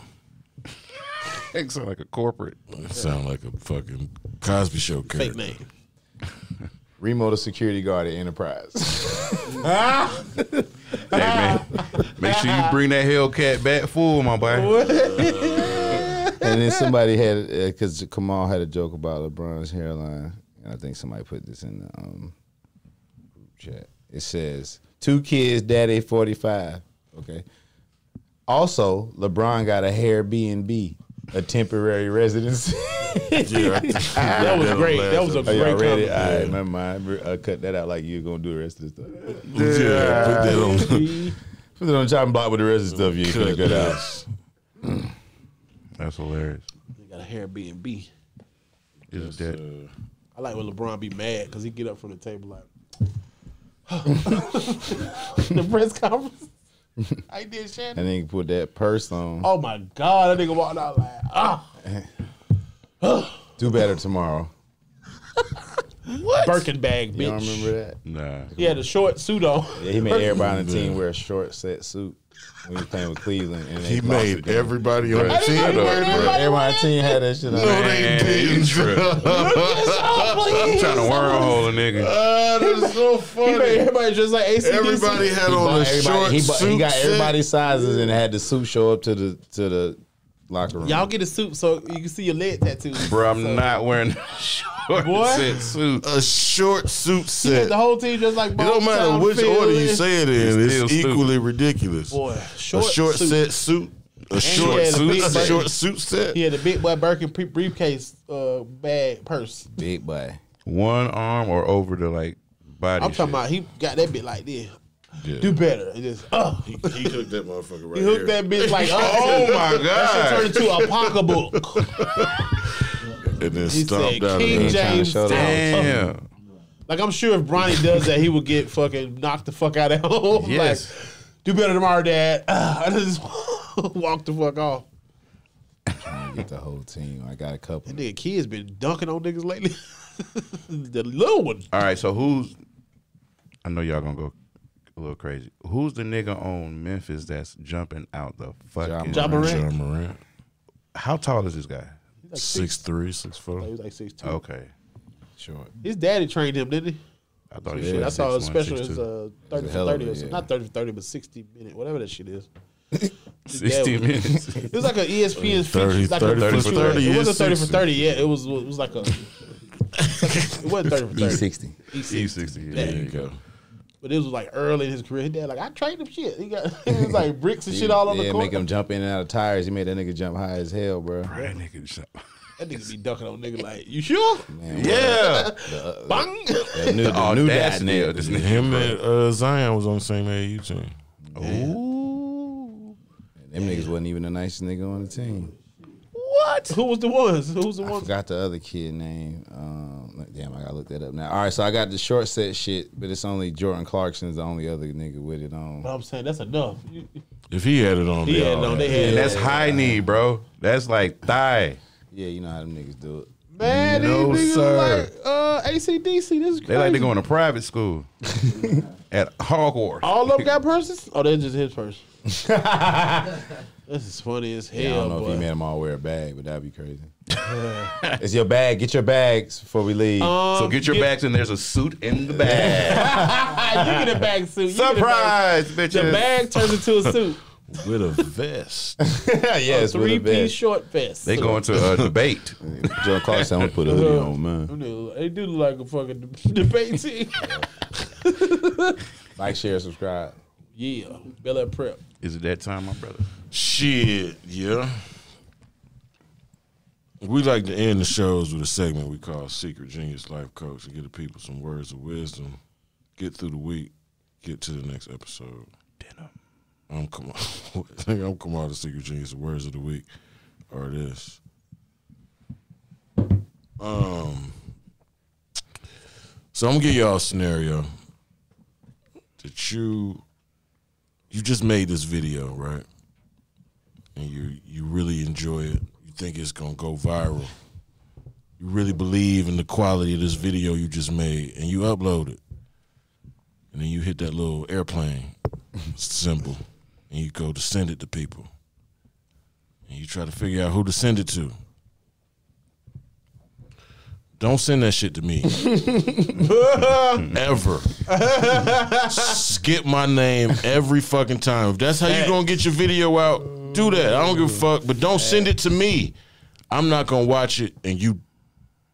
[SPEAKER 3] That sound like a corporate.
[SPEAKER 1] Sound like a fucking Cosby Show character.
[SPEAKER 4] Fake name.
[SPEAKER 2] Remo the security guard at Enterprise.
[SPEAKER 3] Hey, man. Make sure you bring that Hellcat back full, my boy.
[SPEAKER 2] and then somebody had, because Kamal had a joke about LeBron's hairline. And I think somebody put this in the um, group chat. It says, two kids, daddy 45. Okay. Also, LeBron got a hair B&B, a temporary residency.
[SPEAKER 1] Yeah, I-
[SPEAKER 4] That was
[SPEAKER 1] that'll
[SPEAKER 4] great.
[SPEAKER 1] last
[SPEAKER 4] That was a
[SPEAKER 1] episode.
[SPEAKER 2] Are y'all
[SPEAKER 4] great
[SPEAKER 2] ready?
[SPEAKER 4] comment.
[SPEAKER 2] All right, never mind. I cut that out like you're going to do the rest of the stuff.
[SPEAKER 1] Yeah, put that on.
[SPEAKER 2] Put it on the chopping block with the rest of the stuff you could
[SPEAKER 1] Cut
[SPEAKER 2] have cut out.
[SPEAKER 1] this.
[SPEAKER 3] That's hilarious.
[SPEAKER 4] They got a hair B and B.
[SPEAKER 3] Is it that?
[SPEAKER 4] I like when LeBron be mad because he get up from the table like the press conference. I did Shannon.
[SPEAKER 2] And then you put that purse on.
[SPEAKER 4] Oh my god, that nigga walked out like ah
[SPEAKER 2] Do better tomorrow.
[SPEAKER 4] Birkin bag
[SPEAKER 2] You don't
[SPEAKER 4] bitch.
[SPEAKER 2] remember that?
[SPEAKER 3] Nah.
[SPEAKER 4] He had a short suit on.
[SPEAKER 2] Yeah, he made everybody on the team wear a short set suit when he was playing with Cleveland. And they
[SPEAKER 1] He
[SPEAKER 2] lost
[SPEAKER 1] made
[SPEAKER 2] the game.
[SPEAKER 1] everybody on the
[SPEAKER 4] I didn't
[SPEAKER 1] team.
[SPEAKER 4] know he made
[SPEAKER 1] look
[SPEAKER 4] everybody-
[SPEAKER 1] bad.
[SPEAKER 2] everybody on the team had that shit on.
[SPEAKER 1] No, they
[SPEAKER 3] Man, you
[SPEAKER 1] didn't.
[SPEAKER 3] tripping.
[SPEAKER 4] oh,
[SPEAKER 3] I'm trying to wormhole a nigga.
[SPEAKER 1] Ah, that's so
[SPEAKER 4] He made
[SPEAKER 1] funny.
[SPEAKER 4] everybody just like AC.
[SPEAKER 1] Everybody had
[SPEAKER 2] He,
[SPEAKER 1] on
[SPEAKER 2] bought
[SPEAKER 1] a
[SPEAKER 2] everybody,
[SPEAKER 1] short
[SPEAKER 2] he, bought,
[SPEAKER 1] suit.
[SPEAKER 2] he got
[SPEAKER 1] set.
[SPEAKER 2] everybody's sizes and had the suit show up to the to the locker room.
[SPEAKER 4] Y'all get a suit so you can see your leg tattoos.
[SPEAKER 3] Bro, I'm not wearing a short
[SPEAKER 4] Boy.
[SPEAKER 3] set suit.
[SPEAKER 1] a short suit
[SPEAKER 4] He had
[SPEAKER 1] set.
[SPEAKER 4] the whole team just like.
[SPEAKER 1] It don't matter which order you say it in.
[SPEAKER 3] It's
[SPEAKER 1] It's,
[SPEAKER 3] still stupid.
[SPEAKER 1] equally ridiculous.
[SPEAKER 4] Boy,
[SPEAKER 1] a
[SPEAKER 4] short,
[SPEAKER 1] short
[SPEAKER 4] suit.
[SPEAKER 1] set suit. A short
[SPEAKER 4] had a
[SPEAKER 1] suit.
[SPEAKER 4] big
[SPEAKER 1] A
[SPEAKER 4] button.
[SPEAKER 1] short suit set.
[SPEAKER 4] He had a big boy Birkin pre- briefcase, uh, bag, purse.
[SPEAKER 2] Big boy.
[SPEAKER 3] One arm or over the like body.
[SPEAKER 4] I'm talking
[SPEAKER 3] shit.
[SPEAKER 4] about he got that bit like this. Do better. And just uh,
[SPEAKER 1] He, he hooked that motherfucker right
[SPEAKER 4] he hooked that bitch like uh,
[SPEAKER 3] Oh my
[SPEAKER 4] That shit
[SPEAKER 3] god.
[SPEAKER 4] turned into a pocketbook.
[SPEAKER 1] and then
[SPEAKER 4] He said
[SPEAKER 1] stomped out of
[SPEAKER 4] King
[SPEAKER 1] there.
[SPEAKER 4] James.
[SPEAKER 2] show that.
[SPEAKER 4] down.
[SPEAKER 3] Damn.
[SPEAKER 4] Like I'm sure if Bronny does that, he will get fucking knocked the fuck out at home.
[SPEAKER 3] Yes.
[SPEAKER 4] Like, do better tomorrow, Dad. Uh, I just walk the fuck off.
[SPEAKER 2] I get the whole team. I got a couple.
[SPEAKER 4] Nigga, kids been dunking on niggas lately. the little one.
[SPEAKER 3] All right, so who's? I know y'all gonna go a little crazy. Who's the nigga on Memphis that's jumping out the fucking?
[SPEAKER 4] John Moran.
[SPEAKER 1] John Morant.
[SPEAKER 3] How tall is this guy?
[SPEAKER 1] Six three, six four.
[SPEAKER 4] He was like six two.
[SPEAKER 3] Okay,
[SPEAKER 2] Short.
[SPEAKER 4] His daddy trained him, didn't he?
[SPEAKER 3] I thought he
[SPEAKER 4] Shit,
[SPEAKER 3] was.
[SPEAKER 4] I
[SPEAKER 3] like
[SPEAKER 4] saw his
[SPEAKER 3] 6'1",
[SPEAKER 4] special
[SPEAKER 3] 6'2".
[SPEAKER 4] is uh,
[SPEAKER 2] He's a
[SPEAKER 4] 30 for
[SPEAKER 2] hell of
[SPEAKER 4] 30
[SPEAKER 2] a-
[SPEAKER 4] or something.
[SPEAKER 2] yeah.
[SPEAKER 4] Not 30 for 30, but 60 minute, whatever that shit is.
[SPEAKER 3] sixty
[SPEAKER 4] Yeah.
[SPEAKER 3] minutes.
[SPEAKER 4] It was like E an
[SPEAKER 1] 30,
[SPEAKER 4] ESPN feature. Like a
[SPEAKER 1] 30
[SPEAKER 3] for
[SPEAKER 1] 30,
[SPEAKER 4] It wasn't
[SPEAKER 1] yeah,
[SPEAKER 4] 30 for
[SPEAKER 1] 60.
[SPEAKER 4] 30, yeah. It was, it was like a. It wasn't 30 for 30.
[SPEAKER 2] sixty.
[SPEAKER 3] E sixty.
[SPEAKER 1] There you go.
[SPEAKER 4] But it was like early in his career. His dad, like, I trained him shit. He got it was like bricks and shit all on the
[SPEAKER 2] yeah,
[SPEAKER 4] court.
[SPEAKER 2] make him jump in and out of tires. He made that nigga jump high as hell, bro.
[SPEAKER 3] That nigga. just-
[SPEAKER 4] That nigga be dunking on nigga like, you sure?
[SPEAKER 3] Yeah.
[SPEAKER 4] Bang!
[SPEAKER 2] That new, the new dad
[SPEAKER 3] Audacity
[SPEAKER 2] nail.
[SPEAKER 3] of this nigga.
[SPEAKER 1] Him and uh, Zion was on the same AU team.
[SPEAKER 3] Ooh.
[SPEAKER 2] Them niggas wasn't even the nicest nigga on the team.
[SPEAKER 4] Who was the ones? Who was the
[SPEAKER 2] I
[SPEAKER 4] ones?
[SPEAKER 2] forgot the other kid name. Um, damn, I gotta look that up now. All right, so I got the short set shit, but it's only Jordan Clarkson's the only other nigga with it on.
[SPEAKER 4] But I'm saying that's enough. You-
[SPEAKER 1] If he had it on, oh,
[SPEAKER 4] He
[SPEAKER 1] they
[SPEAKER 4] had
[SPEAKER 1] all
[SPEAKER 4] no, they
[SPEAKER 1] had it.
[SPEAKER 4] had
[SPEAKER 3] And that's high knee, bro. That's like thigh.
[SPEAKER 2] Yeah, you know how them niggas do it.
[SPEAKER 4] Man,
[SPEAKER 3] No,
[SPEAKER 4] these niggas
[SPEAKER 3] sir.
[SPEAKER 4] like uh, ACDC. This is crazy.
[SPEAKER 3] They like to go into private school at Hogwarts.
[SPEAKER 4] All of them got purses? Oh, that's just his purse. this is funny as hell.
[SPEAKER 2] I don't know
[SPEAKER 4] boy.
[SPEAKER 2] if you made them all wear a bag, but that'd be crazy. it's your bag. Get your bags before we leave.
[SPEAKER 1] Um,
[SPEAKER 4] Um,
[SPEAKER 3] so get your bags and there's a suit in the bag.
[SPEAKER 4] you get a bag suit. You get a bag-
[SPEAKER 3] Surprise, bitches.
[SPEAKER 4] The bag turns into a suit.
[SPEAKER 1] with a vest.
[SPEAKER 2] yes, with
[SPEAKER 4] Three
[SPEAKER 2] a bag.
[SPEAKER 4] piece short vest.
[SPEAKER 3] They going to a debate.
[SPEAKER 2] Joe Clark said, "I'm gonna put a hoodie on, man."
[SPEAKER 4] They do look like a fucking debate team.
[SPEAKER 2] Like, share, subscribe.
[SPEAKER 4] yeah, Bella Prep.
[SPEAKER 3] Is it that time, my brother?
[SPEAKER 1] Shit, yeah. We like to end the shows with a segment we call Secret Genius Life Coach and give the people some words of wisdom. Get through the week, get to the next episode. I'm come I think I'm come out of Secret Genius. The words of the week are this. Um, so I'm gonna give y'all a scenario that you you just made this video, right? And you you really enjoy it. You think it's gonna go viral. You really believe in the quality of this video you just made, and you upload it. And then you hit that little airplane symbol, and you go to send it to people. And you try to figure out who to send it to. Don't send that shit to me. Ever. Skip my name every fucking time. If that's how you gonna get your video out, do that. I don't give a fuck, but don't send it to me. I'm not gonna watch it, and you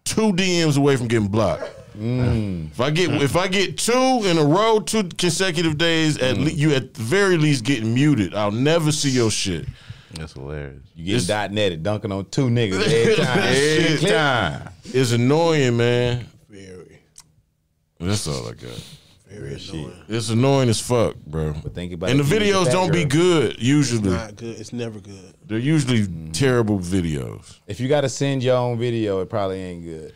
[SPEAKER 1] two DMs away from getting blocked. If I get if I get two in a row, two consecutive days, at le- you at the very least getting muted. I'll never see your shit.
[SPEAKER 3] That's hilarious.
[SPEAKER 2] You get dot netted, dunking on two niggas every time.
[SPEAKER 3] Every
[SPEAKER 1] Shit
[SPEAKER 3] time.
[SPEAKER 1] is annoying, man.
[SPEAKER 4] Very,
[SPEAKER 1] That's all I got.
[SPEAKER 4] very annoying.
[SPEAKER 1] It's annoying as fuck, bro.
[SPEAKER 2] But think about
[SPEAKER 1] And the
[SPEAKER 2] it, you was a
[SPEAKER 1] videos
[SPEAKER 2] fat
[SPEAKER 1] don't be
[SPEAKER 2] girl.
[SPEAKER 1] good usually.
[SPEAKER 4] Not good. It's never good.
[SPEAKER 1] They're usually terrible videos.
[SPEAKER 2] If you gotta send your own video, it probably ain't good.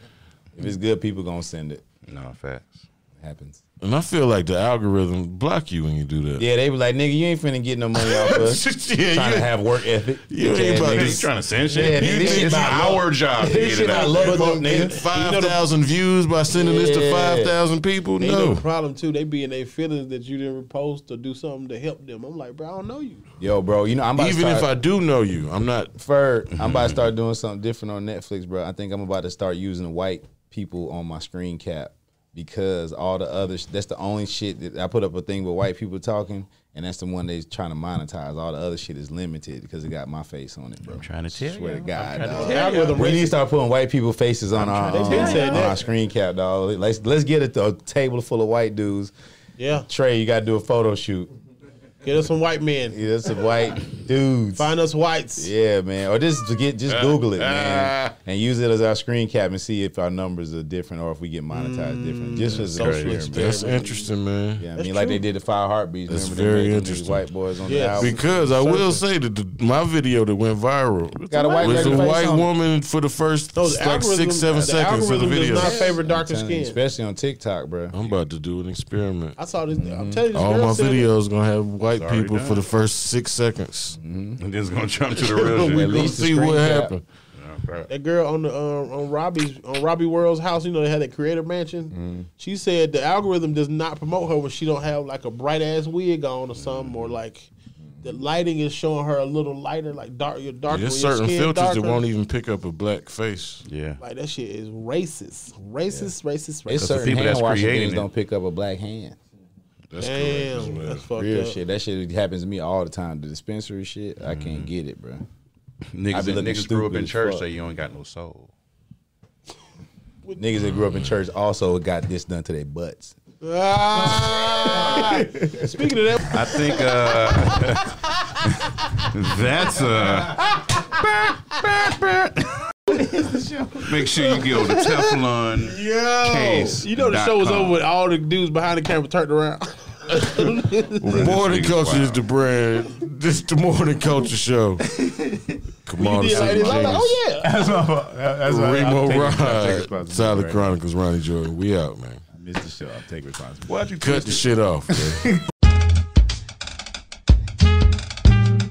[SPEAKER 2] If it's good, people gonna send it.
[SPEAKER 3] No, facts.
[SPEAKER 2] It happens.
[SPEAKER 1] And I feel like the algorithm block you when you do that.
[SPEAKER 2] Yeah, they be like, nigga, you ain't finna get no money off us.
[SPEAKER 1] Yeah,
[SPEAKER 2] Trying to
[SPEAKER 1] you-
[SPEAKER 2] have work ethic.
[SPEAKER 1] You ain't
[SPEAKER 2] Bitch ass
[SPEAKER 1] about to-
[SPEAKER 2] niggas.
[SPEAKER 1] He's
[SPEAKER 3] trying to send
[SPEAKER 2] Yeah,
[SPEAKER 3] shit.
[SPEAKER 2] You this think shit it's about our
[SPEAKER 3] our job to
[SPEAKER 2] This
[SPEAKER 3] get
[SPEAKER 2] shit
[SPEAKER 3] it
[SPEAKER 2] I
[SPEAKER 3] out.
[SPEAKER 2] love it,
[SPEAKER 1] Get
[SPEAKER 2] nigga.
[SPEAKER 1] five thousand views by sending this to
[SPEAKER 2] Yeah.
[SPEAKER 1] five thousand people.
[SPEAKER 4] They know
[SPEAKER 1] No,
[SPEAKER 4] the problem too. They be in their feelings that you didn't post or do something to help them. I'm like, bro, I don't know you.
[SPEAKER 2] Yo, bro, you know I'm about
[SPEAKER 1] even
[SPEAKER 2] to
[SPEAKER 1] if Mm-hmm. I
[SPEAKER 2] start,
[SPEAKER 1] do know you, I'm not.
[SPEAKER 2] Ferd, I'm about to start doing something different on Netflix, bro. I think I'm about to start using white people on my screen cap because all the other sh- that's the only shit that I put up a thing with white people talking, and that's the one they trying to monetize. All the other shit is limited because it got my face on it, bro.
[SPEAKER 3] I'm trying to tell
[SPEAKER 2] Swear to
[SPEAKER 3] you.
[SPEAKER 2] God,
[SPEAKER 3] I'm trying to
[SPEAKER 2] dog.
[SPEAKER 3] tell you.
[SPEAKER 4] Algorithm
[SPEAKER 2] We need to start putting white people faces on our,
[SPEAKER 4] trying to tell
[SPEAKER 2] um,
[SPEAKER 4] you.
[SPEAKER 2] on our screen cap, dog. Let's let's get a, a table full of white dudes.
[SPEAKER 4] Yeah,
[SPEAKER 2] Trey, you got to do a photo shoot.
[SPEAKER 4] get us some white men.
[SPEAKER 2] Yeah, some white dudes.
[SPEAKER 4] Find us whites.
[SPEAKER 2] Yeah, man. Or just to get just Google it, man, and use it as our screen cap and see if our numbers are different or if we get monetized
[SPEAKER 4] Mm.
[SPEAKER 2] different. Just as a
[SPEAKER 4] social
[SPEAKER 2] experiment.
[SPEAKER 4] experiment.
[SPEAKER 1] That's interesting, man.
[SPEAKER 2] Yeah, I mean, like they did the Five Heartbeats.
[SPEAKER 1] That's
[SPEAKER 2] they
[SPEAKER 1] very
[SPEAKER 2] made them niggas
[SPEAKER 1] interesting.
[SPEAKER 2] White boys on
[SPEAKER 4] Yes.
[SPEAKER 2] the album.
[SPEAKER 1] Because I will say that the, my video that went viral
[SPEAKER 2] Got a white
[SPEAKER 1] was a
[SPEAKER 2] lady face
[SPEAKER 1] white
[SPEAKER 2] on it.
[SPEAKER 1] woman for the first
[SPEAKER 4] No, the
[SPEAKER 1] like
[SPEAKER 4] algorithm-
[SPEAKER 1] six, seven
[SPEAKER 4] the
[SPEAKER 1] seconds of the
[SPEAKER 4] algorithm does
[SPEAKER 1] video.
[SPEAKER 4] not favor darker
[SPEAKER 2] Telling you,
[SPEAKER 4] skin.
[SPEAKER 2] especially on TikTok, bro.
[SPEAKER 1] I'm about to do an experiment.
[SPEAKER 4] I saw this. I'm telling you, this
[SPEAKER 1] Mm-hmm. All
[SPEAKER 4] girl
[SPEAKER 1] my
[SPEAKER 4] said it.
[SPEAKER 1] videos gonna have white
[SPEAKER 3] already
[SPEAKER 1] people for
[SPEAKER 3] done.
[SPEAKER 1] the first six seconds.
[SPEAKER 3] I'm just gonna jump to the
[SPEAKER 1] We
[SPEAKER 3] real shit.
[SPEAKER 1] gonna
[SPEAKER 2] least the
[SPEAKER 1] see what
[SPEAKER 2] screen cap.
[SPEAKER 1] happened.
[SPEAKER 4] That girl on the um, on Robbie's on Robbie World's house, you know they had that creator mansion.
[SPEAKER 1] Mm-hmm.
[SPEAKER 4] She said the algorithm does not promote her when she don't have like a bright ass wig on or something,
[SPEAKER 1] Mm-hmm.
[SPEAKER 4] or like the lighting is showing her a little lighter, like dark, you're darker.
[SPEAKER 1] There's
[SPEAKER 4] your
[SPEAKER 1] certain
[SPEAKER 4] skin
[SPEAKER 1] filters
[SPEAKER 4] darker.
[SPEAKER 1] that won't e- even pick up a black face.
[SPEAKER 3] Yeah.
[SPEAKER 4] Like that shit is racist, racist, racist,
[SPEAKER 2] It's
[SPEAKER 4] racist.
[SPEAKER 3] the
[SPEAKER 2] certain
[SPEAKER 3] people that's
[SPEAKER 2] hand washing
[SPEAKER 3] creating
[SPEAKER 2] things
[SPEAKER 3] it.
[SPEAKER 2] don't pick up a black hand.
[SPEAKER 1] That's correct as
[SPEAKER 4] Damn,
[SPEAKER 1] well.
[SPEAKER 4] that's fucked
[SPEAKER 2] Real
[SPEAKER 4] up.
[SPEAKER 2] shit. That shit happens to me all the time. The dispensary shit, I can't get it, bro. I
[SPEAKER 3] Niggas,
[SPEAKER 2] be looking
[SPEAKER 3] niggas grew up
[SPEAKER 2] stupid
[SPEAKER 3] in
[SPEAKER 2] as
[SPEAKER 3] church
[SPEAKER 2] fuck.
[SPEAKER 3] say you ain't got no soul.
[SPEAKER 2] Niggas that grew up in church also got this done to their butts.
[SPEAKER 4] Ah! Speaking of that,
[SPEAKER 3] I think uh, that's uh Make sure you get on the Teflon case.
[SPEAKER 4] you know the show was over with all the dudes behind the camera turned around.
[SPEAKER 1] Morning
[SPEAKER 3] nigga's
[SPEAKER 1] Culture is
[SPEAKER 3] wild.
[SPEAKER 1] the brand. This the Morning Culture show. Come on,
[SPEAKER 4] Yeah, like,
[SPEAKER 1] City
[SPEAKER 4] I'm like,
[SPEAKER 1] Genius.
[SPEAKER 4] oh yeah,
[SPEAKER 5] That's my fault. That-
[SPEAKER 3] Oh,
[SPEAKER 5] That's
[SPEAKER 1] Remo
[SPEAKER 5] why I'm taking- I'm taking
[SPEAKER 1] Rod,
[SPEAKER 5] responsibility
[SPEAKER 1] Tyler
[SPEAKER 5] right now.
[SPEAKER 1] Chronicles, Ronnie Jordan. We out, man.
[SPEAKER 5] I missed the show. I'll take responsibility.
[SPEAKER 3] Why'd you
[SPEAKER 1] Cut the shit off, man.